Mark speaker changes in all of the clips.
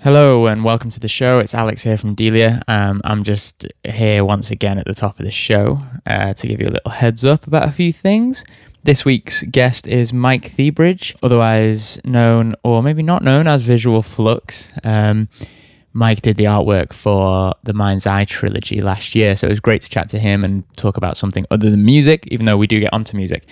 Speaker 1: Hello and welcome to the show. It's Alex here from Delia. Um, I'm just here once again at the top of the show uh, to give you a little heads up about a few things. This week's guest is Mike Thebridge, otherwise known or maybe not known as Visual Flux. Um, Mike did the artwork for the Mind's Eye trilogy last year, so it was great to chat to him and talk about something other than music, even though we do get onto music.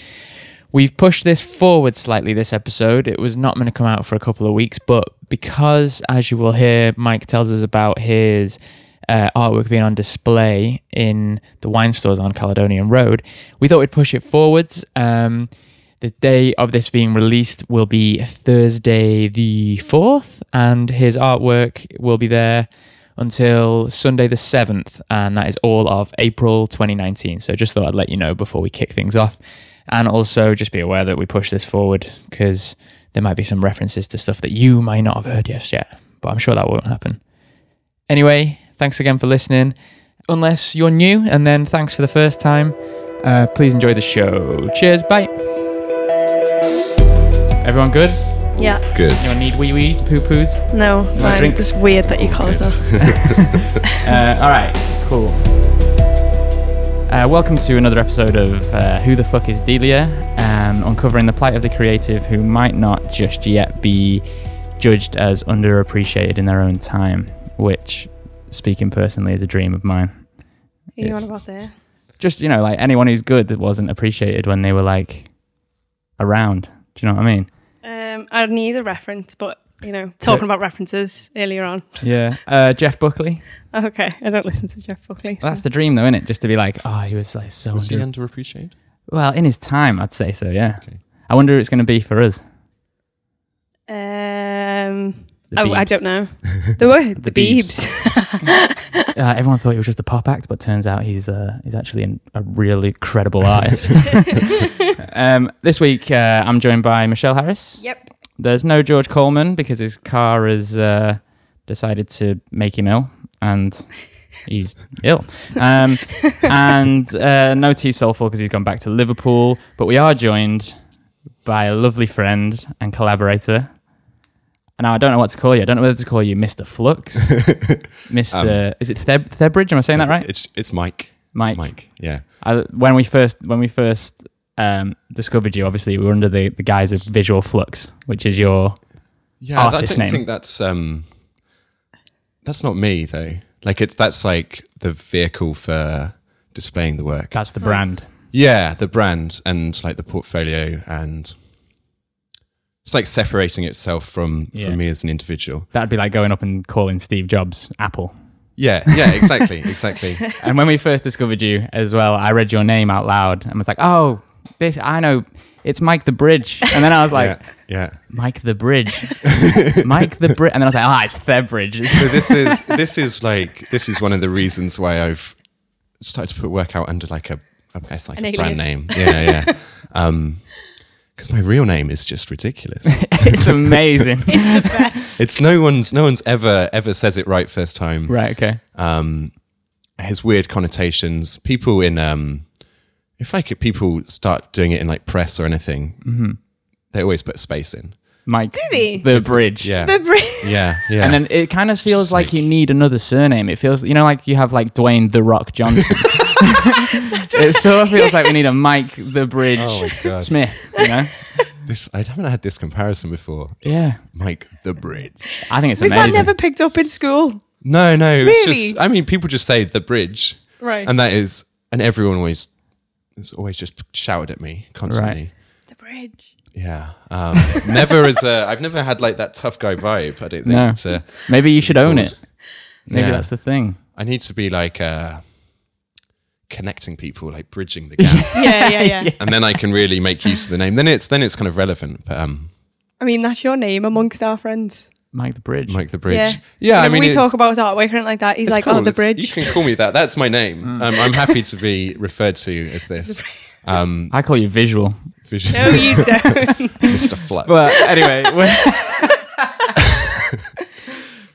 Speaker 1: We've pushed this forward slightly this episode. It was not going to come out for a couple of weeks, but because, as you will hear, Mike tells us about his uh, artwork being on display in the wine stores on Caledonian Road, we thought we'd push it forwards. Um, the day of this being released will be Thursday the 4th, and his artwork will be there until Sunday the 7th, and that is all of April 2019. So just thought I'd let you know before we kick things off. And also just be aware that we push this forward because there might be some references to stuff that you may not have heard just yet, but I'm sure that won't happen. Anyway, thanks again for listening. Unless you're new, and then thanks for the first time. Uh, please enjoy the show. Cheers, bye. Everyone good?
Speaker 2: Yeah,
Speaker 3: Good.
Speaker 1: You all need wee wees, poo poos?
Speaker 2: no, fine.
Speaker 1: drink?
Speaker 2: It's weird that you call us that.
Speaker 1: Uh, all right, cool. Uh, welcome to another episode of uh, Who the Fuck is Delia? Um, uncovering the plight of the creative who might not just yet be judged as underappreciated in their own time, which, speaking personally, is a dream of mine.
Speaker 2: Who you
Speaker 1: Yeah.
Speaker 2: on about there?
Speaker 1: Just, you know, like anyone who's good that wasn't appreciated when they were like around. Do you know what I mean?
Speaker 2: Um, I need a reference, but you know, talking about references earlier on.
Speaker 1: Yeah. Uh, Jeff Buckley.
Speaker 2: Okay, I don't listen to Jeff Buckley. so-
Speaker 1: That's the dream, though, isn't it? Just to be like, oh, he was like so
Speaker 3: Was he
Speaker 1: underappreciated.
Speaker 3: underappreciated?
Speaker 1: Well, in his time, I'd say so. Yeah.
Speaker 3: Okay.
Speaker 1: I wonder who it's going to be for us.
Speaker 2: um,
Speaker 1: The
Speaker 2: oh, I
Speaker 1: Biebs.
Speaker 2: don't know. The what?
Speaker 1: The
Speaker 2: the
Speaker 1: Biebs.
Speaker 2: Beebs.
Speaker 1: Uh, everyone thought he was just a pop act, but turns out he's uh, he's actually an, a really credible artist. um, this week, uh, I'm joined by Michelle Harris.
Speaker 2: yep.
Speaker 1: There's no George Coleman because his car has uh, decided to make him ill, and he's ill. Um, and uh, no T Soulful because he's gone back to Liverpool. But we are joined by a lovely friend and collaborator. And now I don't know what to call you. I don't know whether to call you Mr. Flux, Mr. is it Theb- Thebridge? Am I saying that right?
Speaker 3: It's it's Mike.
Speaker 1: Mike.
Speaker 3: Mike. Yeah.
Speaker 1: I, when we first when we first um, discovered you, obviously we were under the, the guise of Visual Flux, which is your
Speaker 3: Yeah. that- I
Speaker 1: Artist
Speaker 3: don't
Speaker 1: name.
Speaker 3: think that's um that's not me though. Like it's that's like the vehicle for displaying the work.
Speaker 1: that's the brand.
Speaker 3: Yeah, the brand and like the portfolio and it's like separating itself from
Speaker 1: Yeah.
Speaker 3: from me as an individual.
Speaker 1: That'd be like going up and calling Steve Jobs Apple.
Speaker 3: Yeah, yeah, exactly, exactly.
Speaker 1: and when we first discovered you as well, I read your name out loud and was like, "Oh, this I know. It's Mike the Bridge." And then I was like,
Speaker 3: yeah, yeah.
Speaker 1: "Mike the Bridge, Mike the Bridge," and then I was like, "Ah, it's Thebridge." It's-
Speaker 3: So this is this is like this is one of the reasons why I've started to put work out under like a I guess like
Speaker 2: An
Speaker 3: a brand name.
Speaker 2: alias.
Speaker 3: Yeah, yeah. Um 'cause because my real name is just ridiculous.
Speaker 1: it's amazing.
Speaker 2: It's the best.
Speaker 3: it's no one's no one's ever ever says it right first time.
Speaker 1: right? Okay.
Speaker 3: Um it has weird connotations. People in um if like people start doing it in like press or anything,
Speaker 1: Mm-hmm.
Speaker 3: they always put space in.
Speaker 1: Mike
Speaker 2: they?
Speaker 1: the Bridge.
Speaker 3: Yeah.
Speaker 2: the Bri-
Speaker 3: yeah, yeah.
Speaker 1: And then it kind of feels like, you need another surname. It feels, you know, like you have like Dwayne the Rock Johnson. it sort of feels like we need a Mike the Bridge
Speaker 3: Oh my God.
Speaker 1: Smith, you know?
Speaker 3: this I haven't had this comparison before.
Speaker 1: Yeah.
Speaker 3: Mike the Bridge.
Speaker 1: I think it's
Speaker 2: Was that
Speaker 1: amazing.
Speaker 2: never picked up in school?
Speaker 3: No, no, it's
Speaker 2: Really?
Speaker 3: just I mean people just say the bridge
Speaker 2: Right.
Speaker 3: and that is and everyone always is always just shouted at me constantly.
Speaker 2: the bridge.
Speaker 3: Yeah. Um, never as a I've never had like that tough guy vibe, I don't think.
Speaker 1: No.
Speaker 3: to-
Speaker 1: Maybe you
Speaker 3: to
Speaker 1: should
Speaker 3: be
Speaker 1: own
Speaker 3: called.
Speaker 1: it. Maybe
Speaker 3: Yeah.
Speaker 1: that's the thing.
Speaker 3: I need to be like uh connecting people, like bridging the gap.
Speaker 2: Yeah, yeah, yeah.
Speaker 3: and then I can really make use of the name. Then it's then it's kind of relevant. But um
Speaker 2: I mean, that's your name amongst our friends.
Speaker 1: Mike the Bridge.
Speaker 3: Mike the Bridge.
Speaker 2: Yeah.
Speaker 3: Yeah, I
Speaker 2: Whenever
Speaker 3: mean
Speaker 2: we
Speaker 3: it's-
Speaker 2: talk about artwork and like that, he's
Speaker 3: It's
Speaker 2: like,
Speaker 3: cool.
Speaker 2: "Oh, the
Speaker 3: It's-
Speaker 2: bridge."
Speaker 3: You can call me that. That's my name.
Speaker 1: Mm.
Speaker 3: Um, I'm happy to be referred to as this. Um,
Speaker 1: I call you visual.
Speaker 3: visual-
Speaker 2: No, you don't.
Speaker 3: Mr. Flux.
Speaker 1: But anyway. we're-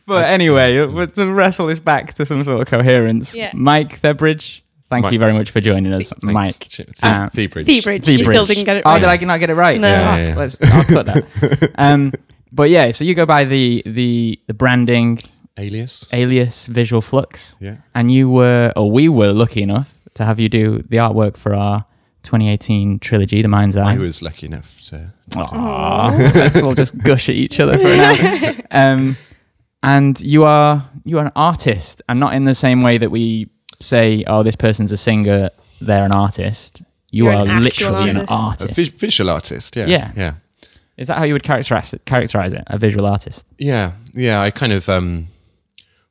Speaker 1: but anyway, we're- to wrestle this back to some sort of coherence,
Speaker 2: Yeah.
Speaker 1: Mike the Bridge, thank
Speaker 3: Mike.
Speaker 1: you very much for joining us,
Speaker 3: Thanks.
Speaker 1: Mike.
Speaker 3: Ch- The,
Speaker 1: Um,
Speaker 3: the bridge.
Speaker 2: Thebridge. You still didn't get it
Speaker 1: Oh,
Speaker 2: right.
Speaker 1: did I not get it right?
Speaker 2: No.
Speaker 3: Yeah,
Speaker 1: Fuck,
Speaker 3: yeah, yeah.
Speaker 1: Let's, I'll cut that. Um, But yeah, so you go by the the the branding
Speaker 3: Alias.
Speaker 1: alias Visual Flux,
Speaker 3: Yeah.
Speaker 1: and you were or we were lucky enough to have you do the artwork for our 2018 trilogy, The Mind's Eye.
Speaker 3: I was lucky enough to.
Speaker 1: Aww. Let's all just gush at each other for an hour. Um, and you are you are an artist, and not in the same way that we say, "Oh, this person's a singer; they're an artist." You
Speaker 2: You're
Speaker 1: are
Speaker 2: an actual
Speaker 1: literally an
Speaker 2: artist.
Speaker 3: A
Speaker 1: artist.
Speaker 3: vis- visual artist. Yeah.
Speaker 1: Yeah.
Speaker 3: Yeah.
Speaker 1: Is that how you would characterize it? Characterize it? A visual artist.
Speaker 3: Yeah, yeah. I kind of um,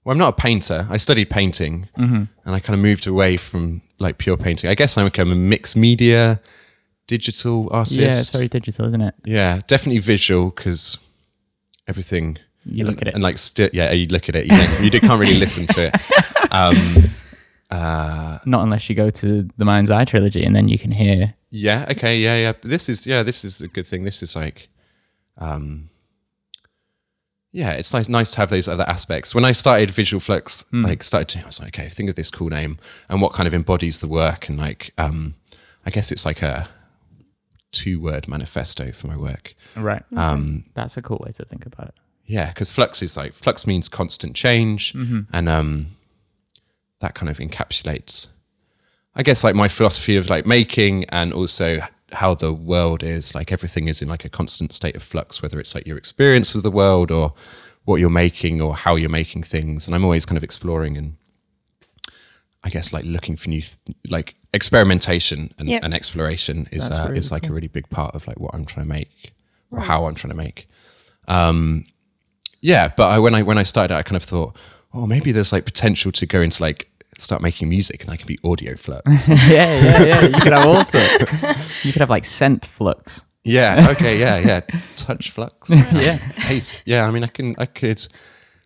Speaker 3: well, I'm not a painter. I studied painting,
Speaker 1: Mm-hmm.
Speaker 3: and I kind of moved away from like pure painting. I guess I'm like, I'm a mixed media, digital artist.
Speaker 1: Yeah, it's very digital, isn't it?
Speaker 3: Yeah, definitely visual because everything
Speaker 1: You look at it.
Speaker 3: and like sti- yeah, you look at it. You, don't- you do- can't really listen to it. Um, uh,
Speaker 1: Not unless you go to the Mind's Eye trilogy, and then you can hear.
Speaker 3: yeah. Okay. Yeah. Yeah. But This is yeah. This is the good thing. This is like, um. Yeah, it's nice, nice to have those other aspects. When I started Visual Flux, like started, doing, I was like, okay, think of this cool name and what kind of embodies the work, and like, um, I guess it's like a two-word manifesto for my work.
Speaker 1: Right.
Speaker 3: Um,
Speaker 1: That's a cool way to think about it.
Speaker 3: yeah, because flux is like flux means constant change, and um, that kind of encapsulates, I guess, like my philosophy of like making and also how the world is. Like everything is in like a constant state of flux, whether it's like your experience of the world or what you're making or how you're making things. And I'm always kind of exploring and I guess like looking for new, th- like experimentation and,
Speaker 2: Yep.
Speaker 3: and exploration is uh, is like a really big part of like what I'm trying to make or how I'm trying to make. Um, yeah, but I, when I when I started out, I kind of thought, oh, maybe there's like potential to go into like start making music, and I can be audio flux.
Speaker 1: yeah, yeah, yeah. You could have all sorts. You could have like scent flux.
Speaker 3: yeah, okay, yeah, yeah, touch flux,
Speaker 1: Yeah.
Speaker 3: taste. Yeah, I mean, I can, I could,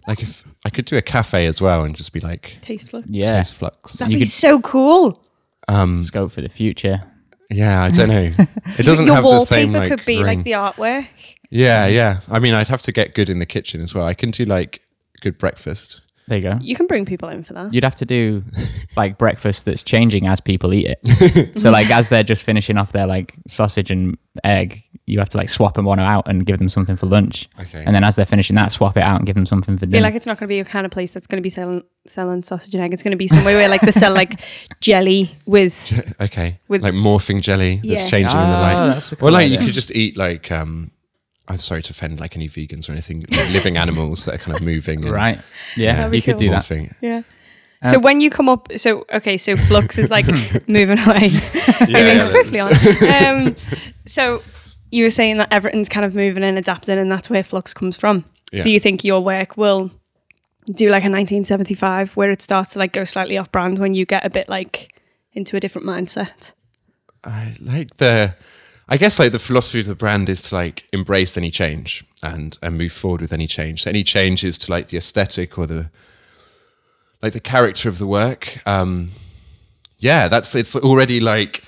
Speaker 3: like, if I could do a cafe as well and just be like
Speaker 2: Tasteful.
Speaker 1: Yeah.
Speaker 3: taste flux.
Speaker 1: You
Speaker 4: Be
Speaker 1: could
Speaker 4: so cool.
Speaker 3: Um,
Speaker 1: scope for the future.
Speaker 3: yeah, I don't know. It doesn't
Speaker 2: Your
Speaker 3: have the same
Speaker 2: wallpaper
Speaker 3: like,
Speaker 2: could be
Speaker 3: ring.
Speaker 2: like the artwork.
Speaker 3: yeah, yeah. I mean, I'd have to get good in the kitchen as well. I can do like good breakfast.
Speaker 1: There you go.
Speaker 2: You can bring people in for that.
Speaker 1: You'd have to do like breakfast that's changing as people eat it. so like as they're just finishing off their like sausage and egg, you have to like swap them one out and give them something for lunch.
Speaker 3: Okay.
Speaker 1: And then as they're finishing that, swap it out and give them something for
Speaker 2: I feel
Speaker 1: dinner.
Speaker 2: like it's not going to be your kind of place that's going to be selling selling sausage and egg. It's going to be somewhere where like they sell like jelly with
Speaker 3: Okay.
Speaker 2: With-
Speaker 3: like morphing jelly that's
Speaker 2: Yeah.
Speaker 3: changing in the
Speaker 1: Ah,
Speaker 3: light.
Speaker 1: that's a cool
Speaker 3: or like
Speaker 1: idea.
Speaker 3: you could just eat like um I'm sorry to offend like any vegans or anything, like living animals that are kind of moving and
Speaker 1: right. Yeah,
Speaker 3: Yeah.
Speaker 1: you could do
Speaker 2: That'd
Speaker 1: that.
Speaker 3: morphing.
Speaker 2: yeah. So when you come up, so okay, so flux is like moving away, moving
Speaker 3: yeah.
Speaker 2: swiftly on. Um, so you were saying that everything's kind of moving and adapting, and that's where flux comes from.
Speaker 3: Yeah.
Speaker 2: Do you think your work will do like a 1975, where it starts to like go slightly off brand when you get a bit like into a different mindset?
Speaker 3: I like the I guess like the philosophy of the brand is to like embrace any change and and move forward with any change. So any changes to like the aesthetic or the like the character of the work. Um yeah, that's it's already like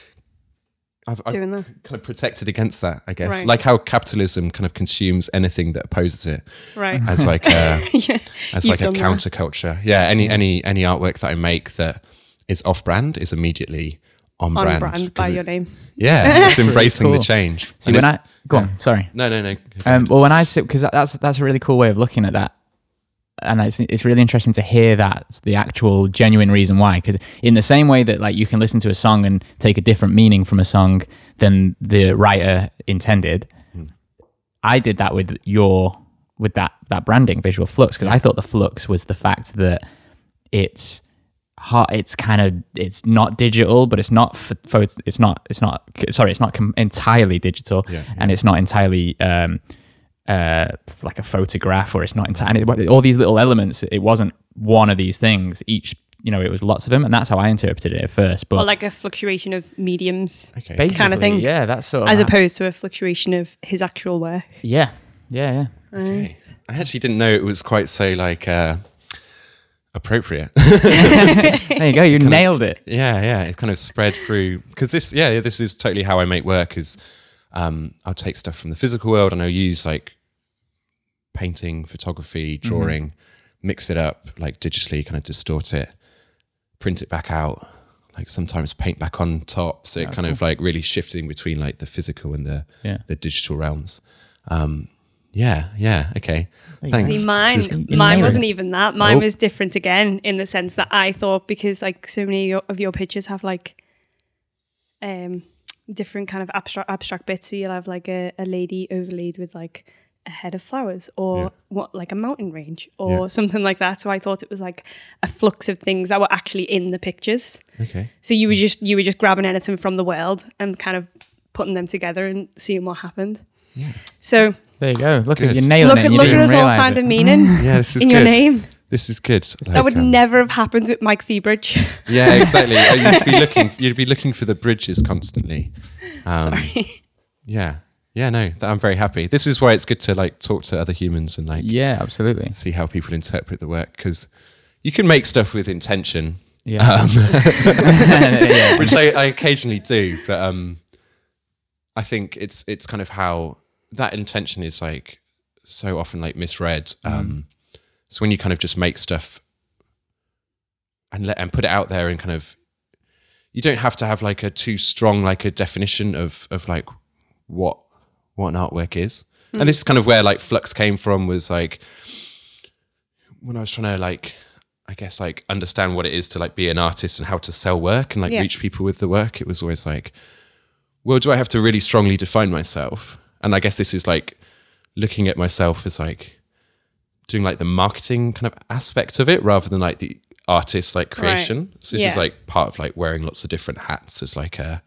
Speaker 3: I've, I've
Speaker 2: Doing that,
Speaker 3: kind of protected against that, I guess.
Speaker 2: Right.
Speaker 3: Like how capitalism kind of consumes anything that opposes it
Speaker 2: right?
Speaker 3: as like a
Speaker 2: yeah. You've
Speaker 3: as like a
Speaker 2: done that. Mm.
Speaker 3: counterculture. Yeah, any any any artwork that I make that is off brand is immediately on,
Speaker 2: On
Speaker 3: brand.
Speaker 2: brand
Speaker 3: 'cause
Speaker 2: by
Speaker 3: it-
Speaker 2: your name.
Speaker 3: Yeah, it's embracing
Speaker 1: cool.
Speaker 3: the change.
Speaker 1: See
Speaker 3: And
Speaker 1: when I
Speaker 3: it's-
Speaker 1: go on, sorry.
Speaker 3: no no no.
Speaker 1: Um, well, when I sit because that's that's a really cool way of looking at that, and it's it's really interesting to hear that's the actual genuine reason why. Because in the same way that like you can listen to a song and take a different meaning from a song than the writer intended, I did that with your with that that branding visual flux because I thought the flux was the fact that it's hot it's kind of it's not digital but it's not f- pho- it's not it's not sorry it's not com- entirely digital and it's not entirely um uh like a photograph or it's not entirely all these little elements it wasn't one of these things each you know it was lots of them and that's how i interpreted it at first but
Speaker 2: Or like a fluctuation of mediums,
Speaker 3: okay.
Speaker 1: basically
Speaker 2: kind of thing.
Speaker 1: yeah that's sort of
Speaker 2: as
Speaker 1: how-
Speaker 2: opposed to a fluctuation of his actual work.
Speaker 1: yeah yeah yeah
Speaker 3: Okay. I actually didn't know it was quite so like uh, appropriate.
Speaker 1: there you go you nailed it
Speaker 3: yeah yeah it kind of spread through because this yeah yeah, this is totally how i make work is um i'll take stuff from the physical world and i'll use like painting photography drawing mix it up like digitally kind of distort it print it back out like sometimes paint back on top so it kind of like really shifting between like the physical and the
Speaker 1: Yeah.
Speaker 3: the digital realms um Yeah, yeah, okay. Thanks.
Speaker 2: See,
Speaker 3: This
Speaker 2: mine,
Speaker 3: is
Speaker 2: mine
Speaker 3: inspiring.
Speaker 2: wasn't even that. Mine
Speaker 3: Oh.
Speaker 2: was different again in the sense that I thought because like so many of your, of your pictures have like um different kind of abstract abstract bits. So you'll have like a, a lady overlaid with like a head of flowers or
Speaker 3: Yeah.
Speaker 2: what like a mountain range or
Speaker 3: Yeah.
Speaker 2: something like that. So I thought it was like a flux of things that were actually in the pictures.
Speaker 3: Okay.
Speaker 2: So you were just you were just grabbing anything from the world and kind of putting them together and seeing what happened. So
Speaker 1: There you go. Look,
Speaker 3: Good.
Speaker 1: you're nailing
Speaker 2: look
Speaker 1: it.
Speaker 2: at
Speaker 1: and you
Speaker 2: look at
Speaker 1: didn't
Speaker 2: us all
Speaker 1: realise
Speaker 2: finding
Speaker 3: Mm.
Speaker 1: it.
Speaker 2: meaning
Speaker 3: Yeah, this is
Speaker 2: in
Speaker 3: good.
Speaker 2: your name.
Speaker 3: This is good.
Speaker 2: That would
Speaker 3: Like, um,
Speaker 2: never have happened with Mike Theebridge.
Speaker 3: Yeah, exactly. Uh, you'd be looking. You'd be looking for the bridges constantly. Um,
Speaker 2: Sorry.
Speaker 3: Yeah. Yeah. No, th- I'm very happy. This is why it's good to like talk to other humans and like
Speaker 1: Yeah, absolutely.
Speaker 3: see how people interpret the work because you can make stuff with intention, Um,
Speaker 1: Yeah.
Speaker 3: which I, I occasionally do, but um, I think it's it's kind of how that intention is like so often like misread.
Speaker 1: Mm-hmm.
Speaker 3: Um, So when you kind of just make stuff and let and put it out there and kind of you don't have to have like a too strong like a definition of of like what what an artwork is. And this is kind of where like Flux came from was like when I was trying to like I guess like understand what it is to like be an artist and how to sell work and like
Speaker 2: Yeah.
Speaker 3: reach people with the work, it was always like, well, do I have to really strongly define myself? And I guess this is like looking at myself as like doing like the marketing kind of aspect of it rather than like the artist like
Speaker 2: Right.
Speaker 3: creation. So this
Speaker 2: Yeah.
Speaker 3: is like part of like wearing lots of different hats as like a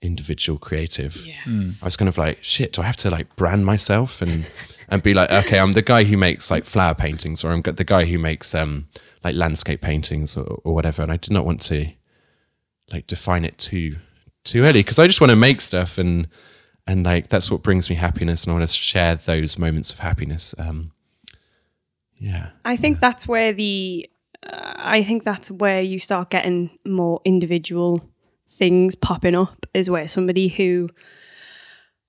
Speaker 3: individual creative.
Speaker 2: Yes.
Speaker 3: I was kind of like, shit, do I have to like brand myself and and be like, okay, I'm the guy who makes like flower paintings, or I'm the guy who makes um like landscape paintings or, or whatever. And I did not want to like define it too too early because I just want to make stuff and and like that's what brings me happiness, and I want to share those moments of happiness. Um, yeah,
Speaker 2: I think that's where the uh, I think that's where you start getting more individual things popping up is where somebody who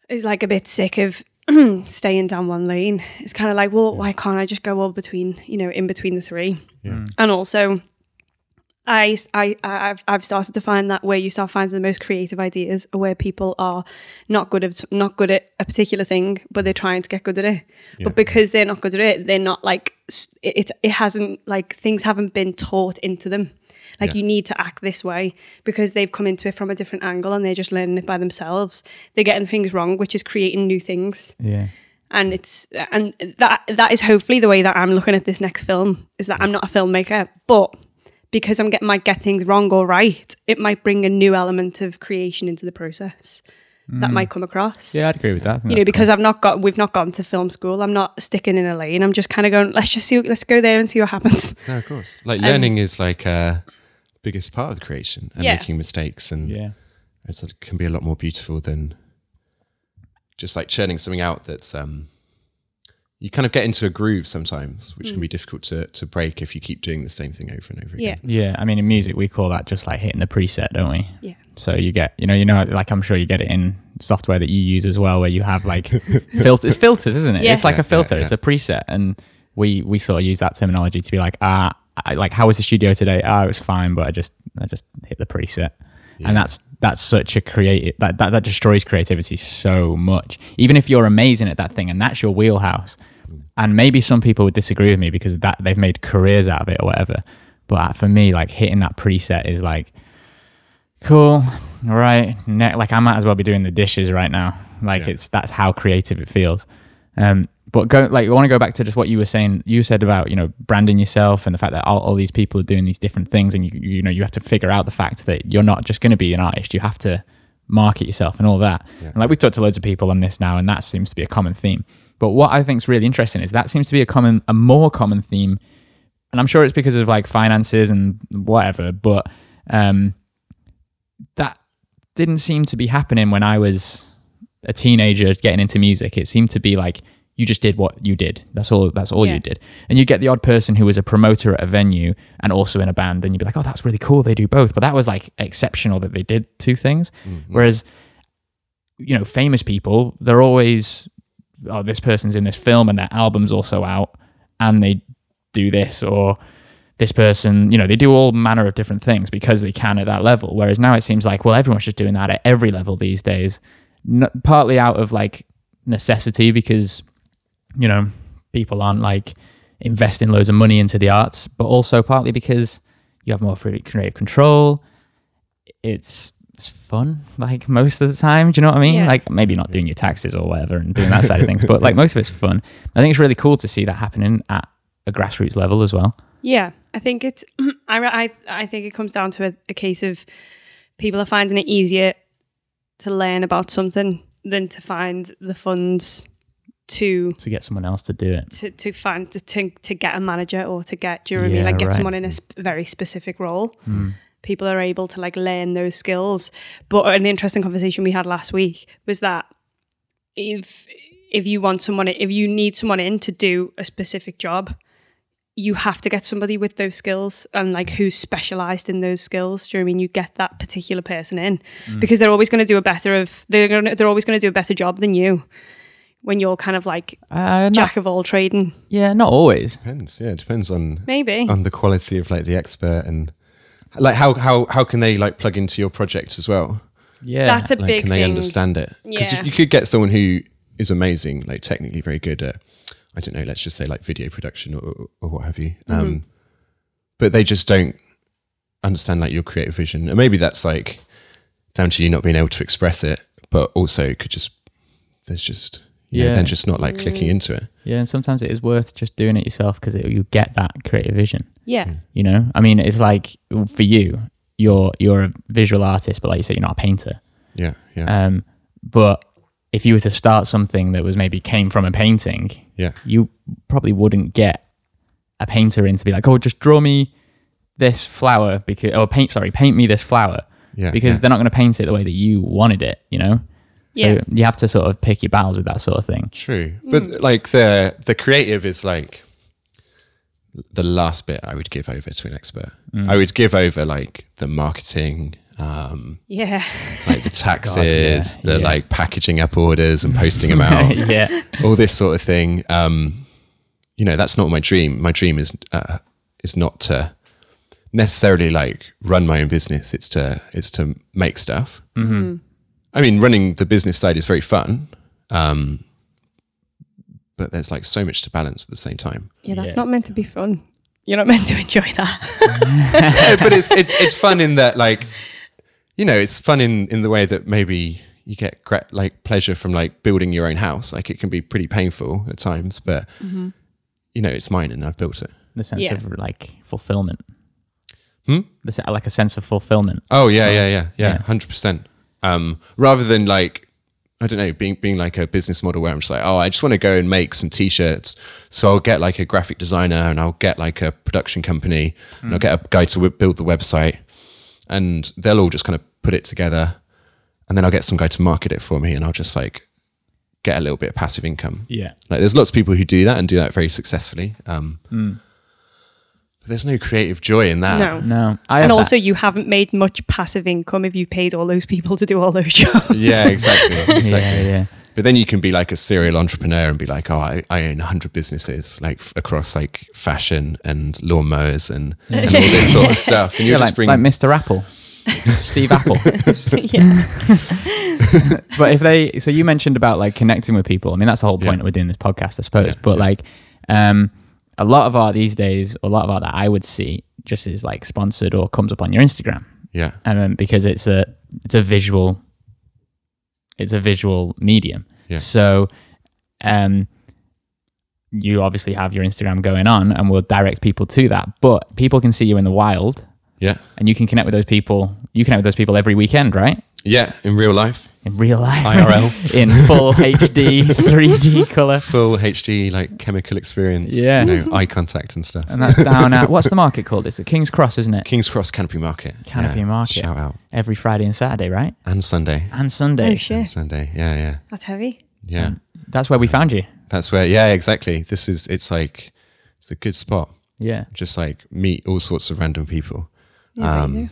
Speaker 2: is like a bit sick of staying down one lane is kind of like, well, why can't I just go all between, you know, in between the three? And also I, I, I've, I've started to find that where you start finding the most creative ideas are where people are not good at not good at a particular thing, but they're trying to get good at it. But because they're not good at it, they're not like s- it, it. It hasn't like things haven't been taught into them. Like you need to act this way because they've come into it from a different angle and they're just learning it by themselves. They're getting things wrong, which is creating new things
Speaker 1: yeah.
Speaker 2: and it's and that that is hopefully the way that I'm looking at this next film is that I'm not a filmmaker, but because I'm get might get things wrong or right, it might bring a new element of creation into the process that might come across.
Speaker 1: Mm. Yeah, I'd agree with that. I think
Speaker 2: You
Speaker 1: that's
Speaker 2: know, because I've not got, we've not gone to film school. I'm not sticking in a lane. I'm just kind of going. Let's just see. Let's go there and see what happens.
Speaker 3: no, of course. Like learning is like uh biggest part of the creation and
Speaker 2: Yeah.
Speaker 3: making mistakes and
Speaker 1: cool. Yeah.
Speaker 3: it's, it can be a lot more beautiful than just like churning something out that's um you kind of get into a groove sometimes which can be difficult to, to break if you keep doing the same thing over and over
Speaker 2: Yeah,
Speaker 3: again
Speaker 1: Yeah, I mean, in music, we call that just like hitting the preset, don't we?
Speaker 2: Yeah.
Speaker 1: So you get, you know, you know, like I'm sure you get it in software that you use as well, where you have like filters. It's filters, isn't it?
Speaker 2: Yeah.
Speaker 1: It's like
Speaker 3: Yeah,
Speaker 1: a filter.
Speaker 3: yeah,
Speaker 1: It's a preset, and we we sort of use that terminology to be like, ah, I, like how was the studio today? Ah, it was fine, but I just I just hit the preset, and that's that's such a creative that, that that destroys creativity so much. Even if you're amazing at that thing and that's your wheelhouse,
Speaker 3: Mm.
Speaker 1: and maybe some people would disagree with me because that they've made careers out of it or whatever. But uh, for me, like hitting that preset is like cool right ne- like i might as well be doing the dishes right now like
Speaker 3: Yeah.
Speaker 1: it's that's how creative it feels um but go like i want to go back to just what you were saying you said about you know branding yourself and the fact that all, all these people are doing these different things and you you know you have to figure out the fact that you're not just going to be an artist you have to market yourself and all that and like we've talked to loads of people on this now and that seems to be a common theme but what i think is really interesting is that seems to be a common a more common theme and i'm sure it's because of like finances and whatever but um that didn't seem to be happening when I was a teenager getting into music. It seemed to be like you just did what you did. That's all. That's all
Speaker 2: Yeah.
Speaker 1: you did. And you get the odd person who was a promoter at a venue and also in a band, and you'd be like, "Oh, that's really cool. They do both." But that was like exceptional that they did two things. Whereas, you know, famous people, they're always, "Oh, this person's in this film, and their album's also out, and they do this or." this person, you know, they do all manner of different things because they can at that level. Whereas now it seems like, well, everyone's just doing that at every level these days, N partly out of like necessity because you know, people aren't like investing loads of money into the arts, but also partly because you have more free creative control. It's it's fun, like most of the time. Do you know what I mean?
Speaker 2: Yeah.
Speaker 1: Like maybe not doing your taxes or whatever and doing that side of things, but like most of it's fun. I think it's really cool to see that happening at a grassroots level as well.
Speaker 2: Yeah, I think it's. I re- I I think it comes down to a, a case of people are finding it easier to learn about something than to find the funds to
Speaker 1: To get someone else to do it.
Speaker 2: to, to find to, to to get a manager or to get do you know what I
Speaker 1: Yeah,
Speaker 2: mean like get
Speaker 1: right. Hmm.
Speaker 2: someone in a sp- very specific role. People are able to like learn those skills. But an interesting conversation we had last week was that if if you want someone if you need someone in to do a specific job, you have to get somebody with those skills and like who's specialized in those skills. Do you know what I mean? You get that particular person in
Speaker 1: Hmm.
Speaker 2: because they're always going to do a better of they're going to they're always going to do a better job than you when you're kind of like
Speaker 1: Uh, not,
Speaker 2: jack of all trading.
Speaker 1: yeah, not always.
Speaker 3: Depends. Yeah, it depends on
Speaker 2: Maybe.
Speaker 3: on the quality of like the expert and like how how how can they like plug into your project as well?
Speaker 1: Yeah.
Speaker 2: That's a
Speaker 3: Like,
Speaker 2: big
Speaker 3: can they
Speaker 2: thing.
Speaker 3: understand it? Because
Speaker 2: Yeah.
Speaker 3: you could get someone who is amazing, like technically very good at, I don't know, let's just say like video production or, or what have you.
Speaker 2: Mm-hmm.
Speaker 3: Um, but they just don't understand like your creative vision, and maybe that's like down to you not being able to express it, but also it could just there's just yeah,
Speaker 1: Yeah.
Speaker 3: then just not like clicking
Speaker 2: Mm.
Speaker 3: into it.
Speaker 1: Yeah, and sometimes it is worth just doing it yourself because you get that creative vision.
Speaker 2: Yeah.
Speaker 3: Mm.
Speaker 1: You know, I mean, it's like for you, you're you're a visual artist, but like you said, you're not a painter.
Speaker 3: Yeah, yeah,
Speaker 2: Uh,
Speaker 1: Um, but if you were to start something that was maybe came from a painting,
Speaker 3: yeah,
Speaker 1: you probably wouldn't get a painter in to be like, oh, just draw me this flower because, or paint, sorry, paint me this flower
Speaker 3: yeah.
Speaker 1: because
Speaker 3: yeah.
Speaker 1: they're not going to paint it the way that you wanted it. You know, so
Speaker 2: Yeah.
Speaker 1: you have to sort of pick your battles with that sort of thing.
Speaker 3: True, but like the the creative is like the last bit I would give over to an expert.
Speaker 1: Mm.
Speaker 3: I would give over like the marketing, um,
Speaker 2: Yeah.
Speaker 3: like the taxes,
Speaker 1: yeah.
Speaker 3: the like packaging up orders and posting them out,
Speaker 1: yeah,
Speaker 3: all this sort of thing. Um, you know, that's not my dream. My dream is uh, is not to necessarily like run my own business. It's to it's to make stuff. I mean, running the business side is very fun, um, but there's like so much to balance at the same time.
Speaker 2: Yeah, that's
Speaker 1: Yeah.
Speaker 2: not meant to be fun. You're not meant to enjoy that.
Speaker 3: Yeah, but it's it's it's fun in that like, you know, it's fun in in the way that maybe you get gra- like pleasure from like building your own house. Like it can be pretty painful at times, but you know, it's mine and I've built it.
Speaker 1: the sense
Speaker 2: Yeah.
Speaker 1: of like fulfillment.
Speaker 3: Hmm?
Speaker 1: The se- like a sense of fulfillment.
Speaker 3: Oh yeah, yeah, yeah, yeah,
Speaker 1: Yeah.
Speaker 3: hundred percent. Um, rather than like, I don't know, being being like a business model where I'm just like, oh, I just want to go and make some t-shirts, so I'll get like a graphic designer and I'll get like a production company and I'll
Speaker 1: Hmm.
Speaker 3: get a guy to w- build the website, and they'll all just kind of put it together, and then I'll get some guy to market it for me, and I'll just like get a little bit of passive income.
Speaker 1: Yeah.
Speaker 3: Like, there's lots of people who do that and do that very successfully. Um,
Speaker 1: Hmm.
Speaker 3: But there's no creative joy in that.
Speaker 2: No.
Speaker 1: No. I
Speaker 2: And
Speaker 1: have
Speaker 2: also, you haven't made much passive income if you paid all those people to do all those jobs.
Speaker 3: Yeah, exactly.
Speaker 1: that.
Speaker 3: exactly.
Speaker 1: Yeah, yeah.
Speaker 3: But then you can be like a serial entrepreneur and be like, oh, I, I own 100 businesses, like f- across like fashion and lawnmowers and, and all this sort of stuff. And you're
Speaker 1: Yeah,
Speaker 3: just
Speaker 1: like,
Speaker 3: bringing.
Speaker 1: like Mr. Apple, Steve Apple.
Speaker 2: yeah.
Speaker 1: but if they, so you mentioned about like connecting with people. I mean, that's the whole point
Speaker 3: Yeah.
Speaker 1: that we're doing this podcast, I suppose.
Speaker 3: Yeah,
Speaker 1: but
Speaker 3: yeah.
Speaker 1: like, um, a lot of art these days, a lot of art that I would see just is like sponsored or comes up on your Instagram,
Speaker 3: yeah.
Speaker 1: um, because it's a it's a visual, it's a visual medium.
Speaker 3: Yeah.
Speaker 1: So, um, you obviously have your Instagram going on, and will direct people to that. But people can see you in the wild.
Speaker 3: Yeah.
Speaker 1: and you can connect with those people. You connect with those people every weekend, right?
Speaker 3: Yeah. In real life,
Speaker 1: In real life,
Speaker 3: IRL.
Speaker 1: in full HD, 3D color,
Speaker 3: full HD, like chemical experience,
Speaker 1: Yeah.
Speaker 3: you know, eye contact and stuff.
Speaker 1: and that's down at what's the market called? It's the King's Cross, isn't it?
Speaker 3: King's Cross Canopy Market.
Speaker 1: Canopy
Speaker 3: Yeah.
Speaker 1: Market.
Speaker 3: Shout out.
Speaker 1: Every Friday and Saturday, right?
Speaker 3: And Sunday.
Speaker 1: And
Speaker 2: Oh
Speaker 1: Sunday.
Speaker 3: And
Speaker 2: shit,
Speaker 3: Sunday. Yeah. Yeah.
Speaker 2: that's heavy.
Speaker 3: Yeah.
Speaker 1: that's where we found you.
Speaker 3: That's where, yeah, exactly. This is, it's like, it's a good spot.
Speaker 1: Yeah,
Speaker 3: Just like meet all sorts of random people.
Speaker 2: Yeah,
Speaker 3: Um,
Speaker 2: there you go.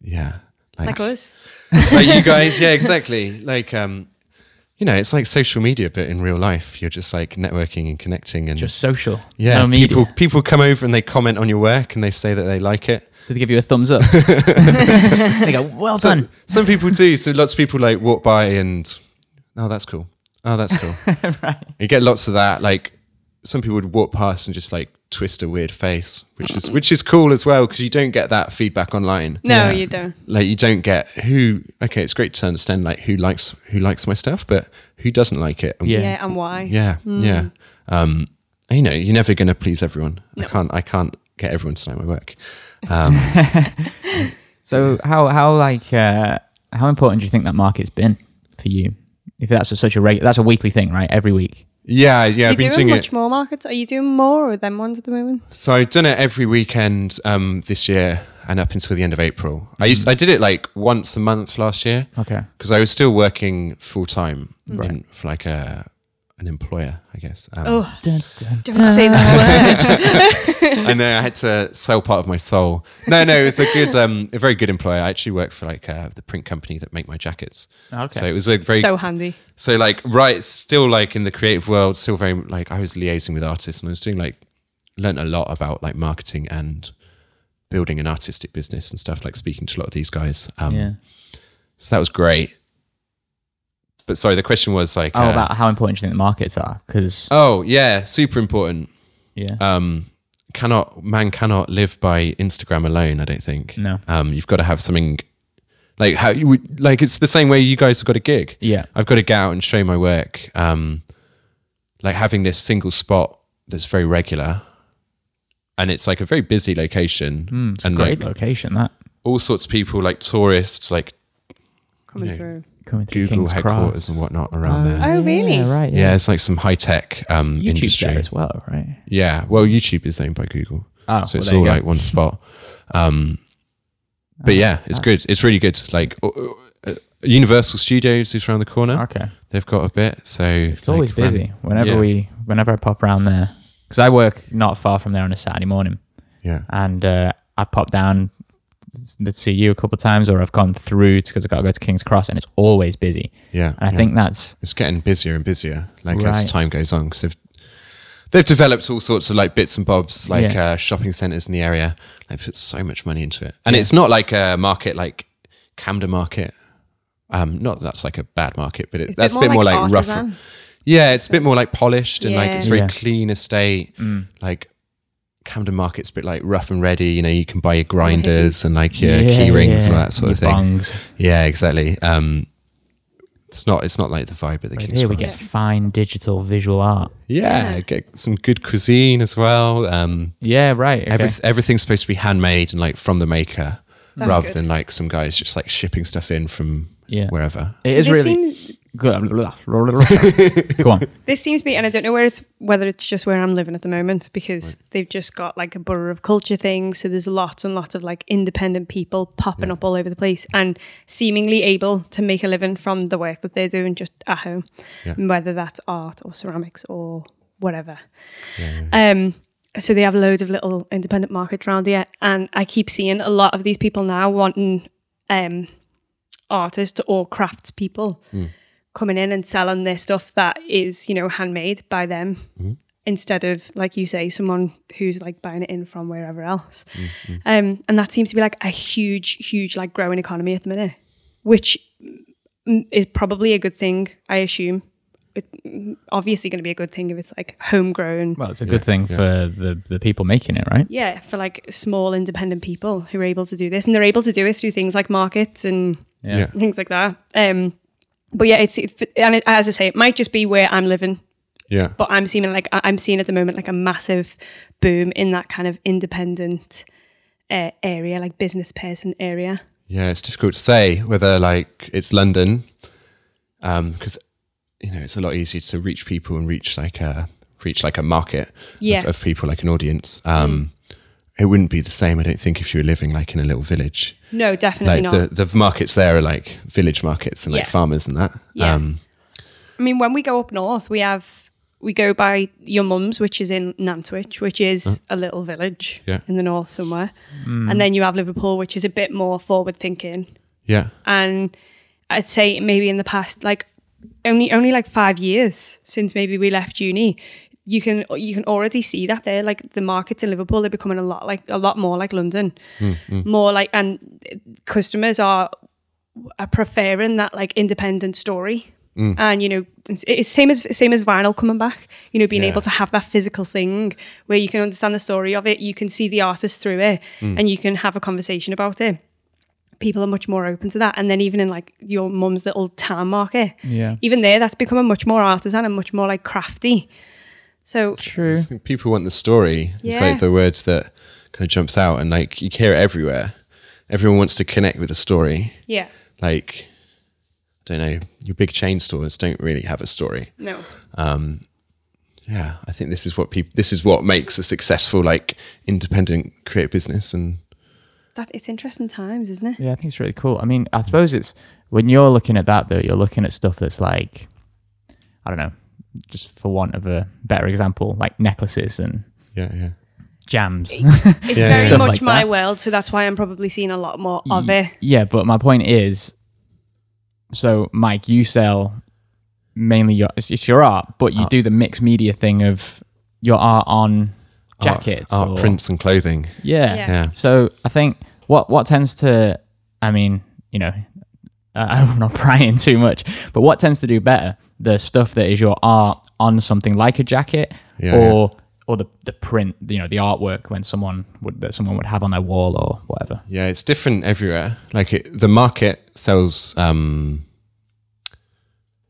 Speaker 3: Yeah.
Speaker 2: like us.
Speaker 3: like you guys yeah exactly like um you know it's like social media but in real life you're just like networking and connecting and
Speaker 1: just social.
Speaker 3: yeah
Speaker 1: no media.
Speaker 3: people people come over and they comment on your work and they say that they like it
Speaker 1: Did they give you a thumbs up? they go, well
Speaker 3: some,
Speaker 1: done.
Speaker 3: some people do so lots of people like walk by and oh that's cool oh that's cool
Speaker 1: right.
Speaker 3: you get lots of that like some people would walk past and just like twist a weird face, which is which is cool as well because you don't get that feedback online.
Speaker 2: No,
Speaker 1: Yeah.
Speaker 2: you don't.
Speaker 3: Like you don't get who. Okay, it's great to understand like who likes who likes my stuff, but who doesn't like it. And
Speaker 1: Yeah.
Speaker 2: Yeah, and why?
Speaker 3: yeah, yeah. Um, and, you know, you're never going to please everyone. I can't. I can't get everyone to know my work.
Speaker 1: So how how like uh, how important do you think that market's been for you? If that's a, such a reg- that's a weekly thing, right? Every week.
Speaker 3: Yeah, yeah. I've
Speaker 2: You're
Speaker 3: been
Speaker 2: doing
Speaker 3: doing
Speaker 2: much
Speaker 3: it.
Speaker 2: more markets. Are you doing more or them ones at the moment?
Speaker 3: So I've done it every weekend um, this year and up until the end of April. I used. I did it like once a month last year.
Speaker 1: Okay.
Speaker 3: because I was still working full time in for like a an employer, I guess. Um,
Speaker 2: Oh,
Speaker 1: Dun, dun.
Speaker 2: don't say that word.
Speaker 3: I know I had to sell part of my soul. No, no, it was a good, um, a very good employer. I actually work for like uh, the print company that make my jackets.
Speaker 1: Okay.
Speaker 3: So it was a very so,
Speaker 2: so handy.
Speaker 3: like right, still like in the creative world, still very like I was liaising with artists and I was doing like learnt a lot about like marketing and building an artistic business and stuff like speaking to a lot of these guys. Um,
Speaker 1: yeah.
Speaker 3: So that was great. But sorry, the question was like
Speaker 1: Oh,
Speaker 3: uh,
Speaker 1: about how important do you think the markets are? Because
Speaker 3: Oh yeah, super important.
Speaker 1: yeah,
Speaker 3: Um, cannot man cannot live by Instagram alone. I don't think.
Speaker 1: No.
Speaker 3: Um, you've got to have something like how you would like. It's the same way you guys have got a gig.
Speaker 1: yeah,
Speaker 3: I've got to get out and show my work. Um, like having this single spot that's very regular, and it's like a very busy location
Speaker 1: Mm, it's a
Speaker 3: and
Speaker 1: great
Speaker 3: like
Speaker 1: location that
Speaker 3: all sorts of people, like tourists, like
Speaker 2: Coming
Speaker 3: Yeah.
Speaker 2: through.
Speaker 1: coming through
Speaker 3: Google
Speaker 1: King's
Speaker 3: headquarters
Speaker 1: Cross.
Speaker 3: and whatnot around there.
Speaker 2: Oh, really?
Speaker 1: Yeah, right.
Speaker 3: yeah.
Speaker 1: Yeah.
Speaker 3: it's like some high tech um,
Speaker 1: YouTube's
Speaker 3: industry.
Speaker 1: there as well, right?
Speaker 3: Yeah, well, YouTube is owned by Google.
Speaker 1: Oh,
Speaker 3: so it's
Speaker 1: well, there you
Speaker 3: all
Speaker 1: go.
Speaker 3: like one spot. Um, but yeah, it's good. It's really good. Like uh, uh, Universal Studios is around the corner.
Speaker 1: okay.
Speaker 3: They've got a bit, so
Speaker 1: It's always busy whenever
Speaker 3: yeah.
Speaker 1: we whenever I pop around there because I work not far from there on a Saturday morning,
Speaker 3: Yeah,
Speaker 1: and uh, I've popped down s- to see you a couple of times, or I've gone through because I've got to go to King's Cross, and it's always busy.
Speaker 3: yeah.
Speaker 1: And I
Speaker 3: yeah.
Speaker 1: think that's
Speaker 3: it's getting busier and busier, like as
Speaker 1: Right.
Speaker 3: time goes on, because they've they've developed all sorts of like bits and bobs, like
Speaker 1: Yeah.
Speaker 3: uh, shopping centers in the area. They put so much money into it, and it's not like a market like Camden Market. Um, not that that's like a bad market, but it,
Speaker 2: It's
Speaker 3: that's a bit more like, rough.
Speaker 2: artisan.
Speaker 3: Yeah, it's a bit more like polished and like
Speaker 2: Yeah.
Speaker 3: it's very
Speaker 1: Yeah.
Speaker 3: clean estate.
Speaker 1: Mm.
Speaker 3: Like Camden Market's a bit like rough and ready. You know, you can buy your grinders and like your key rings and all that sort of
Speaker 1: your
Speaker 3: thing.
Speaker 1: bongs.
Speaker 3: Yeah, exactly. Um, it's not it's not like the vibe at the
Speaker 1: Whereas
Speaker 3: King's
Speaker 1: here we get
Speaker 3: Cross.
Speaker 1: fine digital visual art.
Speaker 3: Yeah,
Speaker 2: Yeah.
Speaker 3: get some good cuisine as well. Um,
Speaker 1: Yeah, right. Okay.
Speaker 3: everyth- everything's supposed to be handmade and like from the maker,
Speaker 2: That's
Speaker 3: rather
Speaker 2: good.
Speaker 3: than like some guys just like shipping stuff in from
Speaker 1: Yeah.
Speaker 3: wherever.
Speaker 1: It
Speaker 2: So
Speaker 1: is
Speaker 2: this
Speaker 1: really
Speaker 2: seems
Speaker 1: good. Go on.
Speaker 2: this seems to be, and I don't know where it's whether it's just where I'm living at the moment because they've just got like a borough of culture thing. So there's lots and lots of like independent people popping up all over the place and seemingly able to make a living from the work that they're doing just at home,
Speaker 3: Yeah.
Speaker 2: and whether that's art or ceramics or whatever.
Speaker 3: Yeah,
Speaker 2: Um, so they have loads of little independent markets around here, and I keep seeing a lot of these people now wanting um, artists or crafts people coming in and selling their stuff that is, you know, handmade by them instead of, like you say, someone who's like buying it in from wherever else. Um, and that seems to be like a huge, huge, like growing economy at the minute, which mm, is probably a good thing, I assume. It's mm, obviously going to be a good thing if it's like homegrown.
Speaker 1: Well, it's a good thing for the, the people making it, right?
Speaker 2: Yeah, for like small independent people who are able to do this, and they're able to do it through things like markets and
Speaker 1: Yeah.
Speaker 3: Yeah.
Speaker 2: things like that. Um, but yeah, it's, it's and it, as I say, it might just be where I'm living,
Speaker 3: yeah.
Speaker 2: but I'm seeing like I- I'm seeing at the moment like a massive boom in that kind of independent uh, area, like business person area.
Speaker 3: Yeah, it's difficult to say whether like it's London, because you know it's a lot easier to reach people and reach like a reach like a market
Speaker 2: Yeah. Mm.
Speaker 3: of, of people, like an audience. Um, It wouldn't be the same, I don't think, if you were living like in a little village.
Speaker 2: No, definitely
Speaker 3: like
Speaker 2: not.
Speaker 3: the the markets there are like village markets and like
Speaker 2: Yeah.
Speaker 3: farmers and that.
Speaker 2: Yeah.
Speaker 3: Um,
Speaker 2: I mean, when we go up north, we have we go by your mum's, which is in Nantwich, which is a little village
Speaker 3: Yeah.
Speaker 2: in the north somewhere, and then you have Liverpool, which is a bit more forward thinking.
Speaker 3: yeah.
Speaker 2: And I'd say maybe in the past, like only only like five years since maybe we left uni, you can you can already see that there, like the markets in Liverpool, they're becoming a lot like a lot more like London, more like and customers are are preferring that like independent story and you know it's, it's same as same as vinyl coming back you know being
Speaker 3: Yeah.
Speaker 2: able to have that physical thing where you can understand the story of it you can see the artist through it and you can have a conversation about it people are much more open to that and then even in like your mum's little town market
Speaker 1: Yeah.
Speaker 2: even there that's becoming much more artisan and much more like crafty so
Speaker 1: True.
Speaker 3: I think people want the story. It's
Speaker 2: Yeah.
Speaker 3: like the word that kind of jumps out, and like you hear it everywhere. Everyone wants to connect with the story.
Speaker 2: yeah
Speaker 3: Like, I don't know, your big chain stores don't really have a story.
Speaker 2: no
Speaker 3: Um, yeah, I think this is what people. This is what makes a successful like independent creative business, and
Speaker 2: that it's interesting times isn't it
Speaker 1: Yeah, I think it's really cool. I mean, I suppose it's when you're looking at that though, you're looking at stuff that's like, I don't know, just for want of a better example, like necklaces and
Speaker 3: yeah, yeah.
Speaker 1: jams.
Speaker 2: it's
Speaker 3: Yeah,
Speaker 2: very
Speaker 1: yeah.
Speaker 2: much
Speaker 1: Stuff like
Speaker 2: my
Speaker 1: that.
Speaker 2: world so that's why i'm probably seeing a lot more of it
Speaker 1: Y- Yeah, but my point is, so Mike, you sell mainly your it's, it's your art, but you
Speaker 3: Art.
Speaker 1: do the mixed media thing of your art on
Speaker 3: Art-
Speaker 1: jackets,
Speaker 3: art,
Speaker 1: or-
Speaker 3: prints, and clothing.
Speaker 1: Yeah.
Speaker 2: Yeah.
Speaker 3: Yeah,
Speaker 1: So I think what what tends to, I mean, you know, I- I'm not prying too much, but what tends to do better, the stuff that is your art on something like a jacket,
Speaker 3: Yeah,
Speaker 1: or or the the print, you know, the artwork when someone would that someone would have on their wall or whatever.
Speaker 3: yeah. It's different everywhere. Like it, the market sells. Um,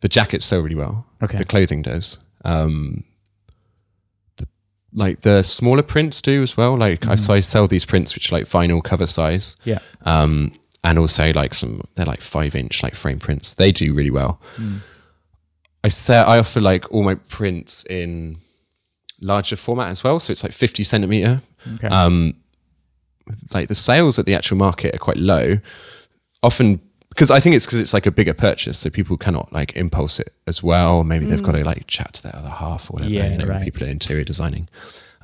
Speaker 3: the jackets sell really well.
Speaker 1: Okay.
Speaker 3: the clothing does. Um, the, like the smaller prints do as well. Like I,
Speaker 1: Mm-hmm.
Speaker 3: so I sell these prints which are like vinyl cover size.
Speaker 1: Yeah.
Speaker 3: Um, and also like some they're like five inch like frame prints. They do really well.
Speaker 1: Hmm.
Speaker 3: I sell I offer like all my prints in larger format as well. So it's like fifty centimeter.
Speaker 1: Okay.
Speaker 3: Um, like the sales at the actual market are quite low. Often because I think it's because it's like a bigger purchase, so people cannot like impulse it as well. Maybe they've got to like chat to their other half or whatever.
Speaker 1: Hmm. Yeah,
Speaker 3: you know,
Speaker 1: right.
Speaker 3: People are interior designing,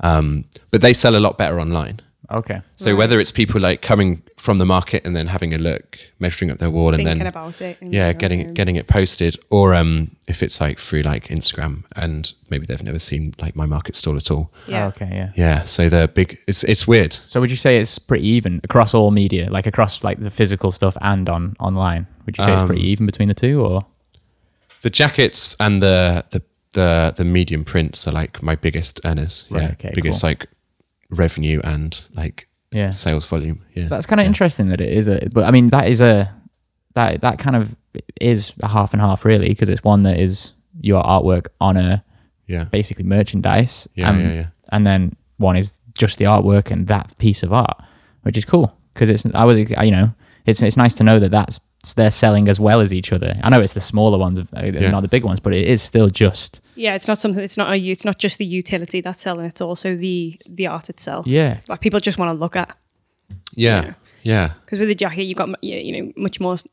Speaker 3: um, but they sell a lot better online.
Speaker 1: okay.
Speaker 3: So whether it's people like coming from the market and then having a look, measuring up their wall, and
Speaker 2: thinking
Speaker 3: then
Speaker 2: about it and um,
Speaker 3: yeah,
Speaker 2: your
Speaker 3: getting
Speaker 2: own.
Speaker 3: it, getting it posted, or um, if it's like through like Instagram, and maybe they've never seen like my market stall at all.
Speaker 2: yeah
Speaker 1: Oh, okay. Yeah.
Speaker 3: Yeah, so they're big. It's it's weird.
Speaker 1: So would you say it's pretty even across all media, like across like the physical stuff and on online? Would you say it's
Speaker 3: Um,
Speaker 1: pretty even between the two, or
Speaker 3: The jackets and the the the, the medium prints are like my biggest earners.
Speaker 1: Right,
Speaker 3: yeah,
Speaker 1: okay,
Speaker 3: biggest
Speaker 1: cool.
Speaker 3: like revenue and like
Speaker 1: yeah?
Speaker 3: sales volume. Yeah,
Speaker 1: That's kind of
Speaker 3: Yeah.
Speaker 1: interesting that it is a, but I mean that is a that that kind of is a half and half really because it's one that is your artwork on a
Speaker 3: yeah,
Speaker 1: basically merchandise,
Speaker 3: yeah,
Speaker 1: and,
Speaker 3: yeah, yeah.
Speaker 1: and then one is just the artwork and that piece of art, which is cool because it's I was you know it's it's nice to know that that's they're selling as well as each other. I know it's the smaller ones, uh, not the big ones, but it is still just
Speaker 2: Yeah, it's not something. It's not a. u- It's not just the utility that's selling. It's also the the art itself.
Speaker 1: yeah.
Speaker 2: Like people just want to look at
Speaker 3: Yeah, yeah,
Speaker 2: because with a jacket you've got mu- you you know much more s-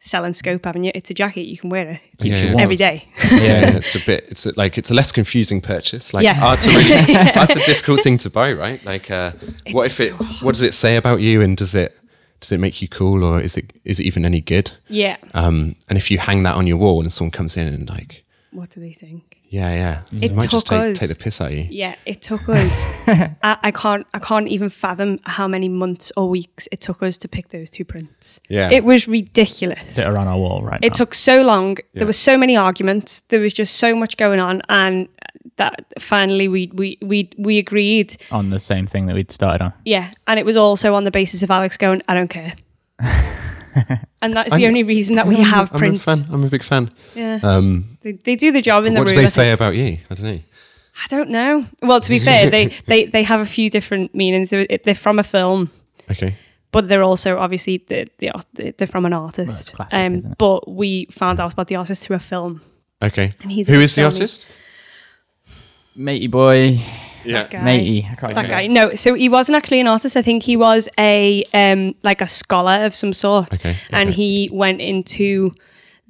Speaker 2: selling scope, haven't you? It's a jacket you can wear it
Speaker 1: Keeps
Speaker 3: Yeah,
Speaker 1: you
Speaker 3: yeah.
Speaker 1: warm.
Speaker 2: every day.
Speaker 3: yeah, yeah. It's a bit. It's a, like it's a less confusing purchase. Like
Speaker 2: Yeah.
Speaker 3: art's a really, art's a difficult thing to buy, right? Like, uh, what
Speaker 2: It's
Speaker 3: if it? What does it say about you? And does it does it make you cool, or is it is it even any good?
Speaker 2: Yeah.
Speaker 3: Um, and if you hang that on your wall, and someone comes in and like,
Speaker 2: What do they think?
Speaker 3: yeah, yeah, they
Speaker 2: It
Speaker 3: might just
Speaker 2: took
Speaker 3: take,
Speaker 2: us-
Speaker 3: take the piss out of you.
Speaker 2: Yeah, it took us. I, I can't. I can't even fathom how many months or weeks it took us to pick those two prints.
Speaker 3: Yeah.
Speaker 2: It was ridiculous.
Speaker 1: that are on our wall right
Speaker 2: It
Speaker 1: now.
Speaker 2: took so long.
Speaker 3: Yeah.
Speaker 2: There were so many arguments. There was just so much going on, and that finally we we we we agreed
Speaker 1: on the same thing that we'd started on.
Speaker 2: Yeah, and it was also on the basis of Alex going, I don't care. and that's the
Speaker 3: I'm-
Speaker 2: only reason that we have
Speaker 3: I'm
Speaker 2: prints.
Speaker 3: a fan. I'm a big fan.
Speaker 2: Yeah,
Speaker 3: Um,
Speaker 2: they, they do the job in the
Speaker 3: what do
Speaker 2: room. I
Speaker 3: they say
Speaker 2: think.
Speaker 3: about you? I don't know.
Speaker 2: I don't know. Well, to be fair, they, they, they have a few different meanings. They're, they're from a film,
Speaker 3: Okay.
Speaker 2: but they're also obviously the, the, art- they're from an artist. Um,
Speaker 1: that's classic, isn't it?
Speaker 2: But we found out about the artist through a film.
Speaker 3: Okay.
Speaker 2: And he's a
Speaker 3: Who
Speaker 2: big
Speaker 3: is the
Speaker 2: filmy
Speaker 3: artist?
Speaker 1: Matey boy,
Speaker 3: Yeah.
Speaker 2: guy.
Speaker 1: matey. I can't
Speaker 2: That
Speaker 1: even-
Speaker 2: guy. No, so he wasn't actually an artist. I think he was a um like a scholar of some sort.
Speaker 3: Okay,
Speaker 2: And
Speaker 3: okay.
Speaker 2: he went into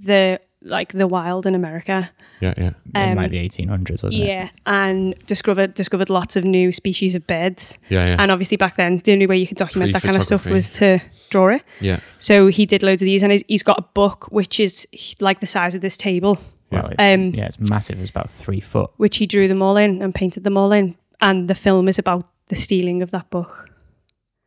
Speaker 2: the like the wild in America.
Speaker 3: Yeah, yeah.
Speaker 1: It
Speaker 2: Um,
Speaker 1: might be 1800s, wasn't it?
Speaker 2: Yeah, and discovered discovered lots of new species of birds.
Speaker 3: Yeah, yeah.
Speaker 2: And obviously back then, the only way you could document
Speaker 3: Free
Speaker 2: that kind of stuff
Speaker 3: photography.
Speaker 2: was to draw it.
Speaker 3: yeah.
Speaker 2: So he did loads of these, and he's, he's got a book which is like the size of this table,
Speaker 1: Well, it's,
Speaker 2: Um,
Speaker 1: yeah, it's massive. It's about three foot.
Speaker 2: which he drew them all in and painted them all in. And the film is about the stealing of that book.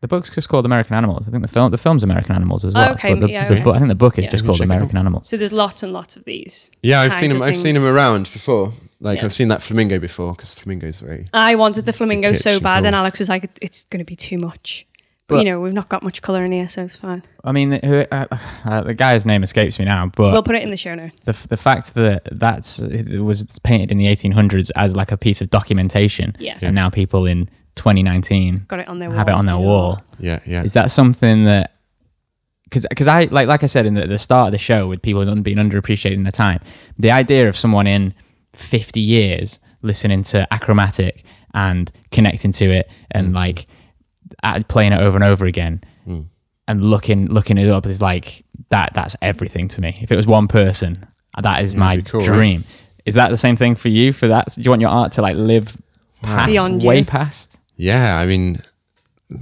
Speaker 1: The book's just called American Animals. I think the film the film's American Animals as
Speaker 2: Oh,
Speaker 1: well.
Speaker 2: okay,
Speaker 1: But the,
Speaker 2: yeah,
Speaker 1: the
Speaker 2: okay.
Speaker 1: book- I think the book is
Speaker 2: Yeah.
Speaker 1: just
Speaker 3: Let me
Speaker 1: called
Speaker 3: check it out.
Speaker 1: American Animals.
Speaker 2: So there's lots and lots of these.
Speaker 3: Yeah, I've
Speaker 2: kinds
Speaker 3: seen
Speaker 2: of
Speaker 3: him. I've seen
Speaker 2: things.
Speaker 3: him around before. Like
Speaker 2: Yeah.
Speaker 3: I've seen that flamingo before because flamingos very.
Speaker 2: I wanted the flamingo
Speaker 3: Kitchen
Speaker 2: so bad,
Speaker 3: cool.
Speaker 2: and Alex was like, "It- "It's going to be too much." But,
Speaker 1: But-
Speaker 2: you know, we've not got much color in here, so it's fine.
Speaker 1: I mean, who, uh, uh, the guy's name escapes me now, but
Speaker 2: We'll put it in the show notes.
Speaker 1: the, f- the fact that that's it was painted in the 1800s as like a piece of documentation,
Speaker 2: Yeah.
Speaker 1: and now people in 2019
Speaker 2: Got it on their wall.
Speaker 1: have it on their
Speaker 2: It's
Speaker 1: wall.
Speaker 3: Yeah, yeah.
Speaker 1: Is that something that? Because I like like I said in the, the start of the show with people un- being underappreciated in their time, the idea of someone in 50 years listening to Achromatic and connecting to it and
Speaker 3: Mm.
Speaker 1: like uh, playing it over and over again and looking looking it up is like that that's everything to me. If it was one person, that is my
Speaker 3: be cool, right?
Speaker 1: dream. Is that the same thing for you? For that, do you want your art to like live pa-
Speaker 2: Beyond you.
Speaker 1: way past?
Speaker 3: yeah, I mean,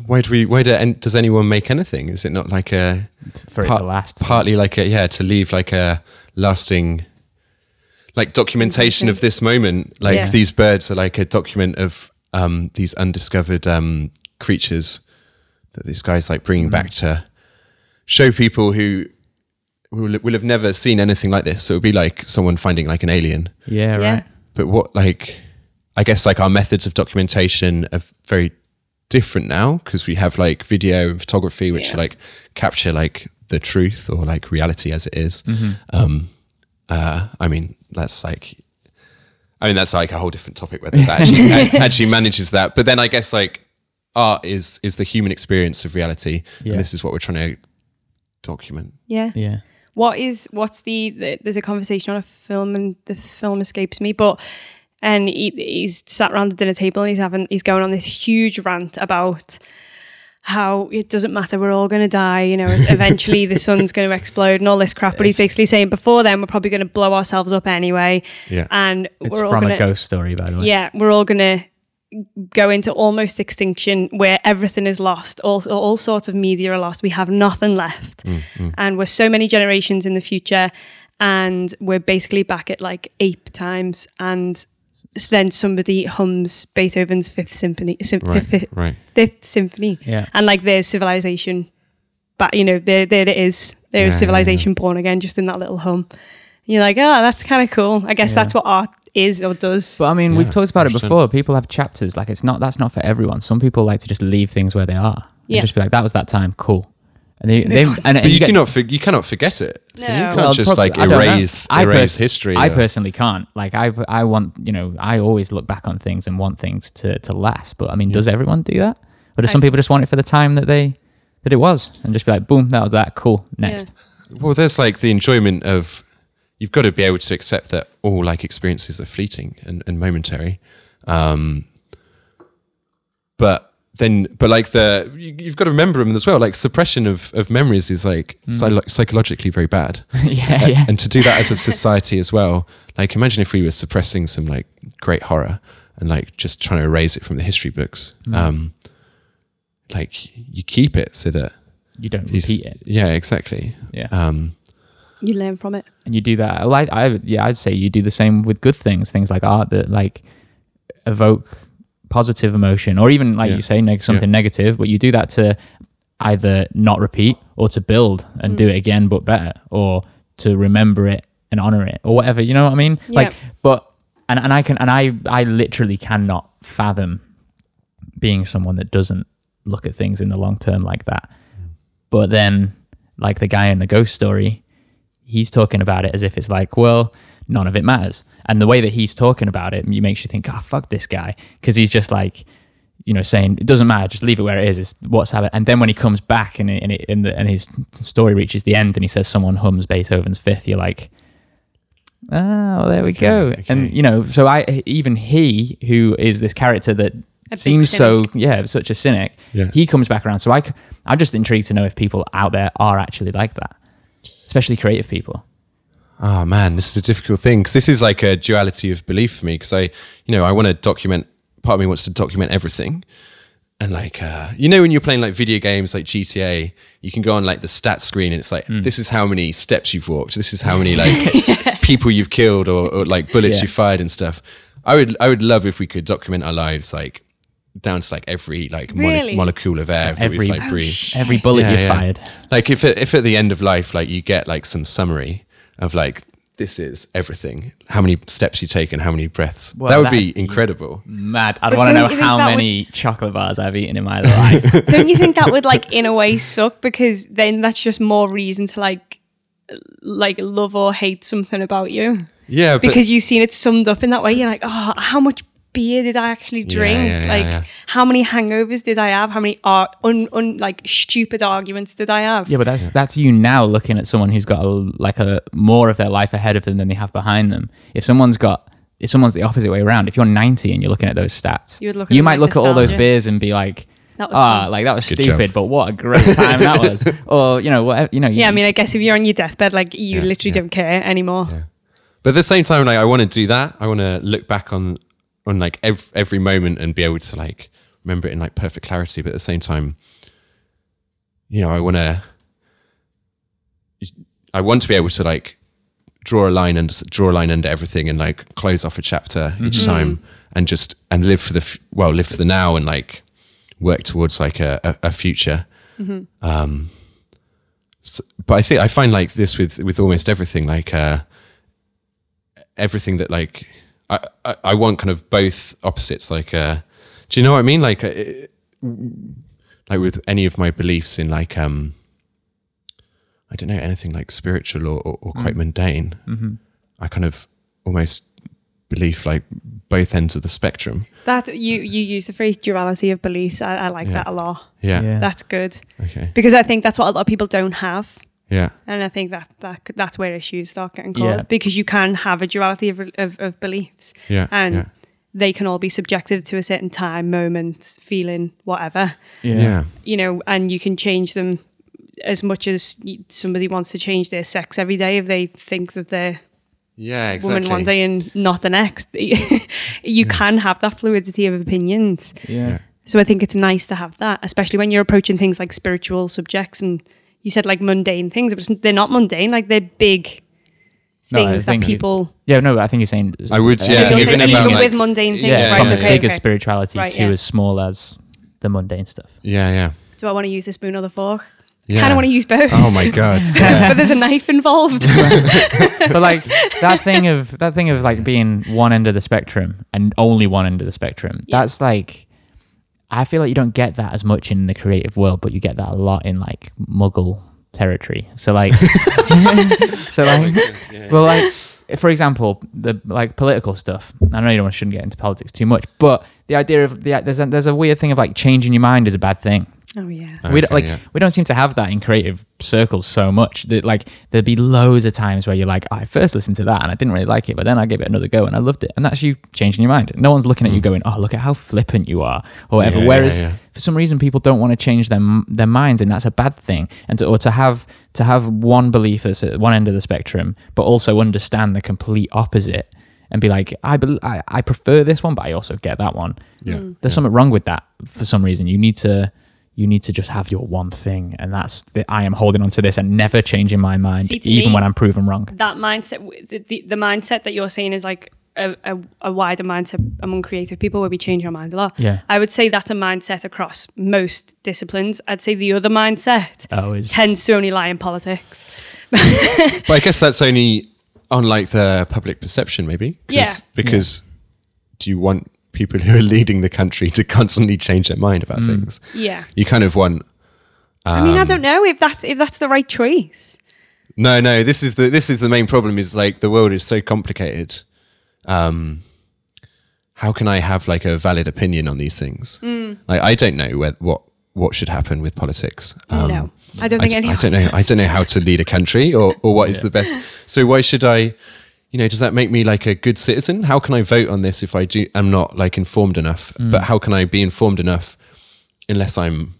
Speaker 3: where do we? Where do, and does anyone make anything? Is it not like a
Speaker 1: For it
Speaker 3: Part-
Speaker 1: to last,
Speaker 3: partly like a yeah to leave like a lasting, like documentation of this moment? Like
Speaker 2: Yeah.
Speaker 3: these birds are like a document of um, these undiscovered um, creatures that this guy's like bringing back to show people who. Will, will have never seen anything like this. So it would be like someone finding like an alien.
Speaker 1: yeah,
Speaker 2: all-
Speaker 1: right.
Speaker 2: Yeah.
Speaker 3: but what like i guess like our methods of documentation are very different now because we have like video and photography which
Speaker 2: Yeah.
Speaker 3: like capture like the truth or like reality as it is. um uh i mean that's like i mean that's like a whole different topic whether that actually, a- actually manages that but then i guess like art is is the human experience of reality
Speaker 1: Yeah.
Speaker 3: and this is what we're trying to document
Speaker 2: Yeah.
Speaker 1: Yeah.
Speaker 2: What is what's the, the there's a conversation on a film and the film escapes me, but and he, he's sat around the dinner table and he's having he's going on this huge rant about how it doesn't matter we're all going to die you know eventually the sun's going to explode and all this crap but he's basically saying before then we're probably going to blow ourselves up anyway
Speaker 3: yeah
Speaker 2: and
Speaker 1: It's
Speaker 2: we're all
Speaker 1: from
Speaker 2: gonna,
Speaker 1: a ghost story, by the way.
Speaker 2: Yeah, we're all gonna go into almost extinction where everything is lost. All all sorts of media are lost. We have nothing left,
Speaker 3: Mm,
Speaker 2: and we're so many generations in the future, and we're basically back at like ape times. And s- then somebody hums Beethoven's Fifth Symphony, sym- fifth,
Speaker 3: right
Speaker 2: fifth Symphony,
Speaker 1: Yeah.
Speaker 2: and like there's civilization. But you know, there there it is. There is
Speaker 3: Yeah, yeah,
Speaker 2: civilization born again, just in that little hum. And you're like, oh, that's kind of cool. I guess that's what art is or does.
Speaker 1: But I mean, we've
Speaker 3: Yeah,
Speaker 1: talked about it
Speaker 3: 100%.
Speaker 1: before. People have chapters. Like it's not that's not for everyone. Some people like to just leave things where they are.
Speaker 2: Yeah.
Speaker 1: And just be like, that was that time. Cool. And they, they and, and
Speaker 3: but you,
Speaker 1: get-
Speaker 3: do not for, you cannot forget it
Speaker 2: No.
Speaker 3: you can't
Speaker 2: Well,
Speaker 3: just
Speaker 1: probably-
Speaker 3: like
Speaker 1: I don't know.
Speaker 3: erase
Speaker 1: I
Speaker 3: erase
Speaker 1: pers-
Speaker 3: history
Speaker 1: I
Speaker 3: or-
Speaker 1: personally can't. Like I I want you know I always look back on things and want things to to last. But I mean, does everyone do that? Or do
Speaker 2: I-
Speaker 1: some people just want it for the time that they that it was and just be like, boom, that was that. Cool. Next.
Speaker 3: Well, there's like the enjoyment of you've got to be able to accept that all like experiences are fleeting and, and momentary. Um, but then, but like the you, you've got to remember them as well. Like suppression of, of memories is like
Speaker 1: Hmm.
Speaker 3: psylo- psychologically very bad,
Speaker 1: Yeah. yeah.
Speaker 3: Uh, and to do that as a society as well. Like imagine if we were suppressing some like great horror and like just trying to erase it from the history books.
Speaker 1: Mm.
Speaker 3: Um, like you keep it so that
Speaker 1: you don't
Speaker 3: these-
Speaker 1: repeat it.
Speaker 3: yeah, exactly.
Speaker 1: Yeah.
Speaker 3: Um,
Speaker 2: You learn from it.
Speaker 1: and you do that. Well, I, I, yeah, I'd say you do the same with good things, things like art that like evoke positive emotion, or even like
Speaker 3: Yeah.
Speaker 1: you say, neg- something negative. But you do that to either not repeat, or to build and do it again but better, or to remember it and honor it, or whatever. You know what I mean?
Speaker 2: Yeah.
Speaker 1: Like, but and and I can and I I literally cannot fathom being someone that doesn't look at things in the long term like that.
Speaker 3: Mm.
Speaker 1: But then, like the guy in the ghost story, he's talking about it as if it's like, well, none of it matters. And the way that he's talking about it, you makes you think, oh, fuck this guy, because he's just like, you know, saying it doesn't matter, just leave it where it is. It's what's happened. And then when he comes back and it, and, it, and, the, and his story reaches the end, and he says someone hums Beethoven's Fifth, you're like. Ah, well, there we go.
Speaker 3: Okay,
Speaker 1: And
Speaker 3: okay.
Speaker 1: you know, so I even he who is this character that
Speaker 2: big
Speaker 1: seems so yeah, such a cynic.
Speaker 3: Yeah.
Speaker 1: He comes back around. So I, c- I'm just intrigued to know if people out there are actually like that, especially creative people.
Speaker 3: Oh man, this is a difficult thing because this is like a duality of belief for me. Because I, you know, I want to document. Part of me wants to document everything, and like, uh, you know, when you're playing like video games like GTA, you can go on like the stat screen, and it's like,
Speaker 1: Hmm.
Speaker 3: this is how many steps you've walked, this is how many like people you've killed or, or like bullets
Speaker 1: Yeah.
Speaker 3: you fired and stuff. I would, I would love if we could document our lives like down to like every like
Speaker 2: Really?
Speaker 3: mole- molecule of air that
Speaker 1: every-
Speaker 3: we've like
Speaker 1: Oh,
Speaker 3: breathed.
Speaker 1: Every bullet
Speaker 3: Yeah,
Speaker 1: you
Speaker 3: yeah.
Speaker 1: fired.
Speaker 3: Like if it, if at the end of life, like you get like some summary of like this is everything, how many steps you take and how many breaths.
Speaker 1: Well,
Speaker 3: that would
Speaker 1: that- Mm.
Speaker 3: be incredible.
Speaker 1: Mad. I'd
Speaker 2: But
Speaker 1: want to
Speaker 2: don't
Speaker 1: know
Speaker 2: you think
Speaker 1: how
Speaker 2: that would-
Speaker 1: many chocolate bars I've eaten in my life.
Speaker 2: Don't you think that would like in a way suck because then that's just more reason to like like love or hate something about you
Speaker 3: Yeah, but
Speaker 2: because you've seen it summed up in that way. You're like, oh, how much beer did I actually drink?
Speaker 3: yeah, yeah,
Speaker 2: like,
Speaker 3: yeah.
Speaker 2: how many hangovers did I have? How many ar- un, un like stupid arguments did I have?
Speaker 1: yeah, but that's that's you now looking at someone who's got a, like a more of their life ahead of them than they have behind them. If someone's got if someone's the opposite way around, if you're 90 and you're looking at those stats,
Speaker 2: You would look at
Speaker 1: you
Speaker 2: them
Speaker 1: might
Speaker 2: like
Speaker 1: look at all those
Speaker 2: nostalgia.
Speaker 1: beers and be like,
Speaker 2: That was
Speaker 1: ah,
Speaker 2: fun.
Speaker 1: like that was
Speaker 3: Good
Speaker 1: stupid,
Speaker 3: job.
Speaker 1: but what a great time that was. Or you know, whatever, you know,
Speaker 2: Yeah, I mean, I guess if you're on your deathbed, like you
Speaker 3: Yeah,
Speaker 2: literally
Speaker 3: yeah.
Speaker 2: don't care anymore.
Speaker 3: But at the same time, like I want to do that. I want to look back on on like every, every moment and be able to like remember it in like perfect clarity. But at the same time, you know, I want to I want to be able to like draw a line and draw a line under everything and like close off a chapter each time and just and live for the f- well live for the now and like work towards like a, a, a future. Um, s- but I think I find like this with with almost everything like. Uh, everything that like I, I I want kind of both opposites. Like, uh, do you know what I mean? Like, uh, it- like with any of my beliefs in like um, I don't know anything like spiritual or or, or quite mundane.
Speaker 1: mm-hmm.
Speaker 3: I kind of almost believe like both ends of the spectrum.
Speaker 2: That you you use the phrase duality of beliefs. I, I like that a lot.
Speaker 3: Yeah.
Speaker 1: Yeah.
Speaker 2: That's good
Speaker 3: Okay.
Speaker 2: because I think that's what a lot of people don't have.
Speaker 3: Yeah.
Speaker 2: And I think that, that that's where issues start getting
Speaker 1: Yeah.
Speaker 2: caused because you can have a duality of, of, of beliefs.
Speaker 3: Yeah,
Speaker 2: And
Speaker 3: yeah.
Speaker 2: they can all be subjective to a certain time, moment, feeling, whatever,
Speaker 1: yeah.
Speaker 3: Yeah.
Speaker 2: you know, and you can change them as much as y- somebody wants to change their sex every day if they think that they're
Speaker 3: Yeah. Exactly.
Speaker 2: woman one day and not the next. you can have that fluidity of opinions.
Speaker 1: yeah.
Speaker 2: So I think it's nice to have that, especially when you're approaching things like spiritual subjects and you said like mundane things, but they're not mundane. Like they're big
Speaker 1: No, I
Speaker 2: things that
Speaker 1: think-
Speaker 2: people.
Speaker 1: Yeah, no, but I think you're saying
Speaker 3: I would,
Speaker 1: think
Speaker 3: yeah,
Speaker 1: you're
Speaker 2: You're
Speaker 3: even
Speaker 2: saying
Speaker 1: saying
Speaker 3: if
Speaker 2: even
Speaker 3: I'm,
Speaker 1: you-
Speaker 3: like-
Speaker 2: with mundane things,
Speaker 1: yeah,
Speaker 3: Yeah,
Speaker 1: from
Speaker 2: right?
Speaker 1: as
Speaker 2: Okay,
Speaker 1: big as
Speaker 2: okay.
Speaker 1: spirituality
Speaker 2: Right,
Speaker 1: to
Speaker 2: yeah.
Speaker 1: as small as the mundane stuff.
Speaker 3: Yeah. Yeah.
Speaker 2: Do I want to use the spoon or the fork?
Speaker 3: Yeah.
Speaker 2: Kind of want to use both,
Speaker 3: Oh my god. Yeah.
Speaker 2: but there's a knife involved.
Speaker 1: but like that thing of that thing of like being one end of the spectrum and only one end of the spectrum. That's like I feel like you don't get that as much in the creative world, but you get that a lot in like muggle territory. So like so like well like for example, the like political stuff. I know you don't shouldn't get into politics too much, but the idea of the there's a, there's a weird thing of like changing your mind is a bad thing
Speaker 2: oh yeah.
Speaker 1: we don't,
Speaker 3: Okay,
Speaker 1: like
Speaker 3: yeah.
Speaker 1: we don't seem to have that in creative circles so much that like there'd be loads of times where you're like "Oh, i first listened to that and i didn't really like it but then i gave it another go and i loved it and that's you changing your mind no one's looking at you going oh look at how flippant you are or whatever
Speaker 3: Mm. Yeah,
Speaker 1: whereas
Speaker 3: yeah, yeah.
Speaker 1: for some reason people don't want to change their m- their minds and that's a bad thing and to, or to have to have one belief that's at one end of the spectrum but also understand the complete opposite and be like i bel I, I prefer this one but i also get that one
Speaker 3: Yeah. Mm.
Speaker 1: there's something wrong with that for some reason you need to you need to just have your one thing and that's the, i am holding on to this and never changing my mind
Speaker 2: See, to
Speaker 1: even
Speaker 2: me-
Speaker 1: when i'm proven wrong
Speaker 2: that mindset w- the, the, the mindset that you're saying is like a, a, a wider mindset among creative people where we change our mind a lot
Speaker 1: Yeah.
Speaker 2: i would say that's a mindset across most disciplines i'd say the other mindset
Speaker 1: oh is
Speaker 2: tends to only lie in politics
Speaker 3: But I guess that's only on like the public perception, maybe. 'Cause-
Speaker 2: Yeah.
Speaker 3: Because do you want people who are leading the country to constantly change their mind about things?
Speaker 2: yeah
Speaker 3: You kind of want
Speaker 2: i
Speaker 3: Um,
Speaker 2: mean i don't know if that if that's the right choice
Speaker 3: no, no. This is the this is the main problem. Is like the world is so complicated. Um, how can I have like a valid opinion on these things?
Speaker 2: Mm.
Speaker 3: Like I don't know where, what what should happen with politics. Um,
Speaker 2: no i don't
Speaker 3: I,
Speaker 2: think
Speaker 3: d-
Speaker 2: any
Speaker 3: I don't know. I don't know how to lead a country or, or what is the best. So why should I? You know, does that make me like a good citizen? How can I vote on this if I do? I'm not like informed enough.
Speaker 2: Mm.
Speaker 3: But how can I be informed enough unless I'm,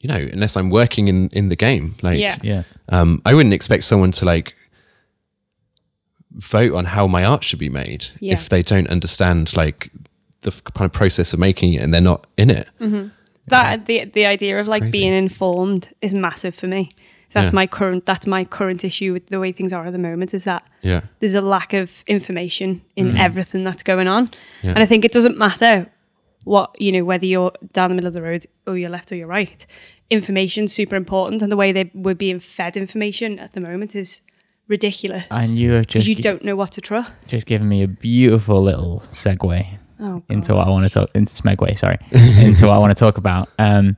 Speaker 3: you know, unless I'm working in in the game? Like,
Speaker 2: yeah
Speaker 1: yeah
Speaker 3: um, I wouldn't expect someone to like vote on how my art should be made
Speaker 2: Yeah.
Speaker 3: if they don't understand like the f- kind of process of making it and they're not in it.
Speaker 2: Mm. that the the idea of like
Speaker 3: crazy.
Speaker 2: being informed is massive for me that's
Speaker 3: Yeah.
Speaker 2: my current that's my current issue with the way things are at the moment is that
Speaker 3: Yeah.
Speaker 2: there's a lack of information in everything that's going on.
Speaker 3: Mm. Yeah.
Speaker 2: And I think it doesn't matter what you know whether you're down the middle of the road or you're left or you're right information's super important and the way they we're being fed information at the moment is ridiculous
Speaker 1: And you have just
Speaker 2: because you
Speaker 1: gi-
Speaker 2: don't know what to trust
Speaker 1: just given me a beautiful little segue
Speaker 2: oh, God.
Speaker 1: into what I want to talk into Smegway, sorry, into what I want to talk about. Um,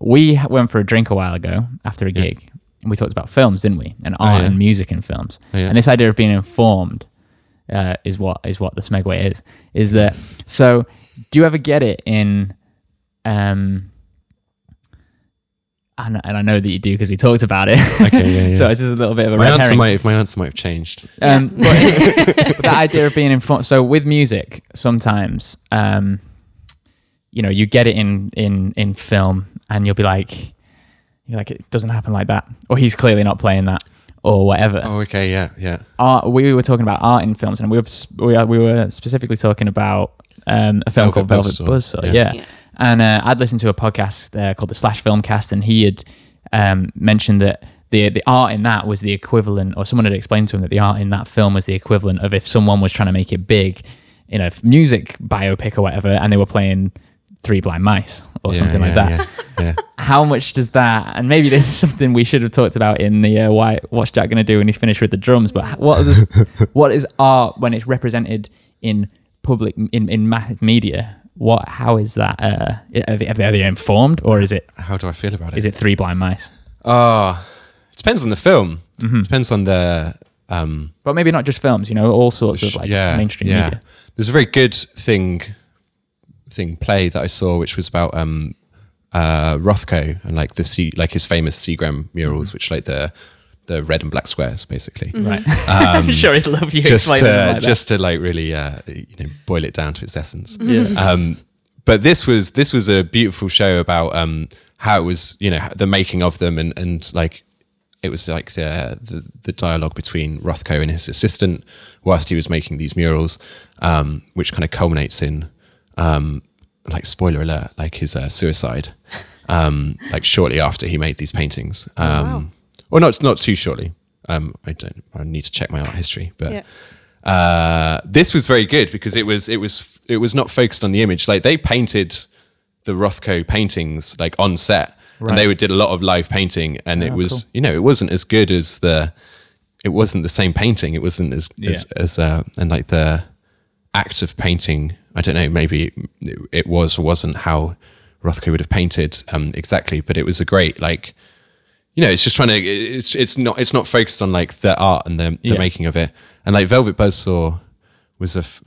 Speaker 1: we h- went for a drink a while ago after a
Speaker 3: Yeah.
Speaker 1: gig, and we talked about films, didn't we? And art
Speaker 3: yeah.
Speaker 1: and music and films.
Speaker 3: Oh, yeah.
Speaker 1: And this idea of being informed uh, is what is what the Smegway is. Is that so? Do you ever get it in? Um, and, and I know that you do because we talked about it.
Speaker 3: Okay, yeah, yeah.
Speaker 1: so it's just a little bit of a
Speaker 3: my
Speaker 1: red
Speaker 3: answer
Speaker 1: herring.
Speaker 3: might have, my answer might have changed.
Speaker 1: Um, but, but that idea of being informed. So with music, sometimes, um, you know, you get it in in in film, and you'll be like, you're like, it doesn't happen like that, or he's clearly not playing that, or whatever.
Speaker 3: Oh, okay, yeah, yeah.
Speaker 1: Art, we were talking about art in films, and we were s- we, are- we were specifically talking about um, a film
Speaker 3: Velvet
Speaker 1: called Velvet
Speaker 3: Buzzsaw,
Speaker 1: Buzzsaw.
Speaker 3: yeah.
Speaker 1: Yeah.
Speaker 2: Yeah.
Speaker 1: And uh, I'd listened to a podcast uh, called the Slash Filmcast, and he had um, mentioned that the the art in that was the equivalent, or someone had explained to him that the art in that film was the equivalent of if someone was trying to make it big, you know, f- music biopic or whatever, and they were playing Three Blind Mice or
Speaker 3: Yeah,
Speaker 1: something like
Speaker 3: yeah,
Speaker 1: that.
Speaker 3: Yeah, yeah.
Speaker 1: How much does that? And maybe this is something we should have talked about in the uh, why, what's Jack going to do when he's finished with the drums? But h- what is what is art when it's represented in public in in mass media? What how is that? Uh, are, they, are they informed or is it
Speaker 3: How do I feel about it?
Speaker 1: is it three blind mice?
Speaker 3: Ah, it depends on the film.
Speaker 1: Mm-hmm.
Speaker 3: Depends on the um,
Speaker 1: But maybe not just films, you know, all sorts of like mainstream media.
Speaker 3: There's a very good thing thing play that I saw, which was about um, uh, Rothko and like the sea, like his famous Seagram
Speaker 1: Mm-hmm.
Speaker 3: murals, which like the the red and black squares, basically.
Speaker 1: Right. I'm sure he'd love you
Speaker 3: Um, Just
Speaker 1: explaining it
Speaker 3: to
Speaker 1: Mm. like that.
Speaker 3: just to like really uh, you know boil it down to its essence.
Speaker 1: yeah.
Speaker 3: Um, but this was this was a beautiful show about um, how it was you know the making of them and and like it was like the, the the dialogue between Rothko and his assistant whilst he was making these murals, um, which kind of culminates in um, like spoiler alert like his uh, suicide, um, like shortly after he made these paintings. Um,
Speaker 2: Oh, wow.
Speaker 3: Or not not too shortly. Um, I don't. I need to check my art history, but
Speaker 2: Yeah.
Speaker 3: uh, this was very good because it was it was it was not focused on the image. Like they painted the Rothko paintings like on set,
Speaker 1: Right.
Speaker 3: and they would- did a lot of live painting, and
Speaker 2: Oh,
Speaker 3: it was you know it wasn't as good as the it wasn't the same painting. It wasn't as as, as uh, and like the act of painting. I don't know. Maybe it, it was or wasn't how Rothko would have painted um, exactly, but it was a great like you know, it's just trying to. It's it's not it's not focused on like the art and the, the
Speaker 1: Yeah.
Speaker 3: making of it. And like Velvet Buzzsaw was a f-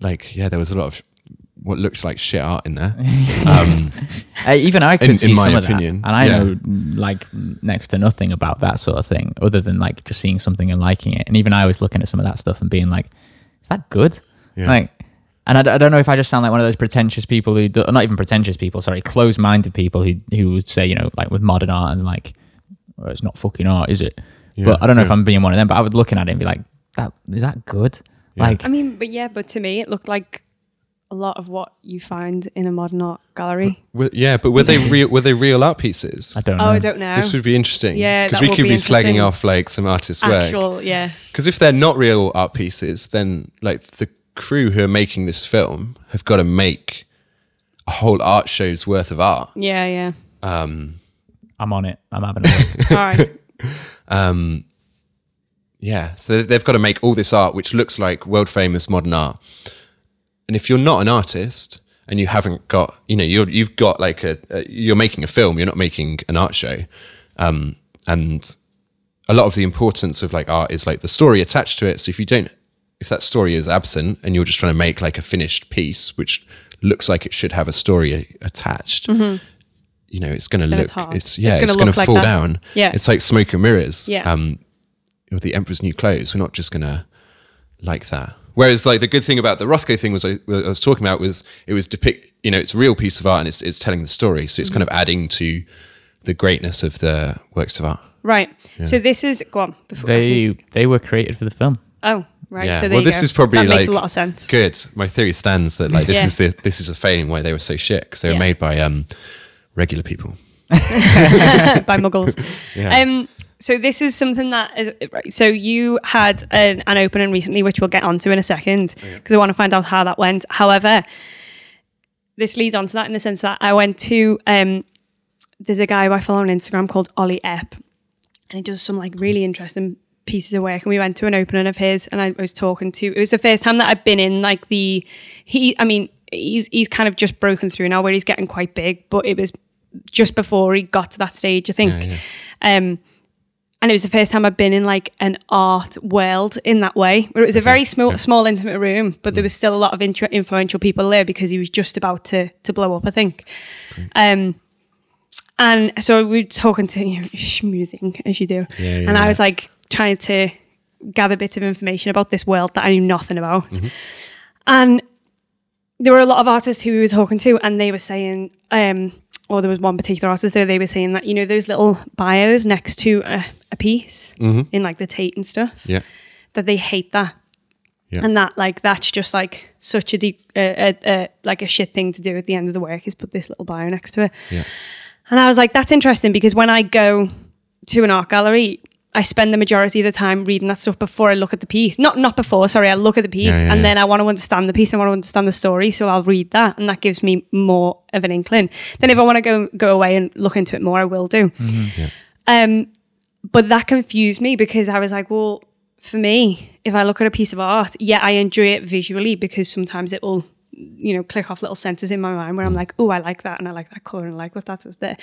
Speaker 3: like yeah, there was a lot of what looked like shit art in there. Um,
Speaker 1: Uh, even I could
Speaker 3: In-
Speaker 1: see
Speaker 3: in my
Speaker 1: some
Speaker 3: opinion,
Speaker 1: of that, and I
Speaker 3: yeah.
Speaker 1: know mm, like next to nothing about that sort of thing, other than like just seeing something and liking it. And even I was looking at some of that stuff and being like, "Is that good?"
Speaker 3: Yeah.
Speaker 1: Like, and I, d- I don't know if I just sound like one of those pretentious people who, do, not even pretentious people, sorry, close-minded people who who would say, you know, like with modern art and like, well, it's not fucking art, is it? but I don't know if I'm being one of them. But I would looking at it and be like, "That is that good?" Like,
Speaker 2: I mean, but yeah, but to me, it looked like a lot of what you find in a modern art gallery.
Speaker 3: were- yeah, but were they real? Were they real art pieces?
Speaker 1: I don't know.
Speaker 2: Oh, I don't know.
Speaker 3: This would be interesting.
Speaker 2: Yeah,
Speaker 3: because
Speaker 2: that
Speaker 3: we
Speaker 2: would
Speaker 3: could
Speaker 2: be
Speaker 3: be, slagging
Speaker 2: interesting.
Speaker 3: off like some artists' work.
Speaker 2: Actual, yeah.
Speaker 3: Because if they're not real art pieces, then like the crew who are making this film have got to make a whole art show's worth of art.
Speaker 2: Yeah, yeah.
Speaker 3: Um,
Speaker 1: I'm on it. I'm having. A look.
Speaker 2: All right.
Speaker 3: um, yeah, so they've- they've got to make all this art which looks like world famous modern art. And if you're not an artist and you haven't got, you know, you're, you've got like a, a, you're making a film, you're not making an art show. Um, and a lot of the importance of like art is like the story attached to it. So if you don't, if that story is absent and you're just trying to make like a finished piece, which looks like it should have a story attached, you know, it's going to look,
Speaker 2: Mm-hmm. it's
Speaker 3: it's,
Speaker 2: hard.
Speaker 3: yeah,
Speaker 2: It's
Speaker 3: it's,
Speaker 2: gonna
Speaker 3: going
Speaker 2: look
Speaker 3: to
Speaker 2: like
Speaker 3: fall
Speaker 2: that.
Speaker 3: down.
Speaker 2: Yeah.
Speaker 3: It's like smoke and mirrors.
Speaker 2: Yeah.
Speaker 3: Um, or the Emperor's New Clothes. We're not just gonna like that. Whereas, like the good thing about the Rothko thing was I, I was talking about was it was depict. You know, it's a real piece of art and it's it's telling the story. So it's kind of
Speaker 2: Mm-hmm.
Speaker 3: adding to the greatness of the works of art.
Speaker 2: Right. So this is go on before
Speaker 1: they they were created for the film.
Speaker 2: Oh, right.
Speaker 3: Yeah.
Speaker 2: So there
Speaker 3: well,
Speaker 2: you
Speaker 3: this
Speaker 2: go.
Speaker 3: is probably
Speaker 2: that
Speaker 3: like
Speaker 2: makes a lot of sense.
Speaker 3: Good. My theory stands that like this
Speaker 2: Yeah.
Speaker 3: is the this is a failing why they were so shit because they were
Speaker 2: Yeah.
Speaker 3: made by um regular people.
Speaker 2: by muggles. Um, so this is something that is right. So you had an, an
Speaker 3: Oh,
Speaker 2: opening recently, which we'll get onto in a second, because I want to find out how that went. However, this leads on to that in the sense that I went to um, there's a guy who I follow on Instagram called Ollie Epp, and he does some like really interesting pieces of work. And we went to an opening of his, and I was talking to. It was the first time that I've been in like the he. I mean, he's he's kind of just broken through now, where he's getting quite big, but it was just before he got to that stage, I think.
Speaker 3: yeah.
Speaker 2: Um, and it was the first time I'd been in like an art world in that way, where it was a very small, small, intimate room, but there was still a lot of intra- influential people there because he was just about to to blow up, I think. Um, and so we were talking to you, know, schmoozing as you do,
Speaker 3: Yeah, yeah,
Speaker 2: and I
Speaker 3: yeah.
Speaker 2: was like trying to gather bits of information about this world that I knew nothing about, and there were a lot of artists who we were talking to, and they were saying, um, or there was one particular artist there, they were saying that, you know, those little bios next to a, a piece
Speaker 3: Mm-hmm.
Speaker 2: in like the Tate and stuff,
Speaker 3: Yeah.
Speaker 2: that they hate that.
Speaker 3: Yeah.
Speaker 2: And that, like, that's just like such a, de- a, a, a, like a shit thing to do at the end of the work is put this little bio next to it.
Speaker 3: Yeah.
Speaker 2: And I was like, that's interesting because when I go to an art gallery, I spend the majority of the time reading that stuff before I look at the piece. Not not before, sorry, I look at the piece
Speaker 3: Yeah, yeah,
Speaker 2: and
Speaker 3: yeah.
Speaker 2: then I want to understand the piece, I want to understand the story, so I'll read that and that gives me more of an inkling. Then if I want to go go away and look into it more, I will do.
Speaker 3: Mm-hmm.
Speaker 2: Um but that confused me because I was like, well, for me, if I look at a piece of art, yeah, I enjoy it visually because sometimes it will, you know, click off little senses in my mind where I'm like, oh, I like that and I like that color and I like what that was there.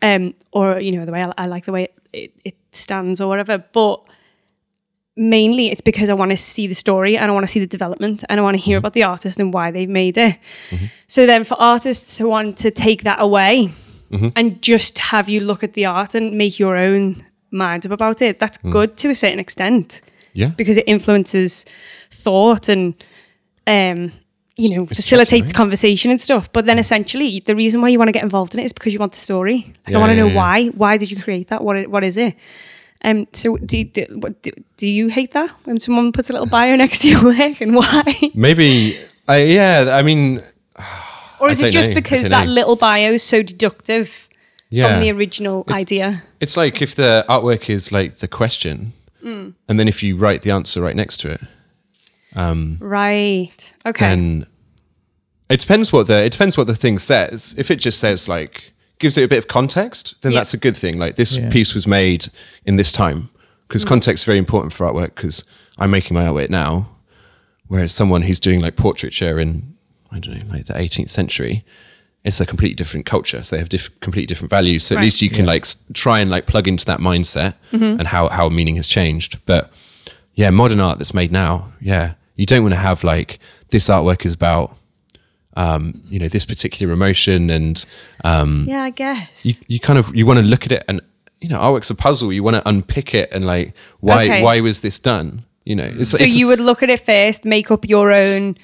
Speaker 2: Um, or, you know, the way I, I like the way it, it stands or whatever. But mainly it's because I want to see the story and I want to see the development and I want to
Speaker 3: Mm-hmm.
Speaker 2: hear about the artist and why they've made it. So then for artists to want to take that away
Speaker 3: Mm-hmm.
Speaker 2: and just have you look at the art and make your own mind up about it, that's good to a certain extent
Speaker 3: Mm. Yeah.
Speaker 2: because it influences thought and um you know
Speaker 3: it's
Speaker 2: facilitates
Speaker 3: checking, right?
Speaker 2: conversation and stuff but then essentially the reason why you want to get involved in it is because you want the story like
Speaker 3: Yeah,
Speaker 2: i want to
Speaker 3: yeah,
Speaker 2: know
Speaker 3: yeah.
Speaker 2: why why did you create that what i- what is it um so do, do, what, do, do you hate that when someone puts a little bio next to your work and why
Speaker 3: Maybe. I, yeah. I mean.
Speaker 2: or is
Speaker 3: I
Speaker 2: it
Speaker 3: don't
Speaker 2: just
Speaker 3: know. I
Speaker 2: because
Speaker 3: don't
Speaker 2: that
Speaker 3: know.
Speaker 2: little bio is so deductive
Speaker 3: Yeah.
Speaker 2: from the original idea
Speaker 3: It's like if the artwork is like the question,
Speaker 2: Hmm.
Speaker 3: and then if you write the answer right next to it, um,
Speaker 2: right okay
Speaker 3: then it depends what the it depends what the thing says. If it just says like gives it a bit of context, then
Speaker 2: Yeah.
Speaker 3: that's a good thing. Like this
Speaker 1: Yeah.
Speaker 3: piece was made in this time because
Speaker 2: Hmm.
Speaker 3: context is very important for artwork. Because I'm making my artwork now, whereas someone who's doing like portraiture in I don't know like the 18th century. It's a completely different culture, so they have diff- completely different values. So at
Speaker 2: Right. Mm-hmm.
Speaker 3: least you can like s- try and like plug into that mindset and how how meaning has changed. But yeah, modern art that's made now. Yeah, you don't want to have like this artwork is about, um, you know, this particular emotion, and um,
Speaker 2: yeah i guess
Speaker 3: you, you kind of you want to look at it and you know, artwork's a puzzle. You want to unpick it and like why
Speaker 2: Okay.
Speaker 3: why was this done? You know, it's,
Speaker 2: So
Speaker 3: it's-
Speaker 2: you would look at it first, make up your own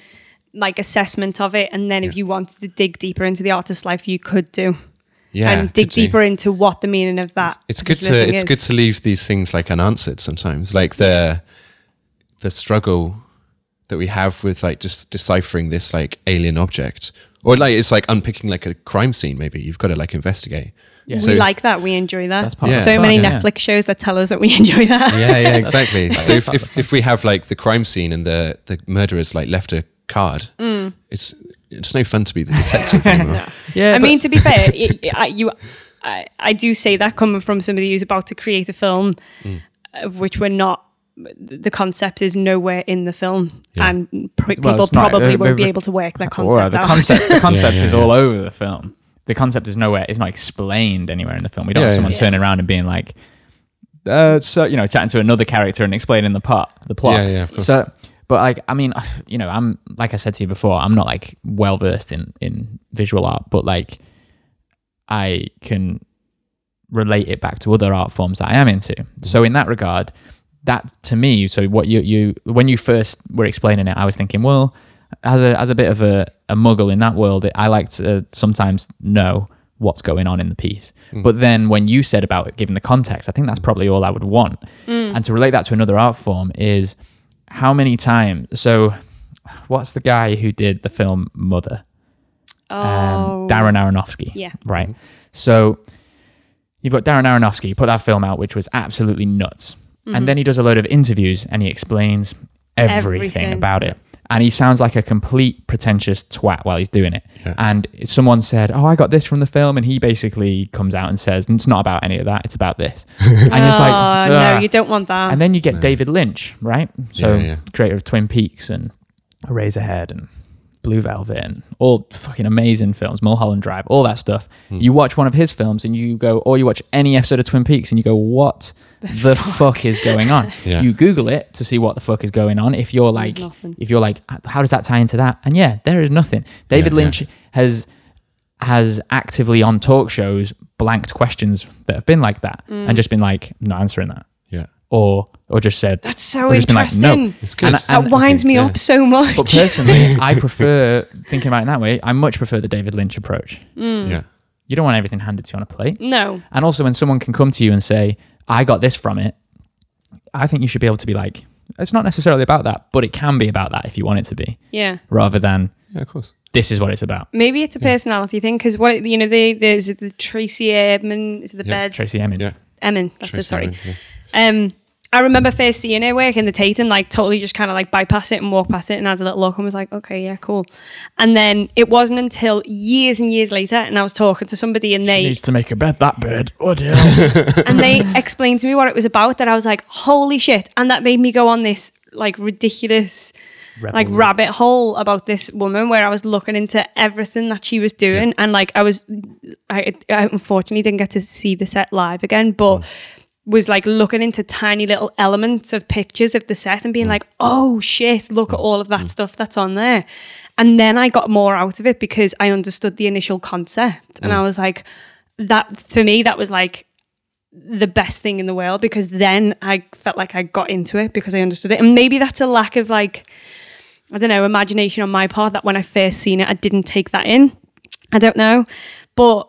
Speaker 2: like assessment of it, and then if you wanted to dig deeper into the artist's life, you could do
Speaker 3: yeah,
Speaker 2: and dig
Speaker 3: could do.
Speaker 2: deeper into what Uh, the meaning of that.
Speaker 3: It's good to
Speaker 2: particular thing
Speaker 3: it's
Speaker 2: is.
Speaker 3: good to leave these things like unanswered sometimes. Like the the struggle that we have with like just deciphering this like alien object. Or like it's like unpicking like a crime scene maybe. You've got to like investigate.
Speaker 1: Yeah.
Speaker 2: we
Speaker 3: if-
Speaker 2: like that. We enjoy that.
Speaker 1: That's part
Speaker 3: of
Speaker 2: so
Speaker 1: the fun,
Speaker 2: many
Speaker 1: yeah.
Speaker 2: Netflix shows that tell us that we enjoy that.
Speaker 3: yeah, yeah, exactly. so if,
Speaker 1: part of
Speaker 3: if, if we have like the crime scene and the the murderer's like left a card,
Speaker 2: Mm.
Speaker 3: it's it's no fun to be the detective anymore.
Speaker 1: Yeah,
Speaker 2: I
Speaker 1: but-
Speaker 2: mean, to be fair, it, it- I, you, I, I do say that coming from somebody who's about to create a film,
Speaker 3: Mm.
Speaker 2: of which we're not. The concept is nowhere in the film, and pr-
Speaker 1: Well,
Speaker 2: people
Speaker 1: it's not.
Speaker 2: probably
Speaker 1: The-
Speaker 2: won't
Speaker 1: the-
Speaker 2: be able to work that
Speaker 1: Or
Speaker 2: concept
Speaker 1: the
Speaker 2: out.
Speaker 1: concept the concept
Speaker 3: yeah,
Speaker 1: is
Speaker 3: yeah.
Speaker 1: all over the film the concept is nowhere it's not explained anywhere in the film we don't
Speaker 3: Yeah,
Speaker 1: have
Speaker 3: yeah.
Speaker 1: someone
Speaker 2: Yeah.
Speaker 1: turning around and being like uh, so you know chatting to another character and explaining the part the plot
Speaker 3: Yeah, yeah, of course.
Speaker 1: so but like i mean you know i'm like i said to you before i'm not like well versed in in visual art but like i can relate it back to other art forms that I am into. So in that regard, that to me, so what you you when you first were explaining it, I was thinking, well, as a as a bit of a, a muggle in that world, I like to uh, sometimes know what's going on in the piece. But then when you said about it, giving the context, I think that's probably all I would want. And to relate that to another art form is how many times. So what's the guy who did the film Mother?
Speaker 2: Oh.
Speaker 1: um, Darren Aronofsky.
Speaker 2: Yeah.
Speaker 1: Right. So you've got Darren Aronofsky put that film out, which was
Speaker 2: Mm-hmm.
Speaker 1: absolutely nuts. And then he does a load of interviews and he explains everything,
Speaker 2: Everything.
Speaker 1: about it. and he sounds like a complete pretentious twat while he's doing it.
Speaker 3: Yeah.
Speaker 1: And someone said, "Oh, I got this from the film," and he basically comes out and says, "It's not about any of that. It's about this." and it's like,
Speaker 2: Oh, no,
Speaker 1: "Ugh."
Speaker 2: you don't want that.
Speaker 1: and then you get David Lynch, right? So
Speaker 3: Yeah, yeah.
Speaker 1: creator of Twin Peaks and Razorhead and Blue Velvet and all fucking amazing films, Mulholland Drive, all that stuff.
Speaker 3: Hmm.
Speaker 1: You watch one of his films and you go, or you watch any episode of Twin Peaks and you go, what the fuck is going on?
Speaker 3: Yeah.
Speaker 1: You Google it to see what the fuck is going on. If you're like,
Speaker 2: nothing.
Speaker 1: if you're like, how does that tie into that? And yeah, there is nothing. David
Speaker 3: yeah.
Speaker 1: Lynch has has actively on talk shows blanked questions that have been like that
Speaker 2: Mm.
Speaker 1: and just been like, I'm not answering that
Speaker 3: Yeah.
Speaker 1: or or just said
Speaker 2: That's so
Speaker 1: or just been
Speaker 2: interesting.
Speaker 1: Like, no.
Speaker 3: It's
Speaker 1: And-
Speaker 3: good.
Speaker 2: that winds me
Speaker 3: yeah.
Speaker 2: up so much.
Speaker 1: But personally, I prefer thinking about it that way. I much prefer the David Lynch approach.
Speaker 3: yeah.
Speaker 1: You don't want everything handed to you on a plate.
Speaker 2: no.
Speaker 1: And also, when someone can come to you and say, "I got this from it," I think you should be able to be like, "It's not necessarily about that, but it can be about that if you want it to be,"
Speaker 2: Yeah.
Speaker 1: rather than
Speaker 3: Yeah, of course.
Speaker 1: "This is what it's about."
Speaker 2: Maybe it's a personality thing because what it- you know, they there's the Tracy Edmond, is it the
Speaker 3: Yeah,
Speaker 2: beds?
Speaker 1: Tracy Emin.
Speaker 3: Yeah.
Speaker 2: Emin, that's
Speaker 3: Tracy
Speaker 2: it. Sorry.
Speaker 3: Emin, yeah.
Speaker 2: Um, I remember first seeing her work in the Tate and like totally just kind of like bypass it and walk past it and had a little look and was like, okay, yeah, cool. And then it wasn't until years and years later, and I was talking to somebody and they
Speaker 1: Needs to make a bed. That bird. Oh dear. yeah,
Speaker 2: and they explained to me what it was about that I was like, holy shit. And that made me go on this like ridiculous like
Speaker 1: Rebel.
Speaker 2: rabbit hole about this woman where I was looking into everything that she was doing and like I was I, I unfortunately didn't get to see the set live again but was like looking into tiny little elements of pictures of the set and being like oh shit look at all of that stuff that's on there and then I got more out of it because I understood the initial concept and I was like that for me that was like the best thing in the world because then I felt like I got into it because I understood it. And maybe that's a lack of like, I don't know, imagination on my part that when I first seen it, I didn't take that in. I don't know. But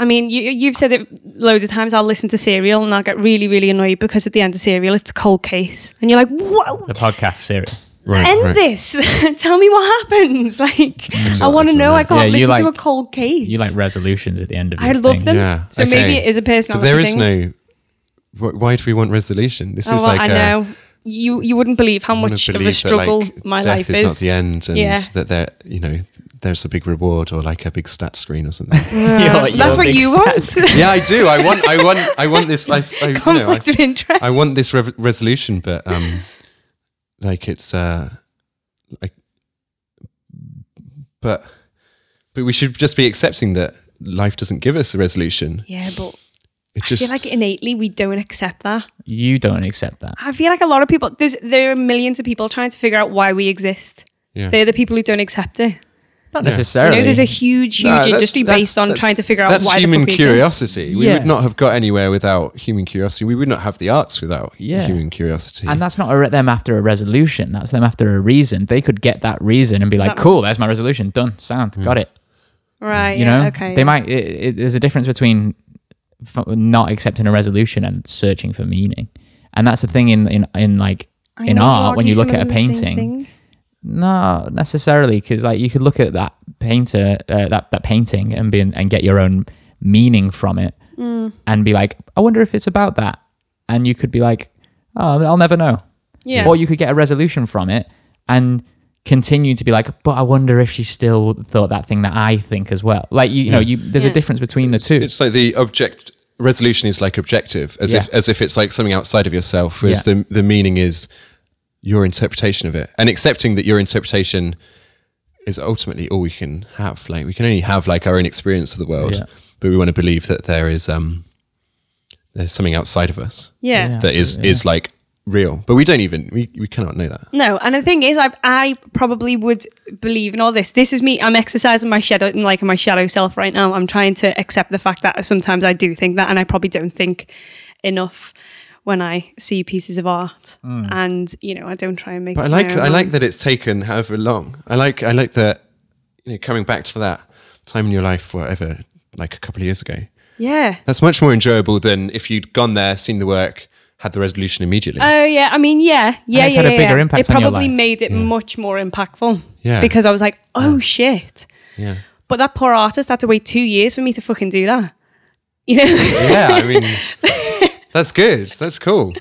Speaker 2: I mean, you, you've said it loads of times. I'll listen to Serial and I'll get really, really annoyed because at the end of Serial, it's a cold case. And you're like,
Speaker 1: The
Speaker 2: what?
Speaker 1: podcast series.
Speaker 3: Right.
Speaker 2: End
Speaker 3: right.
Speaker 2: this. Tell me what happens. Like, I
Speaker 3: what
Speaker 2: want to
Speaker 3: actually
Speaker 2: know. I
Speaker 3: meant.
Speaker 2: can't
Speaker 1: Yeah, you
Speaker 2: listen
Speaker 1: like-
Speaker 2: to a cold case.
Speaker 1: You like resolutions at the end of.
Speaker 2: I
Speaker 1: these
Speaker 2: love
Speaker 1: things.
Speaker 2: them.
Speaker 3: Yeah,
Speaker 2: So maybe
Speaker 3: okay.
Speaker 2: it is a personality
Speaker 3: There is
Speaker 2: thing.
Speaker 3: no. Wh- why do we want resolution? This
Speaker 2: Oh,
Speaker 3: is
Speaker 2: well,
Speaker 3: like
Speaker 2: I
Speaker 3: a-
Speaker 2: know. You you wouldn't believe how
Speaker 3: I wanna
Speaker 2: much of a
Speaker 3: believe that,
Speaker 2: struggle
Speaker 3: like,
Speaker 2: my
Speaker 3: death
Speaker 2: life
Speaker 3: is
Speaker 2: is.
Speaker 3: not the end, and
Speaker 2: Yeah.
Speaker 3: that there, you know, there's a big reward or like a big stat screen or something.
Speaker 1: You're- you're
Speaker 2: That's what
Speaker 1: big
Speaker 2: you
Speaker 1: stats.
Speaker 2: want.
Speaker 3: yeah, I do. I want, I want, I want this. I, I, you know, I,
Speaker 2: Conflict of interest.
Speaker 3: I want this rev resolution, but um, like it's uh, like, but but we should just be accepting that life doesn't give us a resolution.
Speaker 2: Yeah, but
Speaker 3: It
Speaker 2: I
Speaker 3: just
Speaker 2: feel like innately we don't accept that.
Speaker 1: You don't accept that.
Speaker 2: I feel like a lot of people. There's there are millions of people trying to figure out why we exist.
Speaker 3: yeah.
Speaker 2: They're the people who don't accept it.
Speaker 1: Not
Speaker 3: Yeah.
Speaker 2: You
Speaker 1: necessarily.
Speaker 2: know, there's a huge, huge
Speaker 3: No, that's-
Speaker 2: industry
Speaker 3: that's-
Speaker 2: based on
Speaker 3: that's-
Speaker 2: trying to figure out
Speaker 3: that's
Speaker 2: why
Speaker 3: human
Speaker 2: the fuck we exist.
Speaker 3: curiosity. We
Speaker 1: Yeah.
Speaker 3: would not have got anywhere without human curiosity. We would not have the arts without
Speaker 1: Yeah.
Speaker 3: human curiosity.
Speaker 1: And that's not a re- them after a resolution. That's them after a reason. They could get that reason and be like,
Speaker 2: That
Speaker 1: "Cool,
Speaker 2: was-
Speaker 1: there's my resolution. Done. Sound. Got it."
Speaker 2: Right.
Speaker 1: You
Speaker 2: yeah,
Speaker 1: know,
Speaker 2: Okay.
Speaker 1: they might. It, it, there's a difference between f- not accepting a resolution and searching for meaning. And that's the thing in in, in like
Speaker 2: I
Speaker 1: in
Speaker 2: know,
Speaker 1: art when
Speaker 2: argue
Speaker 1: you look
Speaker 2: some
Speaker 1: at a
Speaker 2: of them are the same
Speaker 1: painting.
Speaker 2: thing.
Speaker 1: Not necessarily, because like you could look at that painter, uh, that that painting, and be and get your own meaning from it,
Speaker 2: Mm.
Speaker 1: and be like, I wonder if it's about that, and you could be like, oh, I'll never know,
Speaker 2: Yeah.
Speaker 1: or you could get a resolution from it and continue to be like, but I wonder if she still thought that thing that I think as well. Like you, you know,
Speaker 3: Yeah.
Speaker 1: you there's a
Speaker 2: Yeah.
Speaker 1: difference between the two.
Speaker 3: it's like the object resolution is like objective, as if
Speaker 1: Yeah.
Speaker 3: as if it's like something outside of yourself, whereas
Speaker 1: Yeah.
Speaker 3: the the meaning is your interpretation of it, and accepting that your interpretation is ultimately all we can have. Like we can only have like our own experience of the world,
Speaker 1: Yeah.
Speaker 3: but we want to believe that there is um there's something outside of us
Speaker 2: Yeah.
Speaker 1: Yeah.
Speaker 3: that is
Speaker 1: Absolutely,
Speaker 3: is like real, but we don't even we, we cannot know that.
Speaker 2: No, and the thing is, I I probably would believe in all this. This is me. I'm exercising my shadow, and like my shadow self right now. I'm trying to accept the fact that sometimes I do think that, and I probably don't think enough when I see pieces of art, and you know, I don't try and make.
Speaker 3: But I
Speaker 2: my
Speaker 3: like
Speaker 2: own
Speaker 3: I like
Speaker 2: mind.
Speaker 3: that it's taken however long. I like I like that you know coming back to that time in your life, whatever, like a couple of years ago.
Speaker 2: Yeah.
Speaker 3: That's much more enjoyable than if you'd gone there, seen the work, had the resolution immediately.
Speaker 2: Oh yeah, I mean yeah, yeah,
Speaker 1: it's
Speaker 2: yeah.
Speaker 1: had a
Speaker 2: yeah,
Speaker 1: bigger
Speaker 2: yeah.
Speaker 1: impact
Speaker 2: It
Speaker 1: on your
Speaker 2: probably
Speaker 1: life.
Speaker 2: made it much more impactful.
Speaker 3: Yeah.
Speaker 2: Because I was like, oh shit.
Speaker 3: yeah,
Speaker 2: But that poor artist had to wait two years for me to fucking do that. You know.
Speaker 3: yeah. I mean, That's good. That's cool.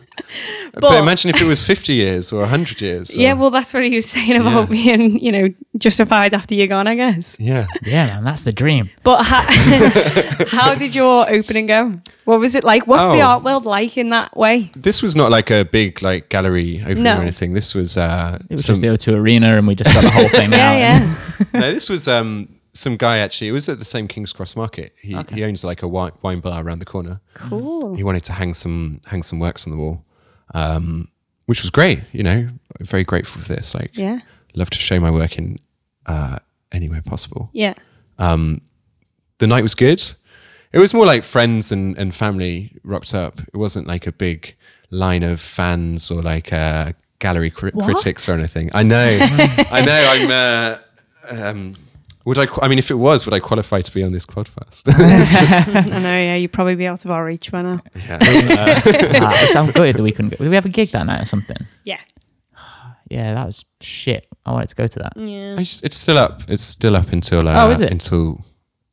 Speaker 3: but,
Speaker 2: But-
Speaker 3: imagine if it was 50 years or 100 years. or-
Speaker 2: Yeah, well, that's what he was saying about being, you know, justified after you're gone, I guess.
Speaker 3: yeah.
Speaker 1: Yeah, man, that's the dream.
Speaker 2: But how, how did your opening go? What was it like? What's the
Speaker 3: Oh.
Speaker 2: art world like in that way?
Speaker 3: This was not like a big like gallery opening
Speaker 2: No.
Speaker 3: or anything. This was uh
Speaker 1: It was
Speaker 3: some-
Speaker 1: just the O2 Arena, and we just got the whole thing
Speaker 2: Yeah,
Speaker 1: out.
Speaker 2: yeah.
Speaker 3: no, this was um some guy actually. It was at the same King's Cross Market. He he owns like a wine, wine bar around the corner.
Speaker 2: Cool.
Speaker 3: He wanted to hang some hang some works on the wall, um, which was great. You know, very grateful for this. Like,
Speaker 2: Yeah.
Speaker 3: love to show my work in uh, anywhere possible.
Speaker 2: Yeah.
Speaker 3: Um, the night was good. It was more like friends and, and family rocked up. It wasn't like a big line of fans or like uh, gallery cri- critics or anything. I know, I know. I'm. Uh, um, would I? qu- I mean, if it was, would I qualify to be on this podcast?
Speaker 2: I know, yeah, you'd probably be out of our reach by now.
Speaker 3: yeah.
Speaker 1: Ah, it sounds good that we couldn't go. Did we have a gig that night or something?
Speaker 2: Yeah.
Speaker 1: Yeah, that was shit. I wanted to go to that.
Speaker 2: Yeah.
Speaker 3: I just, it's still up. It's still up until. Uh,
Speaker 1: Oh, is it?
Speaker 3: Until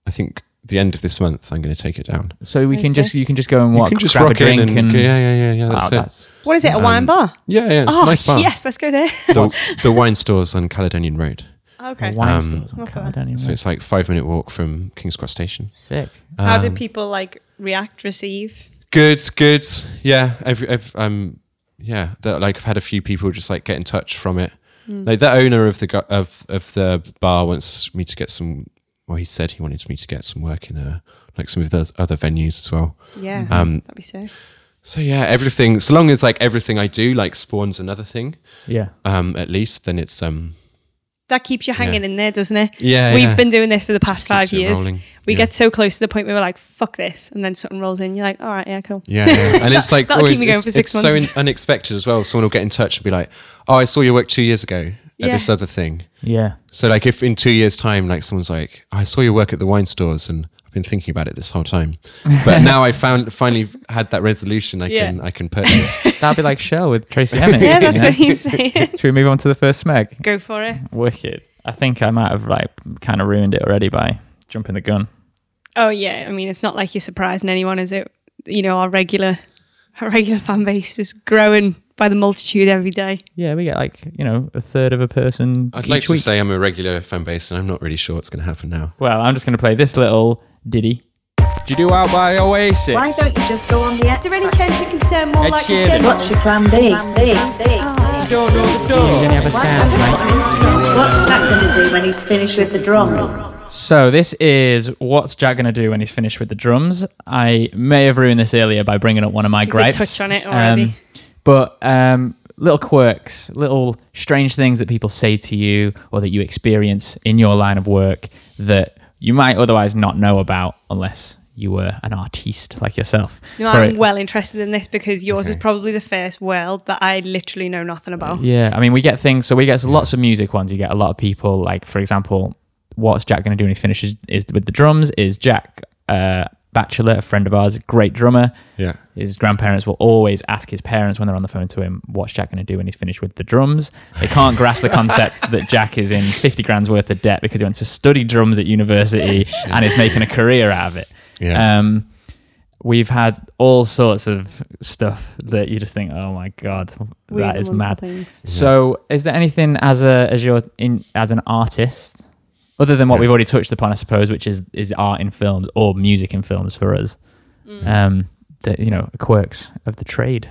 Speaker 3: I think the end of this month. I'm going to take it down.
Speaker 1: So we
Speaker 2: I
Speaker 1: can
Speaker 2: see.
Speaker 1: just you can just go and
Speaker 3: You
Speaker 1: what
Speaker 3: can just
Speaker 1: grab a
Speaker 3: rock in
Speaker 1: drink
Speaker 3: and,
Speaker 1: and,
Speaker 3: yeah, yeah, yeah, yeah. That's
Speaker 1: Wow,
Speaker 3: it.
Speaker 1: that's-
Speaker 2: What is it, a wine
Speaker 3: Um,
Speaker 2: bar?
Speaker 3: yeah, yeah. It's
Speaker 2: oh,
Speaker 3: a nice bar.
Speaker 2: yes, let's go there.
Speaker 3: The, the wine stores on Caledonian Road.
Speaker 2: okay.
Speaker 1: wine
Speaker 3: Um,
Speaker 1: stores on
Speaker 2: Okay.
Speaker 1: Caledonian
Speaker 3: So
Speaker 1: Road.
Speaker 3: it's like five minute walk from King's Cross Station.
Speaker 1: Sick.
Speaker 2: How did
Speaker 3: Um,
Speaker 2: people like react, receive?
Speaker 3: Good, good. Yeah, every, every, um, yeah. That like I've had a few people just like get in touch from it.
Speaker 2: Hmm.
Speaker 3: Like the owner of the gu- of of the bar wants me to get some. Well, he said he wanted me to get some work in uh like some of those other venues as well.
Speaker 2: Yeah.
Speaker 3: Um,
Speaker 2: that'd be sick.
Speaker 3: So yeah, everything. So long as like everything I do like spawns another thing,
Speaker 1: Yeah.
Speaker 3: um, at least then it's um,
Speaker 2: That keeps you hanging in there, doesn't it?
Speaker 3: yeah.
Speaker 2: We've
Speaker 3: yeah.
Speaker 2: been doing this for the past
Speaker 3: Just keeps
Speaker 2: five
Speaker 3: it
Speaker 2: years.
Speaker 3: rolling.
Speaker 2: We
Speaker 3: Yeah.
Speaker 2: get so close to the point where we're like, fuck this. And then something rolls in. You're like, all right, yeah, cool.
Speaker 3: Yeah, yeah. and it's like
Speaker 2: That'll
Speaker 3: always,
Speaker 2: keep me going
Speaker 3: it's,
Speaker 2: for six
Speaker 3: it's so
Speaker 2: months.
Speaker 3: un- unexpected as well. Someone will get in touch and be like, "Oh, I saw your work two years ago at
Speaker 2: Yeah.
Speaker 3: this other thing."
Speaker 1: Yeah.
Speaker 3: So like, if in two years' time, like someone's like, "I saw your work at the wine stores," and I've been thinking about it this whole time, but now I found finally had that resolution. I
Speaker 2: Yeah.
Speaker 3: can I can purchase.
Speaker 1: That'd be like Shell with Tracy Emin.
Speaker 2: Yeah, that's
Speaker 1: you know?
Speaker 2: what he's saying.
Speaker 1: Should we move on to the first smeg?
Speaker 2: Go for it.
Speaker 1: Wicked. I think I might have like kind of ruined it already by jumping the gun.
Speaker 2: Oh yeah, I mean it's not like you're surprising anyone, is it? You know, our regular our regular fan base is growing by the multitude every day.
Speaker 1: Yeah, we get like you know a third of a person
Speaker 3: I'd
Speaker 1: each
Speaker 3: like to
Speaker 1: week.
Speaker 3: say I'm a regular fan base, and I'm not really sure what's going to happen now.
Speaker 1: Well, I'm just gonna play this little ditty. Do you do out by Oasis?
Speaker 4: Why don't you just go on the X Factor?
Speaker 2: chance it can sound more
Speaker 1: Ed like you said- Sheeran.
Speaker 4: What's your plan B? What's Jack going to do when he's finished with the drums?
Speaker 1: So this is what's Jack gonna do when he's finished with the drums. I may have ruined this earlier by bringing up one of my gripes.
Speaker 2: touch on it already.
Speaker 1: Um, but um, little quirks, little strange things that people say to you or that you experience in your line of work that you might otherwise not know about unless you were an artiste like yourself.
Speaker 2: You know,
Speaker 1: For
Speaker 2: I'm
Speaker 1: it-
Speaker 2: well interested in this because yours is probably the first world that I literally know nothing about.
Speaker 1: Uh, Yeah, I mean, we get things. So we get lots of music ones. You get a lot of people, like for example, what's Jack going to do when he finishes is with the drums? Is Jack uh, Bachelor, a friend of ours, great drummer?
Speaker 3: Yeah,
Speaker 1: His grandparents will always ask his parents when they're on the phone to him, "What's Jack going to do when he's finished with the drums?" They can't grasp the concept that Jack is in fifty grand's worth of debt because he went to study drums at university and is making a career out of it.
Speaker 3: Yeah.
Speaker 1: Um, we've had all sorts of stuff that you just think, "Oh my god, that
Speaker 2: Weird
Speaker 1: is
Speaker 2: and wonderful
Speaker 1: mad."
Speaker 2: things.
Speaker 1: So, is there anything as a as your in as an artist, other than what we've already touched upon, I suppose, which is is art in films or music in films for us,
Speaker 2: Mm.
Speaker 1: um, that you know quirks of the trade.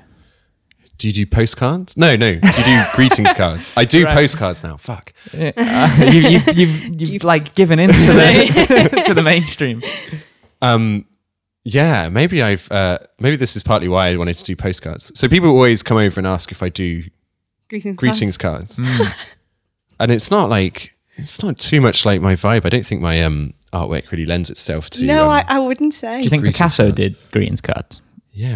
Speaker 3: do you do postcards? No, no. Do you do greetings cards? I do postcards now. Fuck.
Speaker 1: Uh, you, you, you've you've like given in to the to the mainstream.
Speaker 3: Um, yeah, maybe I've uh, maybe this is partly why I wanted to do postcards. So people always come over and ask if I do
Speaker 2: Greetings.
Speaker 3: greetings
Speaker 2: Uh-huh.
Speaker 3: cards,
Speaker 1: Mm.
Speaker 3: and it's not like it's not too much like my vibe. I don't think my um, artwork really lends itself to.
Speaker 2: class. No,
Speaker 3: um,
Speaker 2: I, I wouldn't say.
Speaker 1: Do you think
Speaker 3: Greetings
Speaker 1: Picasso
Speaker 3: cards.
Speaker 1: did greetings cards?
Speaker 3: yeah,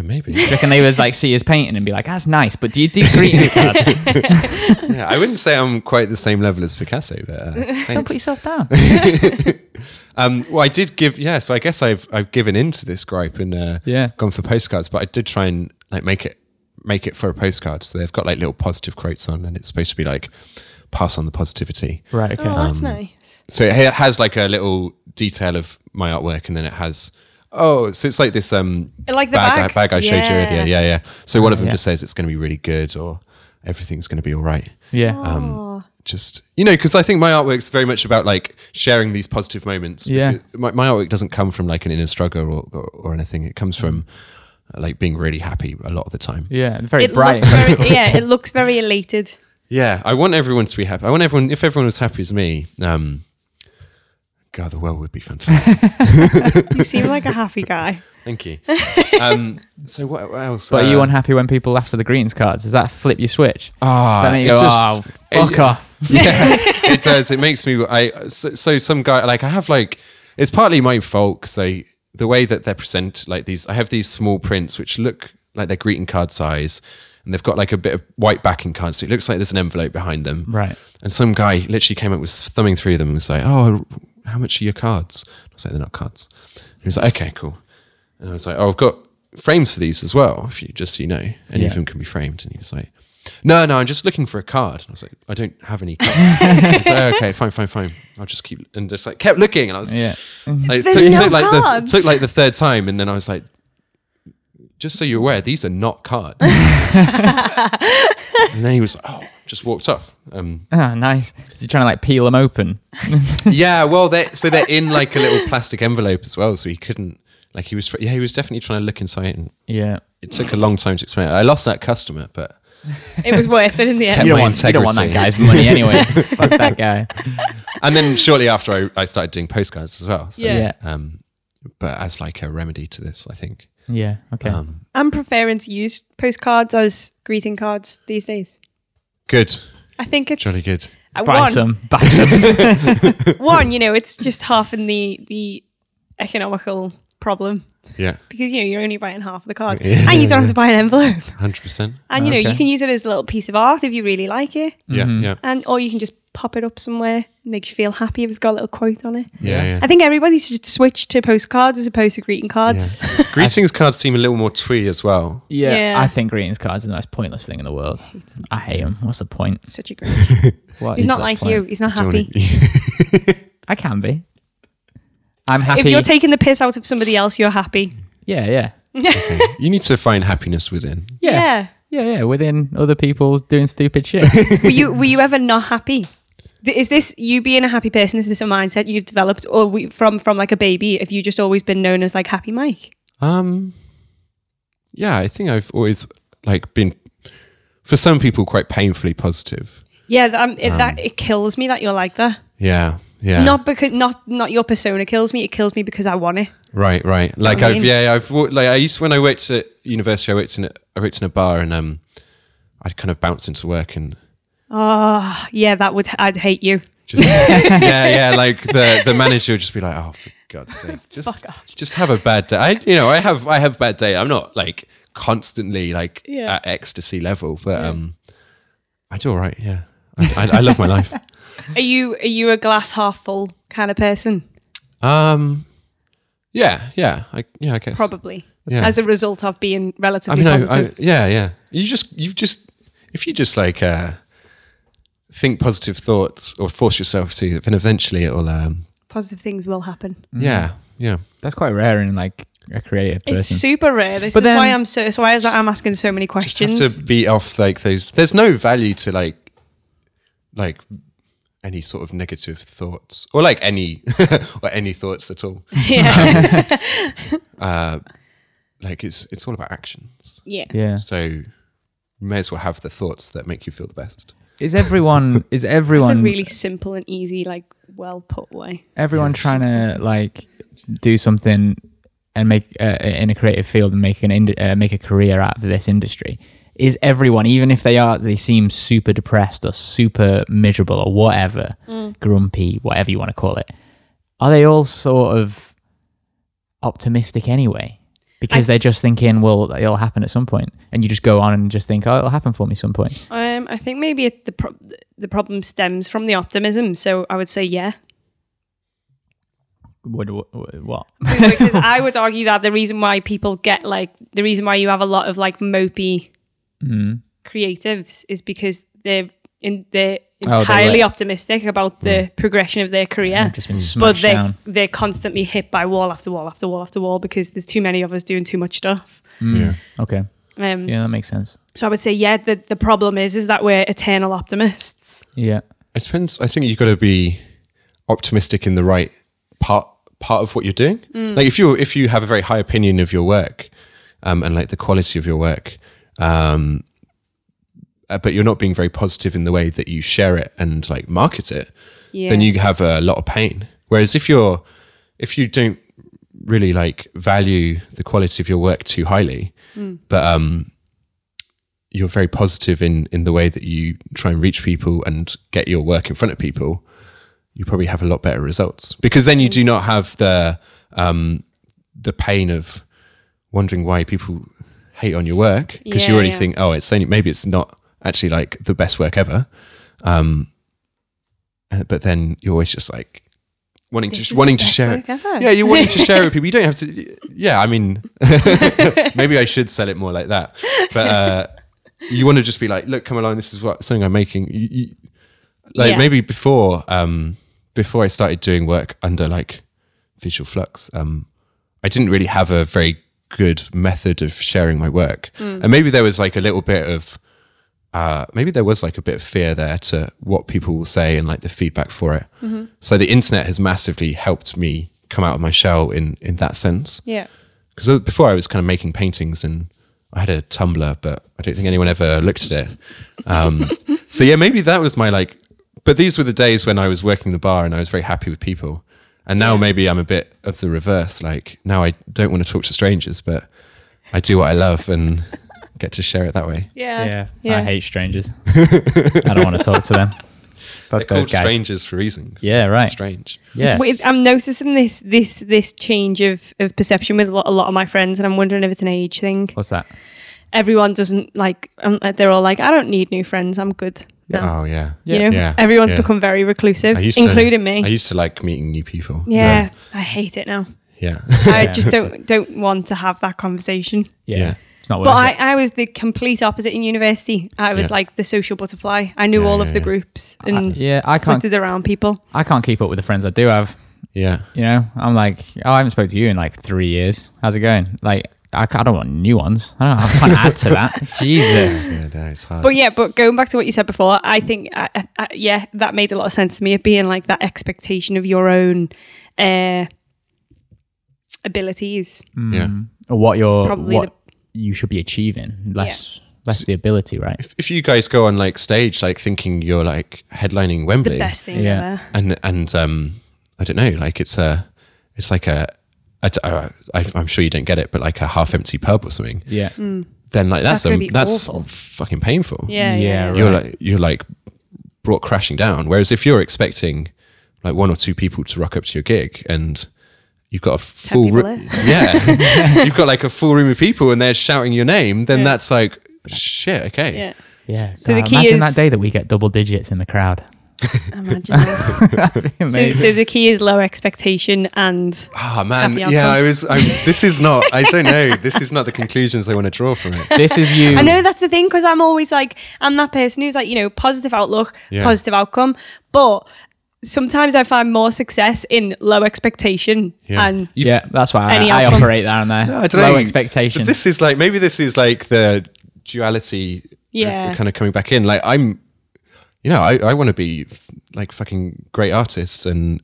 Speaker 3: maybe.
Speaker 1: Do you reckon they would like see his painting and be like, "That's nice," but do you do greetings cards?
Speaker 3: yeah, I wouldn't say I'm quite the same level as Picasso, but uh,
Speaker 1: Don't
Speaker 3: thanks.
Speaker 1: put yourself down.
Speaker 3: Um, well, I did give. Yeah, so I guess I've I've given in to this gripe and uh,
Speaker 1: Yeah.
Speaker 3: gone for postcards, but I did try and like make it make it for a postcard. So they've got like little positive quotes on, and it's supposed to be like pass on the positivity.
Speaker 1: Right. Okay.
Speaker 2: oh, that's nice.
Speaker 3: So it ha- has like a little detail of my artwork, and then it has Oh, so it's like this um
Speaker 2: Like the
Speaker 3: bag,
Speaker 2: bag?
Speaker 3: I, bag I showed you
Speaker 2: Yeah.
Speaker 3: earlier. Yeah, yeah. So one of them
Speaker 1: Yeah.
Speaker 3: just says it's going to be really good or everything's going to be all right.
Speaker 1: Yeah.
Speaker 2: Oh.
Speaker 3: Just you know, because I think my artwork's very much about like sharing these positive moments.
Speaker 1: Yeah.
Speaker 3: Because My, my artwork doesn't come from like an inner struggle or, or, or anything. It comes from uh, like being really happy a lot of the time.
Speaker 1: yeah. Very
Speaker 2: it
Speaker 1: bright.
Speaker 2: looks very, yeah, it looks very elated.
Speaker 3: Yeah, I want everyone to be happy. I want everyone. If everyone was happy as me, um, God, the world would be fantastic.
Speaker 2: You seem like a happy guy.
Speaker 3: Thank you. Um, so what, what else?
Speaker 1: but are
Speaker 3: Uh,
Speaker 1: you unhappy when people ask for the greens cards? Does that flip your switch?
Speaker 3: Ah,
Speaker 1: That make you
Speaker 3: it
Speaker 1: go,
Speaker 3: just-
Speaker 1: oh, fuck
Speaker 3: it-
Speaker 1: off.
Speaker 3: Yeah, it does. It makes me. I so, so some guy like I have like it's partly my fault because I the way that they're present like these. I have these small prints which look like they're greeting card size, and they've got like a bit of white backing card, so it looks like there's an envelope behind them.
Speaker 1: Right.
Speaker 3: And some guy literally came up, was thumbing through them and was like, Oh, how much are your cards? I was like, They're not cards. And he was like, Okay, cool. And I was like, Oh, I've got frames for these as well, if you just so you know. Any
Speaker 1: Yeah.
Speaker 3: of them can be framed. And he was like, No, no, I'm just looking for a card. And I was like, I don't have any cards. He was like, "Oh, okay, fine, fine, fine. I'll just keep and just like kept looking and I was
Speaker 1: Yeah.
Speaker 3: like,
Speaker 2: There's no
Speaker 3: like
Speaker 2: cards.
Speaker 3: the took like the third time and then I was like just so you're aware, these are not cards. and then he was like, Oh, just walked off. Um
Speaker 1: Ah, nice. Is he trying to like peel them open?
Speaker 3: yeah, well, they so they're in like a little plastic envelope as well, so he couldn't like he was yeah he was definitely trying to look inside, and
Speaker 1: Yeah.
Speaker 3: it took a long time to explain. I lost that customer, but
Speaker 2: It was worth it in the
Speaker 1: You
Speaker 3: Kept-
Speaker 2: end.
Speaker 1: don't,
Speaker 3: My
Speaker 1: want, you don't want that
Speaker 3: integrity.
Speaker 1: guy's money anyway. fuck that guy.
Speaker 3: and then shortly after I, I started doing postcards as well. So,
Speaker 2: Yeah.
Speaker 1: Yeah.
Speaker 3: Um, but as like a remedy to this, I think.
Speaker 1: Yeah. Okay.
Speaker 3: Um,
Speaker 2: I'm preferring to use postcards as greeting cards these days.
Speaker 3: good,
Speaker 2: I think it's
Speaker 3: jolly good.
Speaker 2: uh,
Speaker 1: buy
Speaker 2: one,
Speaker 1: some. Buy some.
Speaker 2: one, you know, it's just half in the the economical problem
Speaker 3: Yeah,
Speaker 2: because you know you're only buying half of the cards, and you don't have to buy an envelope.
Speaker 3: hundred percent.
Speaker 2: And you know,
Speaker 1: Okay.
Speaker 2: you can use it as a little piece of art if you really like it,
Speaker 3: Yeah,
Speaker 1: Mhm.
Speaker 3: yeah,
Speaker 2: and or you can just pop it up somewhere, make you feel happy if it's got a little quote on it.
Speaker 3: yeah, yeah.
Speaker 2: I think everybody should switch to postcards as opposed to greeting cards.
Speaker 3: Yeah. Greetings cards seem a little more twee as well.
Speaker 1: Yeah,
Speaker 2: Yeah.
Speaker 1: I think greetings cards are the most pointless thing in the world. I hate them. What's the point?
Speaker 2: Such a great.
Speaker 1: What
Speaker 2: He's
Speaker 1: is
Speaker 2: not
Speaker 1: the
Speaker 2: like
Speaker 1: point?
Speaker 2: you. He's not
Speaker 3: Do you wanna-
Speaker 2: happy.
Speaker 1: I can be. I'm happy.
Speaker 2: If you're taking the piss out of somebody else, you're happy.
Speaker 1: yeah, yeah,
Speaker 3: you need to find happiness within.
Speaker 1: yeah, yeah, yeah. Within other people doing stupid shit.
Speaker 2: were you were you ever not happy? D- Is this you being a happy person? Is this a mindset you've developed, or we, from from like a baby? Have you just always been known as like Happy Mike?
Speaker 3: Um, yeah, I think I've always like been, for some people, quite painfully positive.
Speaker 2: Yeah, that, um, it, that it kills me that you're like that.
Speaker 3: Yeah, yeah.
Speaker 2: Not because not not your persona kills me. It kills me because I want it.
Speaker 3: right, right. Like
Speaker 2: I
Speaker 3: I've
Speaker 2: mean-
Speaker 3: yeah, I've wo- like I used when I worked at university, I worked in a, I worked in a bar and um, I'd kind of bounce into work and
Speaker 2: Oh, yeah, that would I'd hate you.
Speaker 3: just yeah, yeah. Like the the manager would just be like, oh, for God's sake, just just have a bad day. I you know I have I have bad day. I'm not like constantly like
Speaker 2: Yeah.
Speaker 3: at ecstasy level, but um, I do all right. Yeah, I, I, I love my life.
Speaker 2: Are you are you a glass half full kind of person?
Speaker 3: Um, yeah, yeah, I, yeah, I guess.
Speaker 2: Probably
Speaker 3: Yeah.
Speaker 2: as a result of being
Speaker 3: I
Speaker 2: relatively
Speaker 3: mean, I, I,
Speaker 2: positive.
Speaker 3: yeah, yeah. You just, you just, if you just like uh, think positive thoughts or force yourself to, then eventually it'll, um,
Speaker 2: positive things will happen.
Speaker 3: yeah, yeah.
Speaker 1: That's quite rare in like a creative person.
Speaker 2: It's super rare. This
Speaker 1: But
Speaker 2: is
Speaker 1: then-
Speaker 2: why I'm so. That's why I'm asking so many
Speaker 3: Just
Speaker 2: questions.
Speaker 3: have to beat off like those. There's no value to like, like any sort of negative thoughts or like any or any thoughts at all. Um, uh,
Speaker 2: yeah.
Speaker 3: Like it's it's all about actions.
Speaker 2: yeah.
Speaker 1: yeah.
Speaker 3: So you may as well have the thoughts that make you feel the best.
Speaker 1: Is everyone? Is
Speaker 2: It's a
Speaker 1: everyone?
Speaker 2: really simple and easy, like well put way.
Speaker 1: everyone trying to like do something and make uh, in a creative field and make an ind- uh, make a career out of this industry is everyone even if they are they seem super depressed or super miserable or whatever
Speaker 2: Mm.
Speaker 1: grumpy whatever you want to call it are they all sort of optimistic anyway because they're just thinking well it'll happen at some point and you just go on and just think oh it'll happen for me some point
Speaker 2: Um, I think maybe it, the pro- the problem stems from the optimism. So I would say yeah,
Speaker 1: what what, what?
Speaker 2: because I would argue that the reason why people get like the
Speaker 1: Mm-hmm.
Speaker 2: reason why you have a lot of like mopey creatives is because they're in they're
Speaker 1: Oh, they're
Speaker 2: entirely
Speaker 1: like-
Speaker 2: optimistic about the progression of their career.
Speaker 1: I've just been
Speaker 2: but
Speaker 1: smashed
Speaker 2: they
Speaker 1: down.
Speaker 2: they're constantly hit by wall after wall after wall after wall because there's too many of us doing too much stuff.
Speaker 3: Yeah.
Speaker 1: Okay.
Speaker 2: Um,
Speaker 1: Yeah, that makes sense.
Speaker 2: So I would say, yeah, the, the problem is is that we're eternal optimists.
Speaker 1: Yeah.
Speaker 3: It depends. I think you've got to be optimistic in the right part part of what you're doing. Like if you if you have a very high opinion of your work, um, and like the quality of your work, um, uh, but you're not being very positive in the way that you share it and like market it,
Speaker 2: Yeah.
Speaker 3: then you have a lot of pain. Whereas if you're if you don't really like value the quality of your work too highly,
Speaker 2: Hmm.
Speaker 3: but um, you're very positive in in the way that you try and reach people and get your work in front of people, you probably have a lot better results because then you do not have the um, the pain of wondering why people hate on your work because
Speaker 2: Yeah,
Speaker 3: you already
Speaker 2: yeah.
Speaker 3: think, oh, it's only maybe it's not actually like the best work ever. Um, uh, but then you're always just like wanting
Speaker 2: This
Speaker 3: to
Speaker 2: is
Speaker 3: wanting
Speaker 2: the
Speaker 3: to
Speaker 2: best
Speaker 3: share it.
Speaker 2: work ever.
Speaker 3: Yeah, you're wanting to share it with people. You don't have to. Yeah, I mean, maybe I should sell it more like that. But uh, you want to just be like, look, come along. This is what something I'm making. You, you, like
Speaker 2: Yeah.
Speaker 3: maybe before um, before I started doing work under like Visual Flux, um, I didn't really have a very good method of sharing my work, and maybe there was like a little bit of. Uh, maybe there was like a bit of fear there to what people will say and like the feedback for it. So the internet has massively helped me come out of my shell in in that sense.
Speaker 2: yeah.
Speaker 3: Because uh, before I was kind of making paintings and I had a Tumblr, but I don't think anyone ever looked at it. Um, so yeah, maybe that was my like. But these were the days when I was working the bar and I was very happy with people. And now maybe I'm a bit of the reverse. Like now I don't want to talk to strangers, but I do what I love and get to share it that way.
Speaker 2: Yeah.
Speaker 1: yeah.
Speaker 2: Yeah.
Speaker 1: I hate strangers. I don't want to talk to them. Fuck
Speaker 3: They're
Speaker 1: those
Speaker 3: called
Speaker 1: guys.
Speaker 3: strangers for reasons.
Speaker 1: Yeah, right.
Speaker 3: Strange.
Speaker 1: Yeah.
Speaker 2: Wait, I'm noticing this this this change of, of perception with a lot, a lot of my friends, and I'm wondering if it's an age thing.
Speaker 1: What's that?
Speaker 2: Everyone doesn't like. Um, they're all like, I don't need new friends. I'm good. now."
Speaker 3: Oh yeah.
Speaker 2: You know,
Speaker 3: Yeah.
Speaker 2: everyone's
Speaker 3: Yeah.
Speaker 2: become very reclusive,
Speaker 3: I used
Speaker 2: including
Speaker 3: to,
Speaker 2: me.
Speaker 3: I used to like meeting new people.
Speaker 2: yeah,
Speaker 3: No.
Speaker 2: I hate it now.
Speaker 3: Yeah.
Speaker 2: I just don't don't want to have that conversation.
Speaker 1: Yeah.
Speaker 3: Yeah.
Speaker 1: It's not worth
Speaker 2: But I,
Speaker 1: it.
Speaker 2: I was the complete opposite in university. I was
Speaker 3: Yeah.
Speaker 2: like the social butterfly. I knew
Speaker 3: Yeah,
Speaker 2: all
Speaker 3: yeah,
Speaker 2: of the
Speaker 3: yeah.
Speaker 2: groups and
Speaker 1: Yeah, I can't.
Speaker 2: flitted around people.
Speaker 1: I can't keep up with the friends I do have.
Speaker 3: yeah.
Speaker 1: You know, I'm like, oh, I haven't spoke to you in like three years. How's it going? Like, I, ca- I don't want new ones. I, don't, I can't add to that. Jesus.
Speaker 3: Yeah, no, it's hard.
Speaker 2: But yeah, but going back to what you said before, I think I, I, I, yeah, that made a lot of sense to me. It being like that expectation of your own uh, abilities.
Speaker 3: yeah.
Speaker 1: Or what you're,
Speaker 2: probably
Speaker 1: what you should be achieving. Less, less the ability, right?
Speaker 3: If, if you guys go on like stage, like thinking you're like headlining
Speaker 2: The
Speaker 3: Wembley,
Speaker 2: best thing
Speaker 1: Yeah.
Speaker 2: ever.
Speaker 3: and and um, I don't know, like it's a, it's like a, a uh, I, am sure you don't get it, but like a half-empty pub or something.
Speaker 1: Yeah.
Speaker 2: Mm.
Speaker 3: Then like that's
Speaker 2: That's gonna
Speaker 3: um,
Speaker 2: be
Speaker 3: that's
Speaker 2: awful.
Speaker 3: fucking painful.
Speaker 2: Yeah,
Speaker 1: Yeah,
Speaker 2: yeah.
Speaker 1: right.
Speaker 3: you're like you're like brought crashing down. Whereas if you're expecting like one or two people to rock up to your gig and you've got a full
Speaker 2: people
Speaker 3: room, yeah, you've got like a full room of people and they're shouting your name, then that's like shit. Okay,
Speaker 2: yeah.
Speaker 1: Yeah.
Speaker 2: So the
Speaker 1: God,
Speaker 2: key
Speaker 1: imagine
Speaker 2: is-
Speaker 1: that day that we get double digits in the crowd.
Speaker 2: Imagine that. so, so the key is low expectation and
Speaker 3: Oh man,
Speaker 2: Happy
Speaker 3: yeah,
Speaker 2: outcome.
Speaker 3: I was. I'm, this is not. I don't know. This is not the conclusions they want to draw from it.
Speaker 1: this is you.
Speaker 2: I know that's the thing because I'm always like, I'm that person who's like, you know, positive outlook,
Speaker 3: Yeah.
Speaker 2: positive outcome. But sometimes I find more success in low expectation.
Speaker 3: Yeah.
Speaker 2: And
Speaker 1: yeah, that's why
Speaker 2: Any
Speaker 1: I, I
Speaker 2: outcome.
Speaker 1: operate down there.
Speaker 3: No, I don't
Speaker 1: Low
Speaker 3: know.
Speaker 1: expectations.
Speaker 3: But this is like maybe this is like the duality. uh,
Speaker 2: Yeah.
Speaker 3: kind of coming back in. Like I'm, you know, I, I want to be like fucking great artists and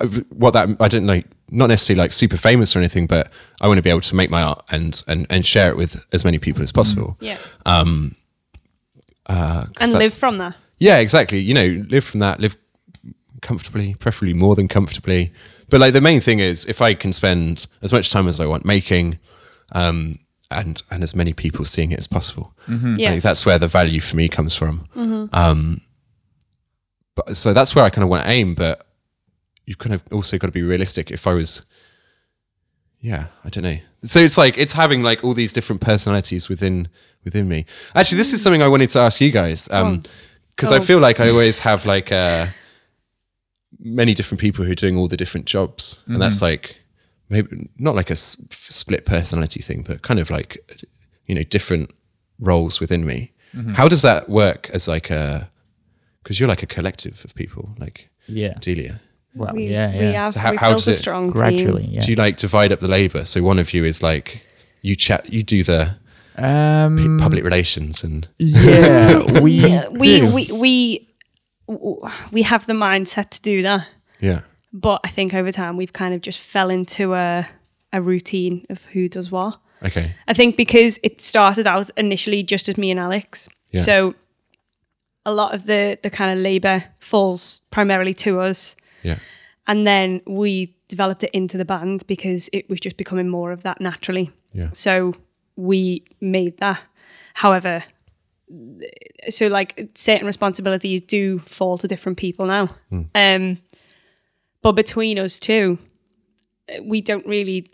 Speaker 3: I, what that I don't like. Not necessarily like super famous or anything, but I want to be able to make my art and and and share it with as many people as possible.
Speaker 2: yeah.
Speaker 3: Um, uh, 'cause
Speaker 2: And live
Speaker 3: that's-
Speaker 2: from that.
Speaker 3: Yeah, exactly. You know, live from that, live comfortably, preferably more than comfortably. But like the main thing is, if I can spend as much time as I want making, um, and and as many people seeing it as possible,
Speaker 1: Hmm.
Speaker 2: Yeah.
Speaker 3: like that's where the value for me comes from. Um, but so that's where I kind of want to aim. But you've kind of also got to be realistic. If I was, yeah, I don't know. So it's like it's having like all these different personalities within within me. Actually, this is something I wanted to ask you guys um, because I
Speaker 2: Oh.
Speaker 3: feel like I always have like uh, many different people who are doing all the different jobs, and that's like maybe not like a s- split personality thing, but kind of like Mm-hmm. you know different roles within me. How does that work as like a because you're like a collective of people, like
Speaker 1: Yeah.
Speaker 3: Delia.
Speaker 1: Well,
Speaker 2: we,
Speaker 1: yeah,
Speaker 2: we
Speaker 1: yeah.
Speaker 2: have
Speaker 3: So how-
Speaker 2: we've
Speaker 3: how
Speaker 2: built
Speaker 3: does
Speaker 2: a
Speaker 3: it
Speaker 2: strong team.
Speaker 1: Gradually, yeah.
Speaker 3: Do you like divide up the labor? So one of you is like you chat, you do the p-
Speaker 2: Mm.
Speaker 1: Um,
Speaker 3: public relations, and
Speaker 1: yeah, we
Speaker 2: Yeah, we,
Speaker 1: do.
Speaker 2: we we we have the mindset to do that,
Speaker 3: yeah,
Speaker 2: but I think over time we've kind of just fell into a a routine of who does what.
Speaker 3: okay,
Speaker 2: I think because it started out initially just as me and Alex.
Speaker 3: Yeah.
Speaker 2: So a lot of the the kind of labor falls primarily to us
Speaker 3: yeah,
Speaker 2: and then we developed it into the band because it was just becoming more of that naturally.
Speaker 3: yeah,
Speaker 2: So we made that. However, so like certain responsibilities do fall to different people now.
Speaker 3: Hmm.
Speaker 2: Um, but between us two, uh, we don't really.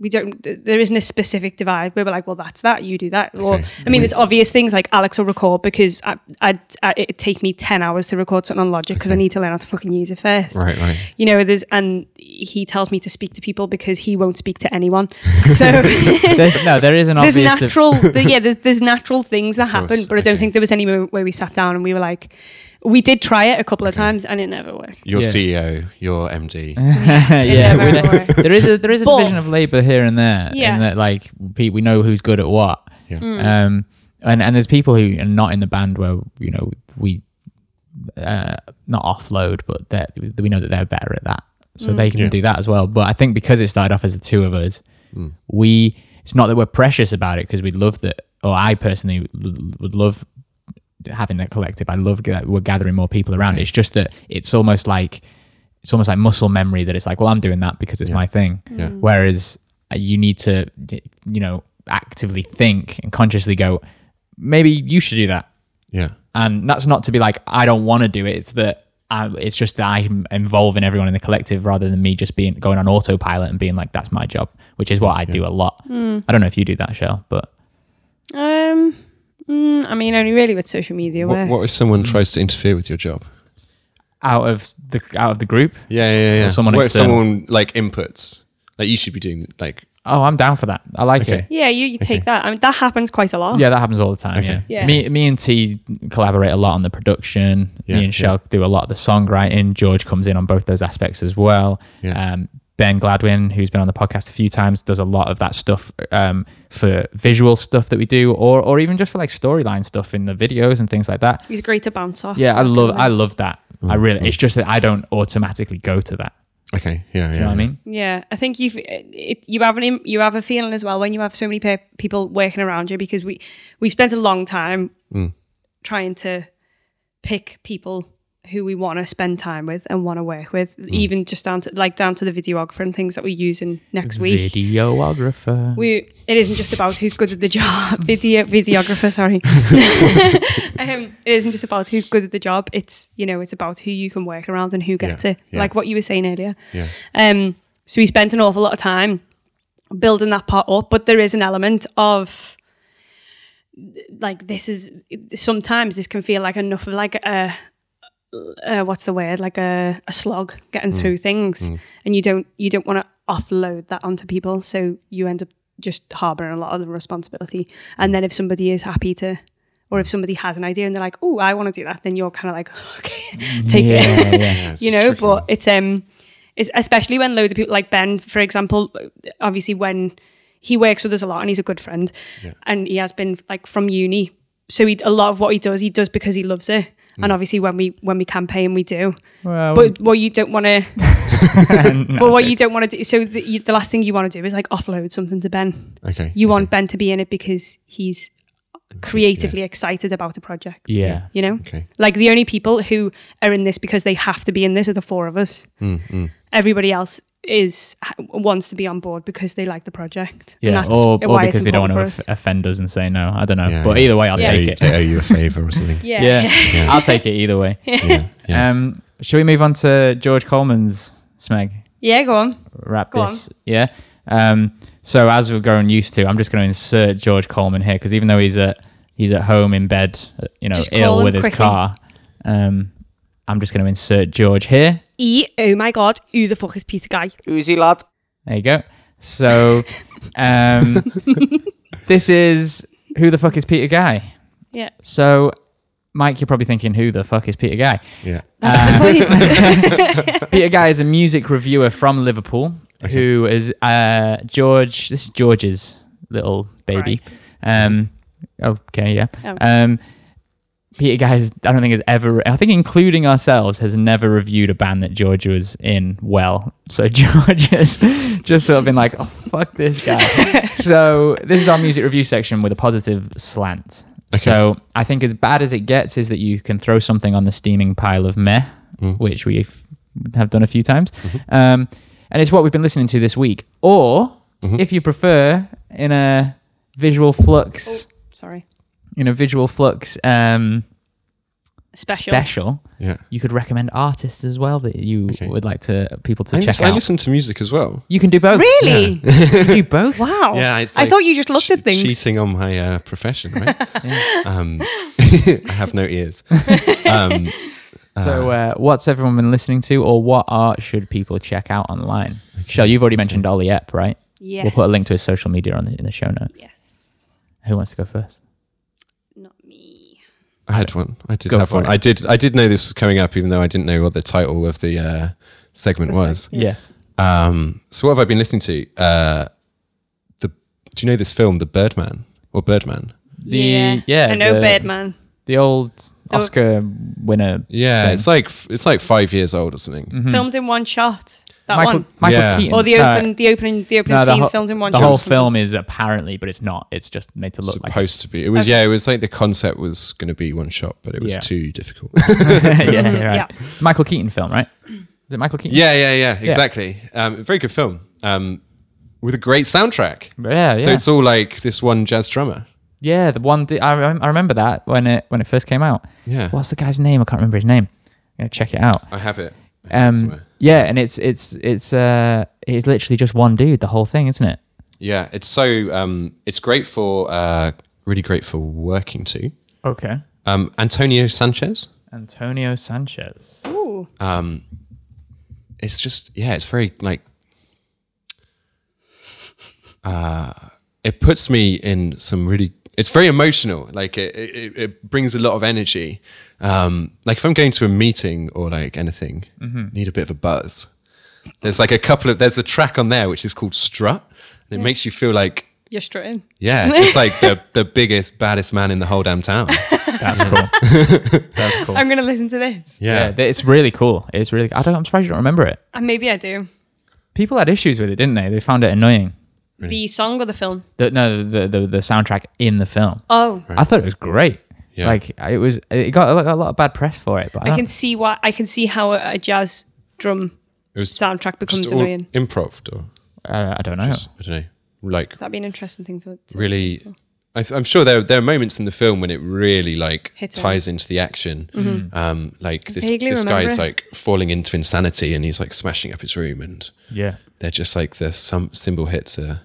Speaker 2: We don't. th- There isn't a specific divide. where We're like, well, that's that. You do that. Or
Speaker 3: Okay.
Speaker 2: I mean, there's obvious things like Alex will record because I, I'd, I, it'd take me ten hours to record something on Logic because I need to learn how to fucking use it first
Speaker 3: right, right,
Speaker 2: you know there's and he tells me to speak to people because he won't speak to anyone so
Speaker 1: There's, no, there is an
Speaker 2: there's
Speaker 1: obvious. div-
Speaker 2: natural th- yeah there's, there's natural things that happen
Speaker 3: course,
Speaker 2: but i don't
Speaker 3: okay.
Speaker 2: think there was any moment where we sat down and we were like we did try it a couple of times and it never worked
Speaker 3: your
Speaker 1: Yeah.
Speaker 3: CEO, your MD,
Speaker 1: yeah,
Speaker 2: never
Speaker 1: we don't-
Speaker 2: worked.
Speaker 1: there is a there is a
Speaker 2: But-
Speaker 1: division of labor here and there.
Speaker 2: Yeah.
Speaker 1: in that like pe- we know who's good at what.
Speaker 3: Yeah.
Speaker 1: Um, and and there's people who are not in the band where you know we uh not offload, but that we know that they're better at that, so they can
Speaker 3: Yeah.
Speaker 1: do that as well. But I think because it started off as the two of us,
Speaker 3: Mm.
Speaker 1: we it's not that we're precious about it because we love that, or I personally would would love having that collective. I love that we're gathering more people around. It's just that it's almost like it's almost like muscle memory that it's like, well, I'm doing that because it's my thing.
Speaker 3: Yeah.
Speaker 1: Whereas uh, you need to, d- you know, actively think and consciously go, maybe you should do that.
Speaker 3: yeah,
Speaker 1: And that's not to be like, I don't want to do it. It's that I, it's just that I'm involving everyone in the collective rather than me just being going on autopilot and being like, that's my job, which is what I do a lot. I don't know if you do that, Shell, but
Speaker 2: um mm, i mean only really with social media where
Speaker 3: What, what if someone tries to interfere with your job?
Speaker 1: out of the out of the group,
Speaker 3: Yeah, yeah, yeah.
Speaker 1: Or someone
Speaker 3: what if
Speaker 1: external.
Speaker 3: someone like inputs? Like you should be doing like
Speaker 1: oh, I'm down for that. I like it.
Speaker 3: Okay.
Speaker 2: yeah you, you take that i mean that happens quite a lot
Speaker 1: Yeah, that happens all the time.
Speaker 3: Okay.
Speaker 1: Yeah.
Speaker 2: Yeah.
Speaker 1: Me, me and T collaborate a lot on the production.
Speaker 3: Yeah,
Speaker 1: me and Shell do a lot of the songwriting. George comes in on both those aspects as well.
Speaker 3: Yeah.
Speaker 1: Um, ben Gladwin, who's been on the podcast a few times, does a lot of that stuff um, for visual stuff that we do, or or even just for like storyline stuff in the videos and things like that.
Speaker 2: he's great to bounce off
Speaker 1: Yeah, I love I love that.
Speaker 3: Mm-hmm.
Speaker 1: I really. It's just that I don't automatically go to that.
Speaker 3: okay, yeah, yeah.
Speaker 1: You know what I mean?
Speaker 2: Yeah, I think you've eh, it, you have an im- you have a feeling as well when you have so many pe- people working around you because we we spent a long time trying to pick people who we want to spend time with and want to work with, even just down to like down to the videographer and things that we use in next week.
Speaker 1: Videographer.
Speaker 2: We it isn't just about who's good at the job. Video videographer, sorry. um, it isn't just about who's good at the job. It's you know it's about who you can work around and who gets
Speaker 3: Yeah,
Speaker 2: it.
Speaker 3: yeah.
Speaker 2: Like what you were saying earlier.
Speaker 3: Yeah.
Speaker 2: Um, so we spent an awful lot of time building that part up, but there is an element of like this is sometimes this can feel like enough of like a uh, what's the word like a, a slog getting through things and you don't you don't want to offload that onto people so you end up just harboring a lot of the responsibility and then if somebody is happy to or if somebody has an idea and they're like oh i want to do that then you're kind of like okay take it
Speaker 1: Yeah, yeah.
Speaker 3: Yeah, it's
Speaker 2: you
Speaker 3: a
Speaker 2: know
Speaker 3: tricky
Speaker 2: but
Speaker 3: one.
Speaker 2: it's um it's especially when loads of people like ben for example obviously when he works with us a lot and he's a good friend
Speaker 3: Yeah.
Speaker 2: and he has been like from uni so he a lot of what he does he does because he loves it and
Speaker 3: Mm.
Speaker 2: obviously when we when we campaign we do
Speaker 3: Oh.
Speaker 1: Well,
Speaker 2: but what you don't want to
Speaker 1: no,
Speaker 2: but what you don't want to do so the, you, the last thing you want to do is like offload something to ben
Speaker 3: okay,
Speaker 2: you want ben to be in it because he's creatively excited about the project
Speaker 1: yeah.
Speaker 2: you know
Speaker 3: okay,
Speaker 2: like the only people who are in this because they have to be in this are the four of us.
Speaker 3: Mm,
Speaker 2: Everybody else is ha- wants to be on board because they like the project.
Speaker 1: Yeah,
Speaker 2: and
Speaker 1: or, or
Speaker 2: why it's
Speaker 1: because they don't want
Speaker 2: important
Speaker 1: to
Speaker 2: for us.
Speaker 1: offend us and say no. I don't know.
Speaker 3: Yeah,
Speaker 1: but
Speaker 3: yeah.
Speaker 1: either way, I'll
Speaker 2: Yeah.
Speaker 1: take it.
Speaker 3: They owe you a favor or something.
Speaker 2: Yeah,
Speaker 1: Yeah,
Speaker 2: yeah.
Speaker 1: I'll take it either way.
Speaker 3: yeah, yeah.
Speaker 1: Um, shall we move on to George Coleman's smeg?
Speaker 2: Yeah, go on.
Speaker 1: Wrap
Speaker 2: Go
Speaker 1: this. Yeah. Um, so as we're growing used to, I'm just going to insert George Coleman here because even though he's at he's at home in bed, uh, you know,
Speaker 2: Just call
Speaker 1: ill
Speaker 2: him
Speaker 1: with his
Speaker 2: quickly.
Speaker 1: car, um, I'm just going to insert George here.
Speaker 5: E, oh my god, who the fuck is Peter Guy?
Speaker 6: Who's he, lad?
Speaker 1: There you go. So um, this is who the fuck is Peter Guy?
Speaker 2: Yeah.
Speaker 1: So Mike, you're probably thinking, who the fuck is Peter Guy? Um,
Speaker 3: Yeah.
Speaker 1: Uh, Peter Guy is a music reviewer from Liverpool who is uh, George. This is George's little baby. Um, okay, yeah.
Speaker 2: Oh.
Speaker 1: Um, Peter Guy, is, I don't think has ever. I think including ourselves has never reviewed a band that George was in. Well, so George has just sort of been like, oh fuck this guy. so this is our music review section with a positive slant. So I think as bad as it gets is that you can throw something on the steaming pile of meh,
Speaker 3: Mm.
Speaker 1: which we have done a few times.
Speaker 3: Mm-hmm.
Speaker 1: Um, and it's what we've been listening to this week. Or
Speaker 3: Mm-hmm.
Speaker 1: if you prefer, in a visual flux,
Speaker 2: Sorry.
Speaker 1: in a visual flux um,
Speaker 2: Special.
Speaker 1: special,
Speaker 3: Yeah.
Speaker 1: you could recommend artists as well that you
Speaker 3: Okay.
Speaker 1: would like to people to
Speaker 3: I,
Speaker 1: check
Speaker 3: lis- I
Speaker 1: out. Oh,
Speaker 3: listen to music as well.
Speaker 1: You can do both.
Speaker 2: Really?
Speaker 1: You can do both.
Speaker 2: Wow.
Speaker 3: Yeah, it's
Speaker 2: Oh, I
Speaker 3: like
Speaker 2: thought you just looked
Speaker 3: che-
Speaker 2: at things.
Speaker 3: Cheating on my uh, profession, right? um, I have no ears. Um,
Speaker 1: So, uh, what's everyone been listening to, or what art should people check out online? Shell, you've already mentioned Ollie Epp, right?
Speaker 2: Yes.
Speaker 1: We'll put a link to his social media on the, in the show notes.
Speaker 2: Yes.
Speaker 1: Who wants to go first?
Speaker 2: Not me.
Speaker 3: I had one. I did
Speaker 1: Go
Speaker 3: have
Speaker 1: for
Speaker 3: one.
Speaker 1: it.
Speaker 3: I did. I did know this was coming up, even though I didn't know what the title of the uh, segment was.
Speaker 1: Yes.
Speaker 3: Um, so, what have I been listening to? Uh, the Do you know this film, The Birdman or Birdman?
Speaker 1: The
Speaker 2: yeah.
Speaker 1: yeah,
Speaker 2: I know
Speaker 1: the,
Speaker 2: Birdman.
Speaker 1: The old Oscar winner.
Speaker 3: Yeah,
Speaker 1: Thing.
Speaker 3: it's like f- it's like five years old or something.
Speaker 1: Mm.
Speaker 2: Filmed in one shot. That
Speaker 1: Mm-hmm. Michael
Speaker 2: one.
Speaker 1: Michael
Speaker 3: Yeah.
Speaker 1: Keaton.
Speaker 2: Or the
Speaker 1: No,
Speaker 2: open, the opening, the
Speaker 1: Uh,
Speaker 2: opening
Speaker 1: no, the
Speaker 2: scenes
Speaker 1: whole-
Speaker 2: filmed in one
Speaker 1: The
Speaker 2: shot.
Speaker 1: whole film is apparently, but it's not. It's just made to look like.
Speaker 3: Supposed to be. It was yeah. It was like the concept was going to be one shot, but it was
Speaker 1: Yeah.
Speaker 3: too difficult.
Speaker 1: yeah, yeah, right.
Speaker 2: Yeah.
Speaker 1: Michael Keaton film, right? Is it Michael Keaton?
Speaker 3: yeah, yeah, yeah. Exactly. Um, very good film um, with a great soundtrack.
Speaker 1: Yeah, yeah.
Speaker 3: So it's all like this one jazz drummer.
Speaker 1: yeah, the one d- I, rem- I remember that when it when it first came out.
Speaker 3: Yeah,
Speaker 1: What's the guy's name? I can't remember his name. I'm gonna check it out.
Speaker 3: I have it. I have it
Speaker 1: Um,
Speaker 3: somewhere.
Speaker 1: yeah, and it's it's it's uh it's literally just one dude, the whole thing, isn't it?
Speaker 3: yeah, it's so um, it's great for uh, really great for working to.
Speaker 1: Okay.
Speaker 3: Um, Antonio Sanchez.
Speaker 1: Antonio Sanchez.
Speaker 2: Ooh.
Speaker 3: um it's just yeah it's very like uh uh, it puts me in some really it's very emotional like it it, it brings a lot of energy um like if i'm going to a meeting or like anything need a bit of a buzz there's like a couple of there's a track on there which is called strut and it makes you feel like
Speaker 2: You're strutting.
Speaker 3: yeah just like the the biggest baddest man in the whole damn town
Speaker 1: That's cool. That's cool.
Speaker 2: I'm going to listen to this.
Speaker 1: Yeah, th- it's really cool. It's really. I don't. I'm surprised you don't remember it.
Speaker 2: And Uh, maybe I do.
Speaker 1: People had issues with it, didn't they? They found it annoying.
Speaker 2: The song or the film?
Speaker 1: The, no, the, the the soundtrack in the film.
Speaker 2: Oh,
Speaker 1: I thought it was great.
Speaker 3: Yeah.
Speaker 1: Like it was. It got a, lot- a lot of bad press for it, but I,
Speaker 2: I
Speaker 1: don't-
Speaker 2: can see why. I can see how a, a jazz drum
Speaker 3: it was
Speaker 2: soundtrack becomes
Speaker 3: just all
Speaker 2: annoying.
Speaker 3: improv or
Speaker 1: uh, I don't know.
Speaker 3: i don't know like
Speaker 2: That'd be an interesting thing to. to
Speaker 3: really I, i'm sure there, there are moments in the film when it really like
Speaker 2: Hits
Speaker 3: ties into the action um like this,
Speaker 2: vaguely
Speaker 3: this
Speaker 2: remember it.
Speaker 3: guy's like falling into insanity and he's like smashing up his room and
Speaker 1: yeah.
Speaker 3: they're just like the some symbol hits a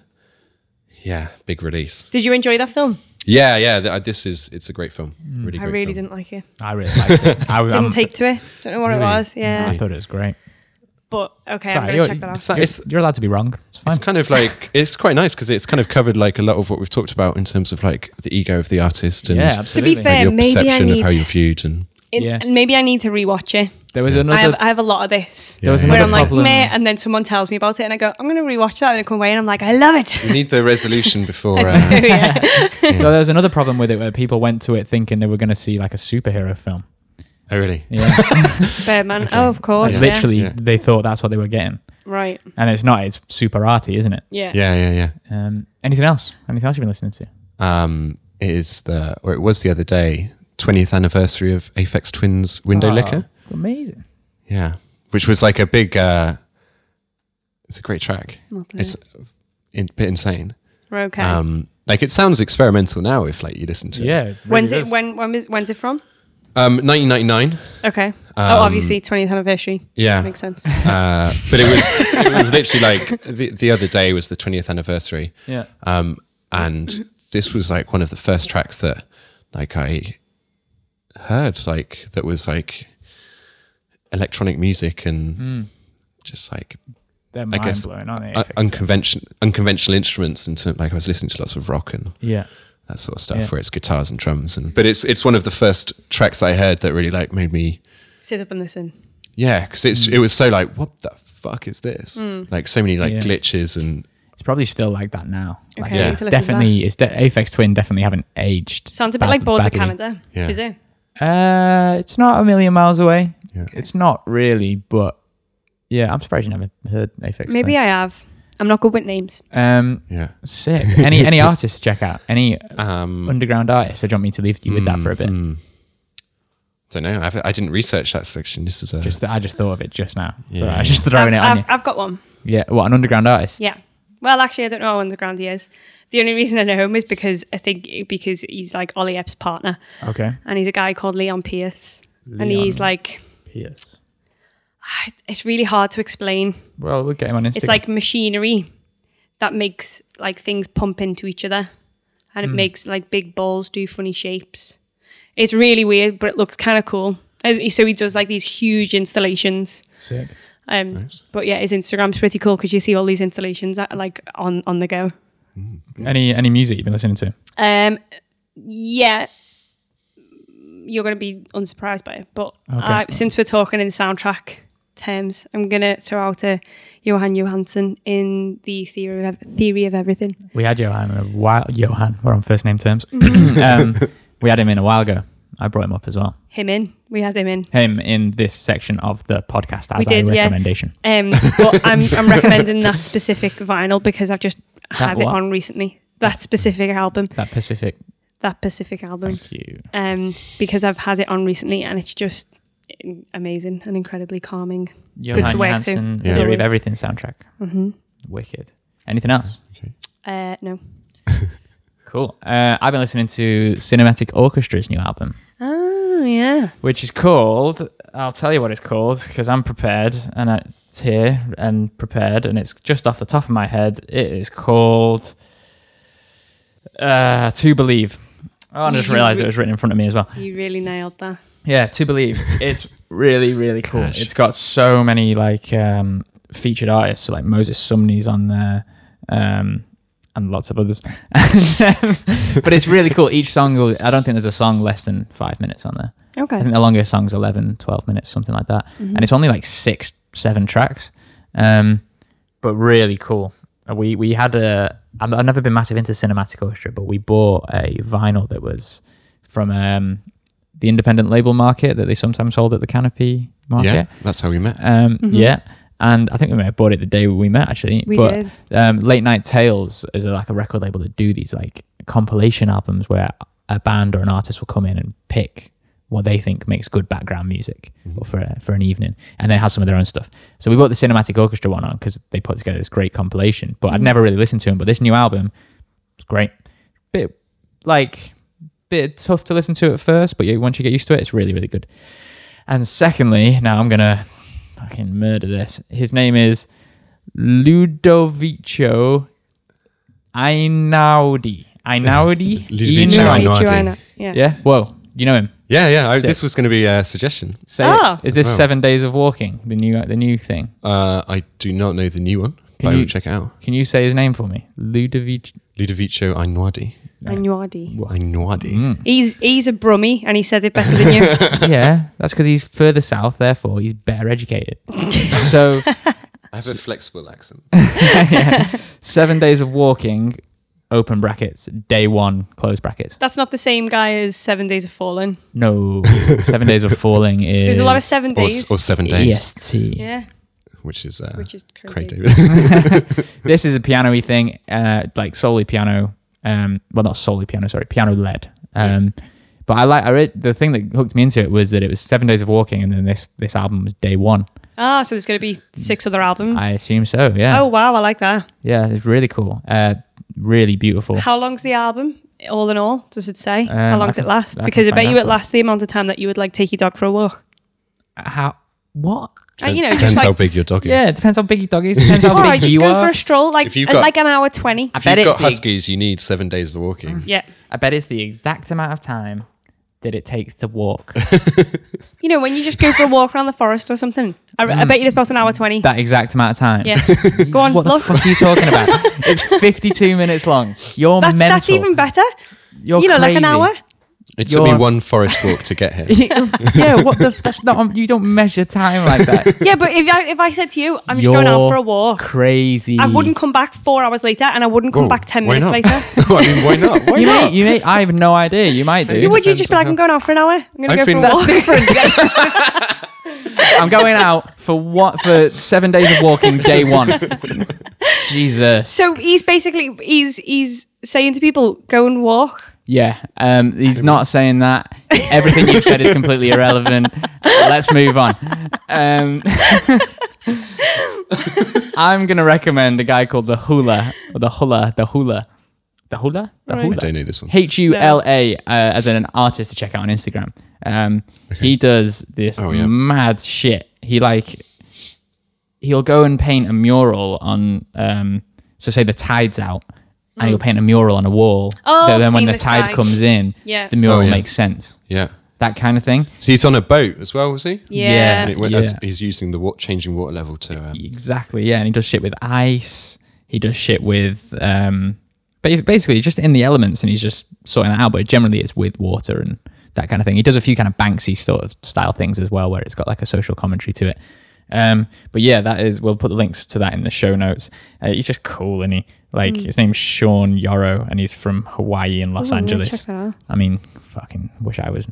Speaker 3: yeah big release
Speaker 2: Did you enjoy that film?
Speaker 3: yeah yeah th- uh, this is it's a great film really
Speaker 2: I
Speaker 3: great
Speaker 2: really
Speaker 3: film.
Speaker 2: didn't like it.
Speaker 1: I really liked it. I,
Speaker 2: Didn't
Speaker 1: I'm-
Speaker 2: take to it. Don't know what it was. Yeah,
Speaker 1: I thought it was great.
Speaker 2: but okay,
Speaker 1: Sorry,
Speaker 2: I'm gonna
Speaker 1: you're-
Speaker 2: check that out.
Speaker 3: it's, like- it's,
Speaker 1: You're allowed to be wrong. It's fine.
Speaker 3: it's kind of like it's quite nice because it's kind of covered like a lot of what we've talked about in terms of like the ego of the artist and
Speaker 1: yeah,
Speaker 3: like,
Speaker 1: absolutely.
Speaker 2: To be fair,
Speaker 3: your
Speaker 2: maybe I
Speaker 3: perception of
Speaker 2: need-
Speaker 3: how you're viewed and
Speaker 2: It,
Speaker 1: Yeah.
Speaker 2: And maybe I need to rewatch it.
Speaker 1: there was
Speaker 2: I have,
Speaker 1: another.
Speaker 2: I have a lot of this.
Speaker 1: there was
Speaker 3: Yeah, yeah.
Speaker 2: Where
Speaker 1: another
Speaker 2: I'm
Speaker 1: problem.
Speaker 2: like, meh, and then someone tells me about it, and I go, I'm gonna rewatch that, and I come away, and I'm like, I love
Speaker 3: you
Speaker 2: it.
Speaker 3: need the resolution before uh,
Speaker 2: Yeah.
Speaker 1: No, there was another problem with it where people went to it thinking they were going to see like a superhero film.
Speaker 3: oh really
Speaker 1: Yeah,
Speaker 2: Birdman. Oh, of course.
Speaker 1: Like,
Speaker 2: yeah.
Speaker 1: literally,
Speaker 3: Yeah.
Speaker 1: they thought that's what they were getting,
Speaker 2: Right.
Speaker 1: and it's not. It's super arty, isn't it?
Speaker 2: Yeah.
Speaker 3: yeah yeah yeah
Speaker 1: Um, anything else? Anything else you've been listening to?
Speaker 3: um, it is the or it was the other day 20th anniversary of Aphex Twins Window
Speaker 2: Ah.
Speaker 1: Oh,
Speaker 3: Licker.
Speaker 1: Amazing.
Speaker 3: Yeah, which was like a big. Uh, it's a great track. It's a bit insane.
Speaker 2: We're okay.
Speaker 3: Um, like it sounds experimental now if like you listen to it.
Speaker 1: Yeah.
Speaker 2: when's it? When? When is? When's it from?
Speaker 3: Um, 1999.
Speaker 2: Okay.
Speaker 1: Um,
Speaker 2: oh, obviously, 20th anniversary.
Speaker 3: Yeah.
Speaker 2: Makes sense.
Speaker 3: Uh, but it was it was literally like the, the other day was the 20th anniversary.
Speaker 1: Yeah.
Speaker 3: um, and this was like one of the first tracks that like I heard like that was like electronic music and just like
Speaker 1: They're
Speaker 3: I
Speaker 1: mind
Speaker 3: guess
Speaker 1: blowing, Hmm. aren't they?
Speaker 3: uh,
Speaker 1: Aphex Twin?
Speaker 3: unconventional unconventional instruments and so, like I was listening to lots of rock and
Speaker 1: yeah.
Speaker 3: that sort of stuff
Speaker 1: Yeah.
Speaker 3: where it's guitars and drums and but it's it's one of the first tracks I heard that really like made me
Speaker 2: Sit up and listen.
Speaker 3: yeah because it's
Speaker 1: Hmm.
Speaker 3: it was so like what the fuck is this
Speaker 2: Hmm.
Speaker 3: like so many like
Speaker 1: Yeah.
Speaker 3: glitches and
Speaker 1: It's probably still like that now. Like
Speaker 2: Okay,
Speaker 3: Yeah. I need
Speaker 1: it's
Speaker 2: to listen to
Speaker 1: definitely it's de- Aphex Twin definitely haven't aged.
Speaker 2: Sounds a bit
Speaker 1: bad-
Speaker 2: like Border
Speaker 1: badly.
Speaker 2: Canada,
Speaker 3: Yeah.
Speaker 2: is it?
Speaker 1: Uh, it's not a million miles away.
Speaker 3: Yeah.
Speaker 1: It's not really, but yeah, I'm surprised you never heard Aphex.
Speaker 2: Maybe I have. I'm not good with names.
Speaker 1: I. Um,
Speaker 3: yeah
Speaker 1: sick. Any any artists to check out? Any
Speaker 3: um
Speaker 1: underground artists? Or do you want me to leave you with that for a bit?
Speaker 3: don't know I've, I didn't research that section this is a
Speaker 1: Just I just thought of it just now. So
Speaker 3: Yeah.
Speaker 1: I was just throwing it
Speaker 2: I've,
Speaker 1: on
Speaker 2: I've,
Speaker 1: you.
Speaker 2: I've got one.
Speaker 1: Yeah, what an underground artist.
Speaker 2: Yeah. Well, actually, I don't know how underground he is. The only reason I know him is because I think because he's like Ollie Epps' partner,
Speaker 1: Okay.
Speaker 2: and he's a guy called Leon Pierce, and he's
Speaker 1: Leon.
Speaker 2: like,
Speaker 1: Yes.
Speaker 2: it's really hard to explain.
Speaker 1: Well, we'll get him on Instagram.
Speaker 2: It's like machinery that makes like things pump into each other, and it makes like big balls do funny shapes. It's really weird, but it looks kind of cool. As he- So he does like these huge installations.
Speaker 1: sick.
Speaker 2: Um, But yeah, his Instagram's pretty cool because you see all these installations uh, like on on the go.
Speaker 1: Any any music you've been listening to?
Speaker 2: Um, yeah, you're going to be unsurprised by it. But
Speaker 1: Okay.
Speaker 2: I, since we're talking in soundtrack terms, I'm going to throw out a Johan Johansson in the theory of Ev- theory of everything.
Speaker 1: We had Johan a while. Johan, we're on first name terms. um,
Speaker 2: Mm-hmm.
Speaker 1: we had him in a while ago. I brought him up as well.
Speaker 2: Him in, we had him in.
Speaker 1: Him in this section of the podcast
Speaker 2: We
Speaker 1: as
Speaker 2: did,
Speaker 1: a
Speaker 2: yeah.
Speaker 1: recommendation.
Speaker 2: Um, but I'm I'm recommending that specific vinyl because I've just had it
Speaker 1: what?
Speaker 2: on recently. That specific album,
Speaker 1: That Pacific.
Speaker 2: Mm. that Pacific album,
Speaker 1: Thank you.
Speaker 2: um, because I've had it on recently and it's just mm, amazing and incredibly calming.
Speaker 1: Johan
Speaker 2: to work to,
Speaker 1: Johansson,
Speaker 2: as
Speaker 1: Theory of
Speaker 2: always.
Speaker 1: Everything soundtrack. Mm-hmm.
Speaker 2: hmm
Speaker 1: Wicked. Anything else?
Speaker 2: Uh, no.
Speaker 1: Cool. Uh, I've been listening to Cinematic Orchestra's new album,
Speaker 2: Oh yeah.
Speaker 1: which is called. I'll tell you what it's called because I'm prepared and I- it's here and prepared, and it's just off the top of my head. It is called uh, To Believe. Oh, and I just
Speaker 2: You
Speaker 1: realised
Speaker 2: re-
Speaker 1: it was written in front of me as well.
Speaker 2: You really nailed that.
Speaker 1: Yeah, to believe. It's really, really cool.
Speaker 3: Gosh.
Speaker 1: It's got so many like um, featured artists, so, like Moses Sumney's on there, um, and lots of others. but it's really cool. Each song, will, I don't think there's a song less than five minutes on there. I
Speaker 2: Okay.
Speaker 1: think the longest song's 11, 12 minutes, something like that. And it's only like six, seven tracks, um, but really cool. Uh, We we had a. I'm- I've never been massive into cinematic orchestra, but we bought a vinyl that was from um, the independent label market that they sometimes hold at the Canopy
Speaker 3: yeah
Speaker 1: market.
Speaker 3: that's how we met
Speaker 1: Um, Yeah. And I think we may have bought it the day we met, actually.
Speaker 2: We
Speaker 1: but
Speaker 2: did.
Speaker 1: Um, Late Night Tales is a, like a record label that do these like compilation albums where a band or an artist will come in and pick what they think makes good background music or for a, for an evening, and they have some of their own stuff. So we bought the Cinematic Orchestra one on because they put together this great compilation. But I'd never really listened to them. But this new album, it's great. Bit like bit tough to listen to at first, but you, once you get used to it, it's really really good. And secondly, now I'm gonna fucking murder this. His name is Ludovico Einaudi. Einaudi?
Speaker 3: Ludovico
Speaker 1: Einaudi.
Speaker 3: Einaudi. no idea.
Speaker 2: Joanna. Yeah.
Speaker 1: Yeah. Whoa. You know him.
Speaker 3: yeah yeah I, this
Speaker 1: Sick.
Speaker 3: was going to be a suggestion
Speaker 1: Say
Speaker 2: Oh.
Speaker 1: it. Is this
Speaker 3: Wow.
Speaker 1: Seven Days of Walking? The new the new thing.
Speaker 3: uh, I do not know the new one but I
Speaker 1: you-
Speaker 3: will check it out
Speaker 1: Can you say his name for me? Ludovico.
Speaker 3: Ludovico Ainuadi
Speaker 2: And you are D.
Speaker 3: Ainuadi
Speaker 1: Mm.
Speaker 2: He's he's a brummie and he said it better than you.
Speaker 1: yeah, that's because he's further south. Therefore, he's better educated. so.
Speaker 3: I have a flexible accent
Speaker 1: Seven days of walking, open brackets, day one, close brackets.
Speaker 2: That's not the same guy as Seven Days of Fallen.
Speaker 1: No, seven days of falling is. E
Speaker 2: There's a lot of seven
Speaker 3: or,
Speaker 2: days.
Speaker 3: or seven days
Speaker 1: EST.
Speaker 2: Yeah.
Speaker 3: which is uh,
Speaker 2: Which is crazy.
Speaker 3: Craig David
Speaker 1: This is a piano y thing, uh, like solely piano. Um, well, not solely piano, sorry, piano led. Um, But I like I read, the thing that hooked me into it was that it was seven days of walking, and then this this album was day one.
Speaker 2: Ah, so there's going to be six other albums.
Speaker 1: I assume so. Yeah,
Speaker 2: Oh wow, I like that.
Speaker 1: yeah, it's really cool. Uh, really beautiful.
Speaker 2: How long's the album? All in all, does it say?
Speaker 1: Um, I
Speaker 2: How long does
Speaker 1: can-
Speaker 2: it last?
Speaker 1: I can
Speaker 2: because I
Speaker 1: find
Speaker 2: bet you
Speaker 1: out
Speaker 2: it
Speaker 1: for you.
Speaker 2: lasts the amount of time that you would like take your dog for a walk.
Speaker 1: How? What?
Speaker 2: And you know,
Speaker 3: depends
Speaker 2: just
Speaker 3: how
Speaker 2: like
Speaker 3: big your dog is
Speaker 1: Yeah, it depends how big your dog is. Depends
Speaker 2: all
Speaker 1: how
Speaker 2: right,
Speaker 1: big you
Speaker 2: you go
Speaker 1: are.
Speaker 2: for a stroll, like
Speaker 3: If you've
Speaker 2: at,
Speaker 3: got-
Speaker 2: like an hour twenty.
Speaker 1: I
Speaker 3: if you've
Speaker 1: bet
Speaker 3: got
Speaker 1: it's the
Speaker 2: Mm.
Speaker 3: huskies you need seven days of walking
Speaker 2: Yeah.
Speaker 1: I bet it's the exact amount of time that it takes to walk.
Speaker 2: You know, when you just go for a walk around the forest or something, I, I bet you it's about an hour 20.
Speaker 1: that exact amount of time.
Speaker 2: yeah. go on,
Speaker 1: What the
Speaker 2: look.
Speaker 1: fuck are you talking about? it's 52 minutes long. You're
Speaker 2: That's,
Speaker 1: mental.
Speaker 2: that's even better.
Speaker 1: You're
Speaker 2: you know, like an
Speaker 1: crazy.
Speaker 2: hour.
Speaker 3: It took me
Speaker 1: You're-
Speaker 3: one forest walk to get here.
Speaker 1: yeah, what the? F- that's not. You don't measure time like that.
Speaker 2: Yeah, but if I, if I said to you, I'm just going out
Speaker 1: You're
Speaker 2: for a walk,
Speaker 1: Crazy.
Speaker 2: I wouldn't come back four hours later and I wouldn't come
Speaker 3: Oh,
Speaker 2: back 10
Speaker 3: why
Speaker 2: minutes
Speaker 3: not?
Speaker 2: later.
Speaker 3: I mean, why not? Why
Speaker 1: You
Speaker 3: not?
Speaker 1: may. You may. I have no idea. You might do.
Speaker 2: Would you just be like, I'm going out for an hour? I'm going to
Speaker 3: I
Speaker 2: go for
Speaker 3: think
Speaker 2: a
Speaker 3: that's
Speaker 2: walk.
Speaker 1: I'm going out for what? For seven days of walking, day one. Jesus.
Speaker 2: So he's basically he's he's saying to people, go and walk.
Speaker 1: Yeah, um, he's not saying that. Everything you've said is completely irrelevant. Let's move on. Um, I'm going to recommend a guy called the Hula, or the Hula, the Hula, the Hula, the
Speaker 2: Right.
Speaker 1: Hula.
Speaker 3: I don't know this one.
Speaker 1: H U L A, uh, as in an artist to check out on Instagram. Um, He does this
Speaker 3: Oh, yeah.
Speaker 1: mad shit. He like he'll go and paint a mural on. Um, so say the tide's out, and he'll paint a mural on a wall.
Speaker 2: Oh,
Speaker 1: Th-
Speaker 2: I've
Speaker 1: then when
Speaker 2: seen
Speaker 1: the
Speaker 2: this
Speaker 1: tide
Speaker 2: guy.
Speaker 1: comes in,
Speaker 2: Yeah.
Speaker 1: the mural
Speaker 3: Oh, yeah.
Speaker 1: makes sense.
Speaker 3: Yeah.
Speaker 1: That kind of thing.
Speaker 3: So he's on a boat as well, was he?
Speaker 1: Yeah.
Speaker 2: Yeah.
Speaker 3: And it went, as
Speaker 1: Yeah.
Speaker 3: he's using the wa- changing water level to. Um,
Speaker 1: Exactly. Yeah, and he does shit with ice. He does shit with um, bas- basically just in the elements, and he's just sorting that out. But generally, it's with water and that kind of thing. He does a few kind of Banksy sort of style things as well, where it's got like a social commentary to it. Um, but yeah, that is. We'll put the links to that in the show notes. Uh, he's just cool, and he like his name's Sean Yarrow, and he's from Hawaii and Los
Speaker 2: Mm. Ooh, I'm gonna
Speaker 1: Angeles.
Speaker 2: check that out.
Speaker 1: I mean, fucking wish I was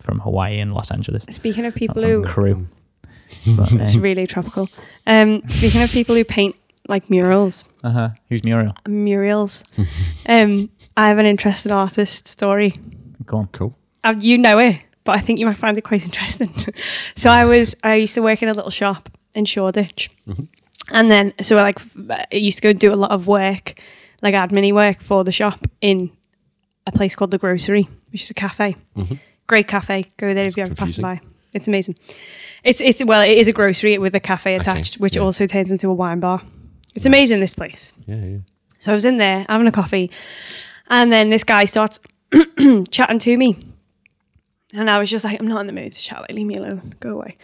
Speaker 1: from Hawaii and Los Angeles.
Speaker 2: Speaking of
Speaker 1: not
Speaker 2: people
Speaker 1: from
Speaker 2: who
Speaker 1: Crew. But,
Speaker 2: it's
Speaker 1: uh
Speaker 2: really tropical. Um, speaking of people who paint like murals,
Speaker 1: huh. uh-huh. Who's Muriel?
Speaker 2: murals. um, I have an interesting artist story.
Speaker 1: Go on.
Speaker 3: cool.
Speaker 2: Uh, you know it, but I think you might find it quite interesting. so I was, I used to work in a little shop in Shoreditch,
Speaker 3: mm-hmm.
Speaker 2: and then so like I used to go and do a lot of work, like admin work for the shop in a place called the Grocery, which is a cafe.
Speaker 3: Mm-hmm.
Speaker 2: Great cafe. Go there if you ever
Speaker 3: confusing.
Speaker 2: pass by. It's amazing. It's it's well, it is a grocery with a cafe attached, which
Speaker 3: yeah.
Speaker 2: also turns into a wine bar. It's amazing this place.
Speaker 3: Yeah, yeah.
Speaker 2: So I was in there having a coffee, and then this guy starts chatting to me, and I was just like, "I'm not in the mood to chat. Like, leave me alone. Go away."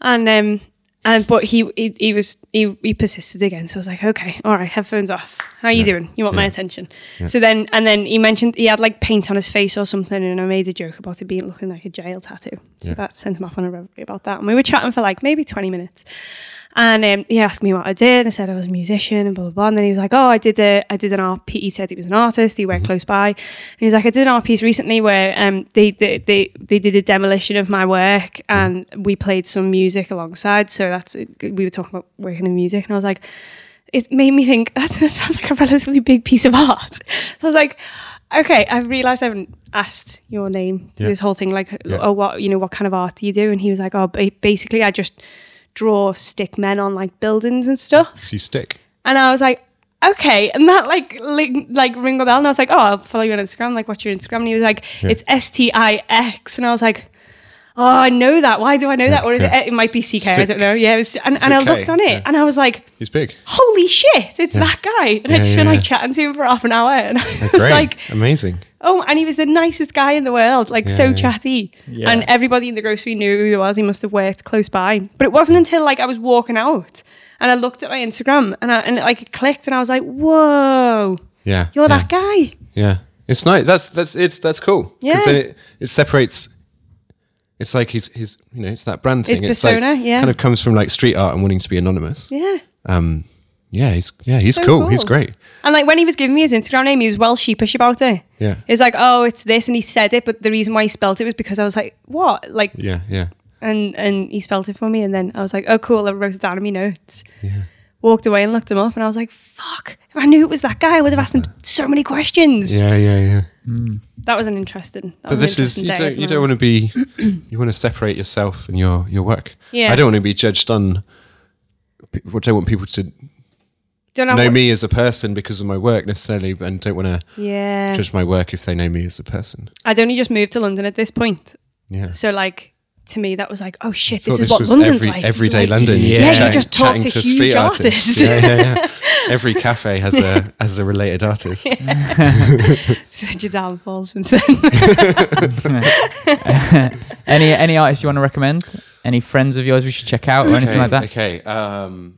Speaker 2: And um, and but he he, he was he, he persisted again. So I was like, "Okay, all right, headphones off. How you doing? You want my attention?" So then and then he mentioned he had like paint on his face or something, and I made a joke about it being looking like a jail tattoo. So
Speaker 3: Yeah.
Speaker 2: that sent him off on a reverie about that, and we were chatting for like maybe 20 minutes. And um, he asked me what I did. And I said I was a musician and blah blah blah. And then he was like, "Oh, I did a, I did an art." He said he was an artist. He worked
Speaker 3: Mm-hmm.
Speaker 2: close by. And he was like, "I did an art piece recently where um they they they, they did a demolition of my work and we played some music alongside. So that's we were talking about working in music. And I was like, it made me think that sounds like a relatively big piece of art. So I was like, okay, I've realised I haven't asked your name to
Speaker 3: Yeah.
Speaker 2: this whole thing. Like,
Speaker 3: Yeah.
Speaker 2: oh, what you know, what kind of art do you do? And he was like, oh, ba- basically, I just draw stick men on like buildings and stuff.
Speaker 3: Does he stick?
Speaker 2: And I was like, okay. And that like ling- like ring a bell. And I was like, oh, I'll follow you on Instagram. Like, what's your Instagram? And he was like, it's S T I X. And I was like. Oh, I know that. Why do I know that? Or is
Speaker 3: yeah.
Speaker 2: it? It might be CK. I
Speaker 3: Stick.
Speaker 2: don't know. Yeah. It was, and, and I
Speaker 3: It's okay,
Speaker 2: looked on it,
Speaker 3: yeah.
Speaker 2: and I was like,
Speaker 3: He's big.
Speaker 2: holy shit, it's that guy. And I
Speaker 3: Yeah,
Speaker 2: just
Speaker 3: yeah,
Speaker 2: been like
Speaker 3: yeah.
Speaker 2: chatting to him for half an hour. And I was
Speaker 3: Great.
Speaker 2: like,
Speaker 3: Amazing.
Speaker 2: oh, and he was the nicest guy in the world, like so
Speaker 3: Yeah.
Speaker 2: chatty.
Speaker 1: Yeah.
Speaker 2: And everybody in the grocery knew who he was. He must have worked close by. But it wasn't until like I was walking out and I looked at my Instagram and, I, and it, like it clicked and I was like, whoa,
Speaker 3: Yeah.
Speaker 2: you're
Speaker 3: yeah,
Speaker 2: that guy.
Speaker 3: Yeah. It's nice. That's that's it's that's cool. 'Cause
Speaker 2: Yeah.
Speaker 3: It, it separates. It's like his his you know it's that brand thing.
Speaker 2: His
Speaker 3: It's like-
Speaker 2: persona, yeah.
Speaker 3: Kind of comes from like street art and wanting to be anonymous.
Speaker 2: Yeah.
Speaker 3: Um. Yeah. He's yeah he's
Speaker 2: So
Speaker 3: cool. He's
Speaker 2: cool.
Speaker 3: great.
Speaker 2: And like when he was giving me his Instagram name, he was well sheepish about it.
Speaker 3: Yeah.
Speaker 2: He was like, oh, it's this. And he said it, but the reason why he spelt it was because I was like, what? Like,
Speaker 3: Yeah. Yeah.
Speaker 2: and and he spelled it for me, and then I was like, "Oh, cool!" I wrote it down in my notes.
Speaker 3: Yeah.
Speaker 2: Walked away and looked him up, and I was like, "Fuck! If I knew it was that guy, I would have asked him so many questions."
Speaker 3: Yeah. Yeah. Yeah.
Speaker 1: Hmm.
Speaker 2: That was an interesting. That
Speaker 3: But
Speaker 2: was
Speaker 3: this is
Speaker 2: an
Speaker 3: you
Speaker 2: interesting
Speaker 3: don't you don't want to be you want to separate yourself and your your work.
Speaker 2: Yeah.
Speaker 3: I don't want to be judged on. I don't want people to
Speaker 2: don't
Speaker 3: know me as a person because of my work necessarily, and don't want to
Speaker 2: Yeah,
Speaker 3: judge my work if they know me as a person.
Speaker 2: I'd only just moved to London at this point,
Speaker 3: Yeah.
Speaker 2: so like to me that was like, oh shit,
Speaker 3: Thought
Speaker 2: this is what
Speaker 3: was
Speaker 2: London's
Speaker 3: every,
Speaker 2: like.
Speaker 3: everyday
Speaker 2: Like,
Speaker 3: London.
Speaker 1: Yeah,
Speaker 3: You're
Speaker 1: you
Speaker 2: just talk
Speaker 3: chatting
Speaker 2: to huge artists.
Speaker 3: Yeah, yeah, yeah. Every cafe has a has a related artist.
Speaker 2: Such a downfall since then.
Speaker 1: any any artists you want to recommend? Any friends of yours we should check out or anything like that?
Speaker 3: Okay. Um,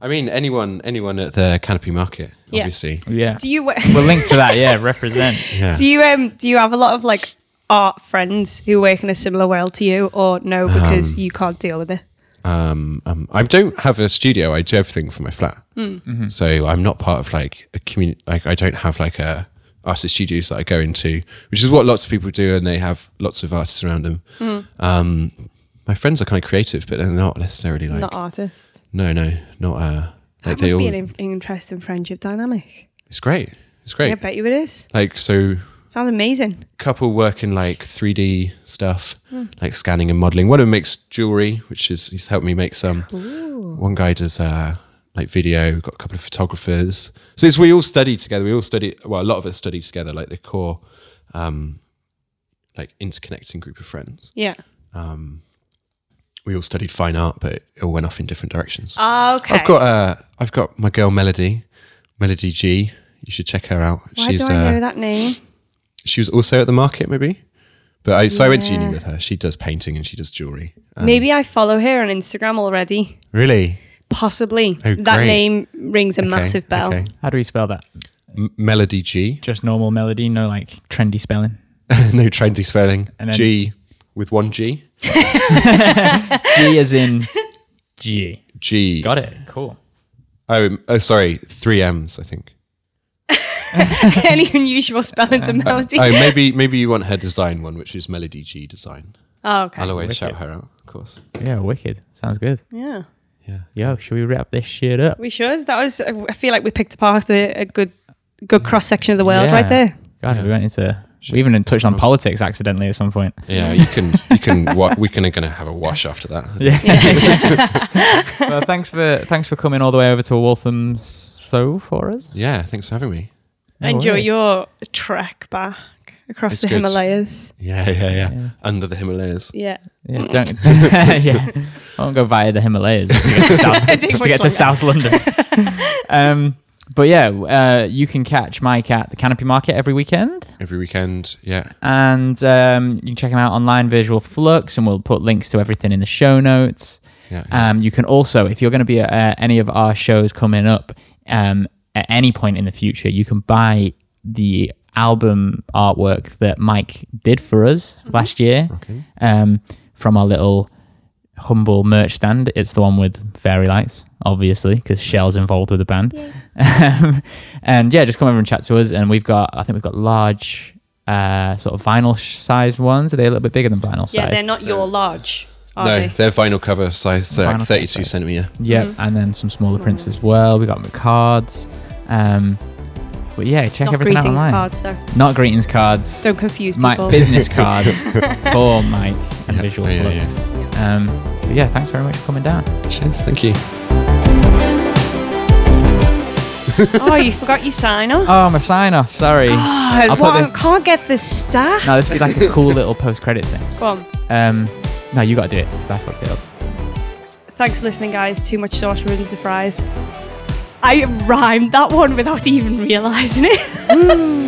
Speaker 3: I mean, anyone anyone at the Canopy Market,
Speaker 2: Yeah.
Speaker 3: obviously.
Speaker 1: Yeah.
Speaker 2: do you
Speaker 1: We'll link to that. Yeah, represent.
Speaker 3: Yeah.
Speaker 2: do you um do you have a lot of like art friends who work in a similar world to you, or no because you can't deal with it?
Speaker 3: um, um, I don't have a studio. I do everything from my flat.
Speaker 2: Hmm.
Speaker 3: So I'm not part of like a community. Like I don't have like a artist studios that I go into, which is what lots of people do, and they have lots of artists around them.
Speaker 2: Hmm.
Speaker 3: Um, my friends are kind of creative, but they're not necessarily like
Speaker 2: Not artists.
Speaker 3: no, no, not uh,
Speaker 2: That
Speaker 3: like they
Speaker 2: must
Speaker 3: all.
Speaker 2: be an in- interesting friendship dynamic.
Speaker 3: it's great. It's great.
Speaker 2: I bet you it is.
Speaker 3: Like so,
Speaker 2: Sounds amazing.
Speaker 3: couple work in like 3D stuff,
Speaker 2: Hmm.
Speaker 3: like scanning and modeling. One of them makes jewelry, which is he's helped me make some. One guy does uh, like video. We've got a couple of photographers. So it's, we all study together. We all study. Well, a lot of us study together, like the core, um, like interconnecting group of friends.
Speaker 2: Yeah.
Speaker 3: Um, we all studied fine art, but it all went off in different directions.
Speaker 2: Okay.
Speaker 3: I've got uh, I've got my girl Melody, Melody G. You should check her out. uh,
Speaker 2: Why do I know that name?
Speaker 3: she was also at the market maybe but I, so I went to uni
Speaker 2: Yeah.
Speaker 3: with her she does painting and she does jewelry Um,
Speaker 2: Maybe I follow her on Instagram already.
Speaker 3: really
Speaker 2: Possibly.
Speaker 3: Oh,
Speaker 2: that
Speaker 3: great.
Speaker 2: name rings a massive bell.
Speaker 3: okay.
Speaker 1: How do we spell that?
Speaker 3: M- melody G
Speaker 1: Just normal melody, no like trendy spelling.
Speaker 3: no trendy spelling
Speaker 1: And then-
Speaker 3: G with one G
Speaker 1: G as in G.
Speaker 3: G
Speaker 1: Got it. Cool.
Speaker 3: oh oh sorry three M's I think
Speaker 2: Any unusual spellings and melody?
Speaker 3: oh maybe maybe you want her design one which is Melody G design
Speaker 2: Oh, okay.
Speaker 3: I'll always
Speaker 1: Wicked.
Speaker 3: shout her out of course
Speaker 1: Yeah, wicked. Sounds good.
Speaker 2: Yeah.
Speaker 3: yeah
Speaker 1: Yo, should we wrap this shit up?
Speaker 2: We should. That was. I feel like we picked apart a, a good, good
Speaker 3: Mm.
Speaker 2: cross section of the world
Speaker 1: Yeah.
Speaker 2: right there.
Speaker 1: God, we went into. We even touched on politics accidentally at some point.
Speaker 3: yeah you can you can wa- we can are gonna have a wash after that
Speaker 1: well, thanks for thanks for coming all the way over to Waltham so for us.
Speaker 3: yeah thanks for having me
Speaker 1: No
Speaker 2: Enjoy
Speaker 1: worries.
Speaker 2: your trek back across
Speaker 3: It's
Speaker 2: the
Speaker 3: good.
Speaker 2: Himalayas.
Speaker 3: yeah yeah yeah, under the Himalayas
Speaker 2: Yeah.
Speaker 1: Yeah, don't, yeah. I won't go via the Himalayas just to get to South,
Speaker 2: It takes
Speaker 1: just to
Speaker 2: much
Speaker 1: get to
Speaker 2: longer.
Speaker 1: South London. um, but yeah, uh, you can catch Mike at the Canopy Market every weekend,
Speaker 3: every weekend yeah
Speaker 1: and um, you can check him out online, Visual Flux, and we'll put links to everything in the show notes.
Speaker 3: yeah, yeah.
Speaker 1: Um, you can also, if you're going to be at uh, any of our shows coming up um, at any point in the future, you can buy the album artwork that Mike did for us last year um, from our little humble merch stand. It's the one with fairy lights, obviously, because Shell's involved with the band. Um, and yeah, just come over and chat to us. And we've got, I think we've got large. Uh, sort of vinyl sized ones. Are they a little bit bigger than vinyl
Speaker 2: Yeah.
Speaker 1: size?
Speaker 2: They're not your large, are
Speaker 3: no,
Speaker 2: they?
Speaker 3: they're vinyl cover size, so
Speaker 1: Vinyl
Speaker 3: like
Speaker 1: cover
Speaker 3: 32
Speaker 1: size.
Speaker 3: centimeter.
Speaker 1: Yep,
Speaker 2: Mm-hmm.
Speaker 1: and then some smaller prints as well. We got the cards. Um, but yeah, check
Speaker 2: Not
Speaker 1: everything
Speaker 2: greetings
Speaker 1: out online.
Speaker 2: cards though.
Speaker 1: Not greetings cards.
Speaker 2: Don't confuse
Speaker 1: my
Speaker 2: people.
Speaker 1: business cards for Mike and
Speaker 3: Yeah,
Speaker 1: visual
Speaker 3: yeah, yeah,
Speaker 1: Flux. Um, but yeah, thanks very much for coming down.
Speaker 3: Cheers, thank you.
Speaker 2: oh, you forgot your sign off.
Speaker 1: Oh, my sign off. Sorry.
Speaker 2: Oh,
Speaker 1: put
Speaker 2: well, I
Speaker 1: this-
Speaker 2: can't get the staff.
Speaker 1: No, this would be like a cool little post credit thing.
Speaker 2: Go on.
Speaker 1: Um, no, you got to do it because I fucked it up.
Speaker 2: Thanks for listening, guys. Too much sauce ruins the fries. I rhymed that one without even realizing it.